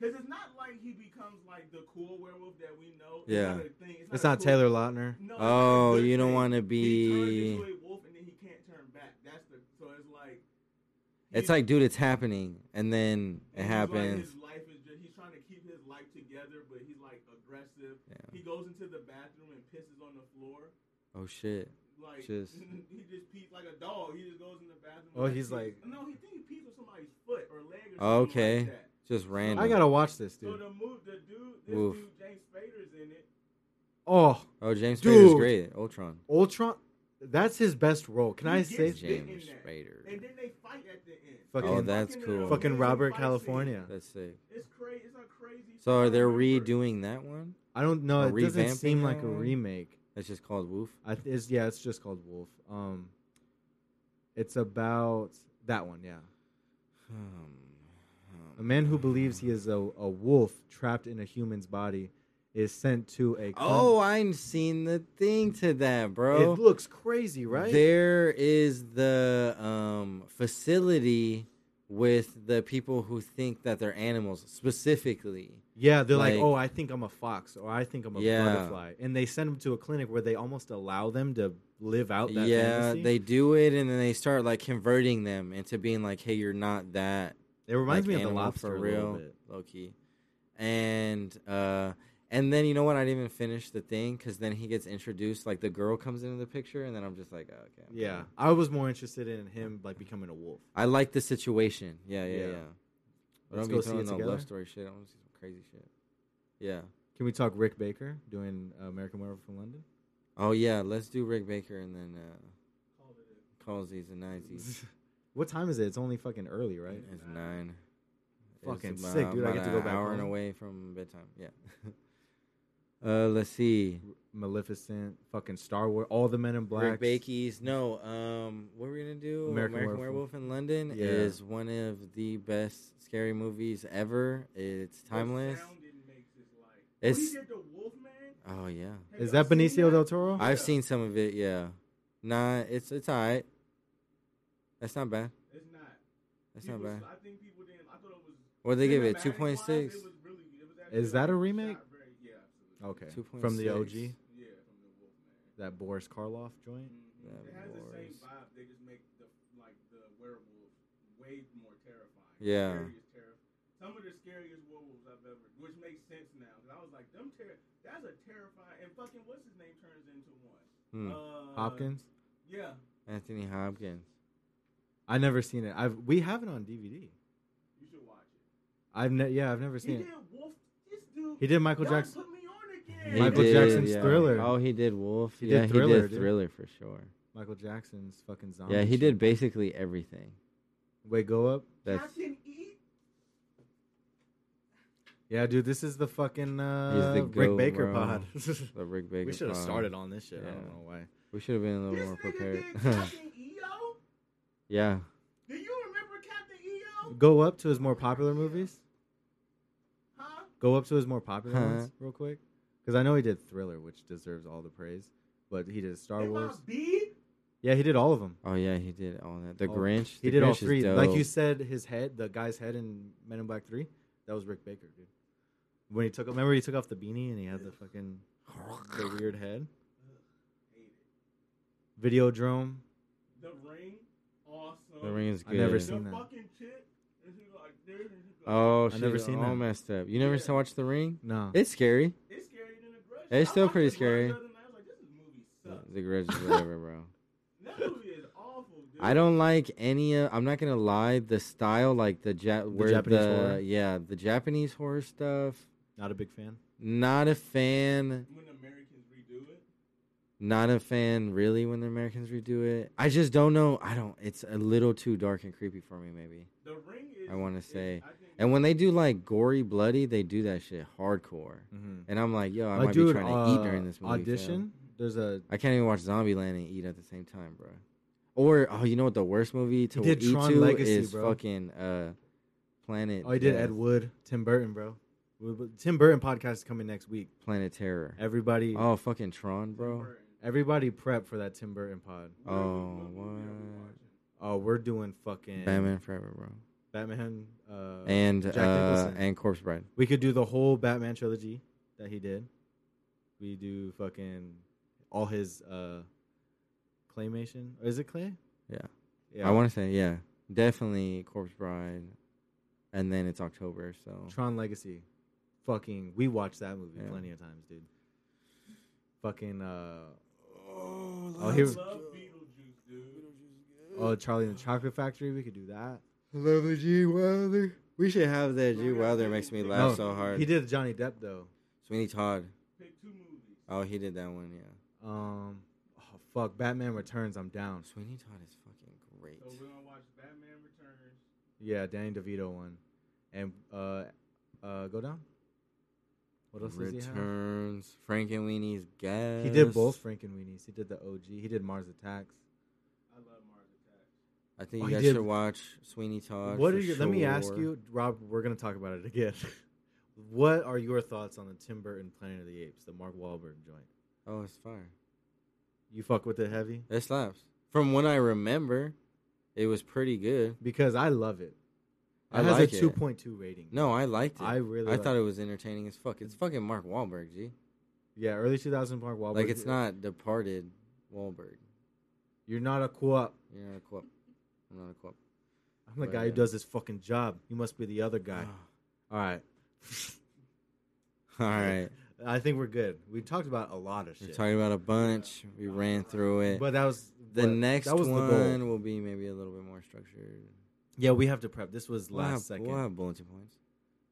because it's not like he becomes like the cool werewolf that we know.
Yeah.
it's not, a thing.
It's
a
not
cool-
Taylor Lautner.
No, it's not
Oh,
a good
you don't
thing.
want to
He turns
be.
into a wolf and then he can't turn back. That's the so it's like.
It's
he's-
like, dude, it's happening, and then it
he's Like
happens.
his life is just, he's trying to keep his life together, but he's like aggressive. He goes into the bathroom and pisses on the floor.
Oh shit.
Like
Just-
he just pees like a dog. He just goes in the bathroom.
Oh,
and,
he's
pees-
like-
no, he think he pees on somebody's foot or leg or something
Okay.
like that.
Just random.
I gotta watch this,
So
dude.
the move, the dude, this
Oof.
dude James Spader's in it.
Oh,
oh, James Spader's
Dude.
great. Ultron.
Ultron. That's his best role. Can
He
I
gets
say?
James.
James
in that.
Spader.
And then they fight at the end.
Fucking-
It's
Oh,
that's
fucking
cool.
an
Fucking
amazing
Robert
fight
California.
That's sick.
scene. It's crazy. It's a crazy.
So are they
fight.
redoing that one?
I don't know.
A
It doesn't seem
revamping
like a
that one?
remake.
That's just called Woof.
I th- it's, yeah, it's just called Wolf. Um, it's about that one. Yeah,
Um,
a man who believes he is a, a wolf trapped in a human's body is sent to a. con-
Oh, I've seen the thing to that, bro.
it looks crazy, right?
There is the um, facility with the people who think that they're animals specifically.
yeah, they're like,
like-
oh, I think I'm a fox, or I think I'm a
Yeah.
butterfly, and they send him to a clinic where they almost allow them to live out that.
yeah,
fantasy.
they do it, and then they start like converting them into being like, "Hey, you're not that."
It reminds
like,
me of the
animal
lobster
for
a
real,
little bit.
low key. And uh, and then you know what? I didn't even finish the thing because then he gets introduced. Like the girl comes into the picture, and then I'm just like, oh, okay. I'm
Yeah,
done.
I was more interested in him like becoming a wolf.
I like the situation. Yeah, yeah,
Yeah.
yeah. But
Let's
don't
go
be
see
throwing
it
no
together.
love story shit. I want to see some crazy shit. Yeah.
Can we talk Rick Baker doing uh, American Werewolf in London?
Oh yeah. Let's do Rick Baker and then uh, calls these and nineties.
what time is it? It's only fucking early, right?
It's nine.
Fucking
about-
sick, dude. I
about
get to go
an
back
hour and
home.
away from bedtime. Yeah. uh, let's see.
Maleficent, fucking Star Wars, all the Men in Black.
Rick Bakey's. No, um, what we're gonna do?
American
American,
Werewolf.
Werewolf. in London
Yeah.
is one of the best scary movies ever. It's
The
timeless.
sound it makes is like- When he
It's
did the Wolfman.
oh yeah.
have
Is
y'all
that
seen
Benicio
that?
del Toro?
I've
Yeah.
seen some of it. Yeah, nah, it's it's alright. That's not bad.
It's not.
That's
People-
not bad.
I think people didn't. I thought it was.
What they give it? Two point
Cinematic-wise,
six.
it was really- it was actually
Is that a
shot
remake? Oh.
very- yeah, absolutely.
okay.
2.6.
From the OG,
Yeah, from the Wolfman.
that Boris Karloff
That
joint.
It has the same
was-
vibe. They just make the like the werewolf way more terrifying.
Yeah.
Scary is terrif- Some of the scariest werewolves I've ever, which makes sense now. 'cause I was like, them ter- that's a terrifying. And fucking what's his name turns into one.
Hmm.
Uh,
Hopkins.
Yeah.
Anthony Hopkins.
I never seen it. I've we have it on DVD.
You should watch it.
I've ne- yeah, I've never
He
seen it.
did Wolf. This dude.
He did Michael
y'all
Jackson.
Put me on again.
He
Michael
did,
Jackson's
yeah.
Thriller.
Oh, he did Wolf.
He did
yeah,
Thriller,
he did
dude.
Thriller for sure.
Michael Jackson's fucking zombie.
Yeah, he
shit.
did basically everything.
Wait, go up.
That's
Captain E.
Yeah, dude, this is the fucking uh,
the
Rick
goat,
Baker
bro.
pod.
the Rick Baker.
we should have
pod.
started on this shit. I don't
Yeah.
know why.
We should have been a little
This
more
nigga
prepared.
did Captain EO.
yeah.
Do you remember Captain E EO?
Go up to his more popular movies.
Huh?
Go up to his more popular
Huh.
ones real quick, because I know he did Thriller, which deserves all the praise. But he did Star
Am I
Wars.
B?
Yeah, he did all of them.
Oh yeah, he did all that. The
All-
Grinch.
Oh, He
The
did all
Grinch is
three. Like
dope.
you said, his head, the guy's head in Men in Black Three, that was Rick Baker, dude. When he took, remember he took off the beanie and he had the fucking the weird head.
Hate it.
Videodrome.
The Ring, awesome.
The Ring is
I
good.
never
The
seen that.
fucking chick, and she's like, there, and she's like,
Oh,
I
shit,
never
never
seen
all
that.
messed up. You never
Yeah.
saw watch The Ring?
No,
It's scary.
it's scarier than the Grudge.
It's
I
still
watched
pretty
The Grudge
scary.
the other night, I was like, this movie sucks.
The Grinch is whatever, bro.
That movie is awful, dude.
I don't like any. Of, I'm not gonna lie. The style, like the, ja- where
Japanese
the
horror?
yeah, the Japanese horror stuff.
not a big fan.
Not a fan.
When Americans redo it,
Not a fan, really. When the Americans redo it, I just don't know. I don't. It's a little too dark and creepy for me. Maybe
The Ring is.
I wanna
is-
say,
I think
And when they do like gory, bloody, they do that shit hardcore.
Mhm.
And I'm like, yo, Mm-hmm. I
My
might be
dude,
trying to eat during
uh,
this movie. fam.
audition. There's a
I can't even watch Zombieland and eat at the same time, bro. Or oh, you know what the worst movie to
did
eat
Tron
to
Legacy,
is
bro.
fucking uh, Planet.
oh, I did
Death,
Ed Wood, Tim Burton, bro. We- we- Tim Burton podcast is coming next week.
Planet Terror.
Everybody,
Oh, fucking Tron, bro.
everybody, prep for that Tim Burton pod.
Oh,
Oh, what?
what?
Oh, we're doing fucking
Batman Forever, bro.
Batman, uh,
And
Jack
uh,
Nicholson.
and Corpse Bride.
we could do the whole Batman trilogy that he did. We do fucking all his uh, claymation. Is it clay?
Yeah.
Yeah.
I want to say yeah, definitely Corpse Bride, and then it's October, so
Tron Legacy. Fucking, we watched that movie
Yeah.
plenty of times, dude. Fucking, uh,
Oh,
Oh, here-
love Beetlejuice, dude.
oh, Charlie and the Chocolate Factory. We could do that.
Love the G Wilder. We should have that G
No, no,
Wilder.
no,
Makes me
no.
laugh
No,
so hard.
He did Johnny Depp though.
Sweeney Todd.
Pick two movies.
Oh, he did that one. Yeah.
Um, oh, fuck, Batman Returns. I'm down.
Sweeney Todd is fucking great.
Oh,
So we're gonna watch Batman Returns.
Yeah, Danny DeVito one, and uh, uh, go down. What else does he have?
Returns. Frank and Weenie's gas.
He did both Frank and Weenies. He did the OG. He did Mars Attacks.
I love Mars Attacks.
I think
Oh,
you
he
guys
did-
should watch Sweeney Todd.
what
for
are your? Let me ask
sure.
you, Rob. We're gonna talk about it again. what are your thoughts on the Tim Burton Planet of the Apes, the Mark Wahlberg joint?
Oh, it's fire.
You fuck with it heavy
It slaps. From what I remember, it was pretty good.
because I love it. It
I
has
like
a
it.
2.2 rating.
No, I liked it.
I
I,
really. like-
thought it was entertaining as fuck. It's fucking Mark Wahlberg,
Oh,
G.
Yeah, early 2000 Mark Wahlberg.
Like it's not Departed Wahlberg.
You're not a co-op.
You're not a quip. I'm not a quip.
I'm the
But,
guy who
yeah.
does this fucking job. You must be the other guy. All right.
All right.
I think we're good. We talked about a lot of
We're
shit.
talking about a bunch. We ran through it.
But that was
the
what-
next
that was the
one
goal.
will be maybe a little bit more structured.
Yeah, we have to prep. This was
We'll have,
last
We'll
second.
have bulletin points.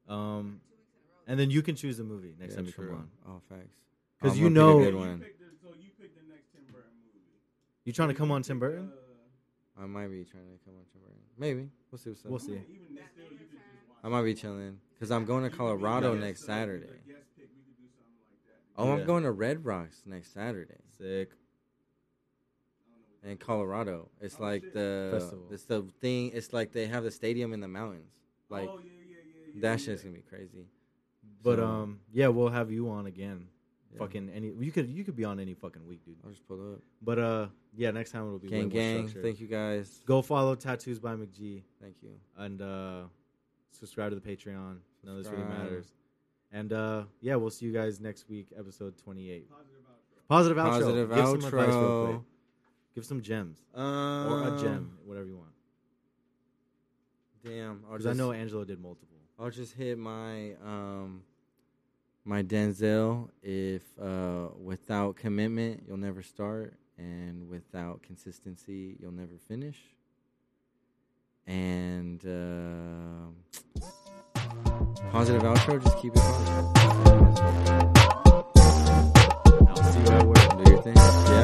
Um,
Two weeks in a row.
and then you can choose a movie next
Yeah,
time you
true.
come on.
Oh, facts.
'Cause
I'm gonna
you
pick
know-
a
So
good
you
one.
pick the- so you pick the next Tim Burton movie.
You trying to
You
come
can
on Tim
pick,
Burton?
uh,
I might be trying to come on Tim Burton. Maybe we'll see what's up.
We'll see.
even- even this still, you could just watch
I might be
it.
chilling because I'm going
You
to
could be
Colorado
a guest,
next
uh, you could be a
Saturday.
guest pick. We could do something like that.
Oh,
Yeah.
I'm going to Red Rocks next Saturday
Sick.
in Colorado. It's
Oh,
like
shit.
the
Festival.
it's the thing. It's like they have the stadium in the mountains. Like
oh, yeah, yeah, yeah, yeah,
that
yeah.
shit's gonna be crazy.
But
So,
um, yeah, we'll have you on again.
yeah,
Fucking any. You could you could be on any fucking week, dude.
I'll just pull up.
But uh, yeah, next time it'll be way
Gang,
more
gang.
structured.
Thank you guys.
Go follow Tattoos by McGee.
Thank you.
and uh, subscribe to the Patreon. None of this really
Subscribe.
matters. And uh, yeah, we'll see you guys next week, episode 28.
Positive outro.
Positive outro.
Positive
Give some advice real
outro.
quick. Give some gems
Um,
or a gem, whatever you want.
Damn. I'll
Because
just,
I know Angelo did multiple.
I'll just hit my um my Denzel if uh without commitment you'll never start and without consistency you'll never finish. And uh, positive outro, just keep it positive.
I'll see you at work.
Do your thing. Yeah.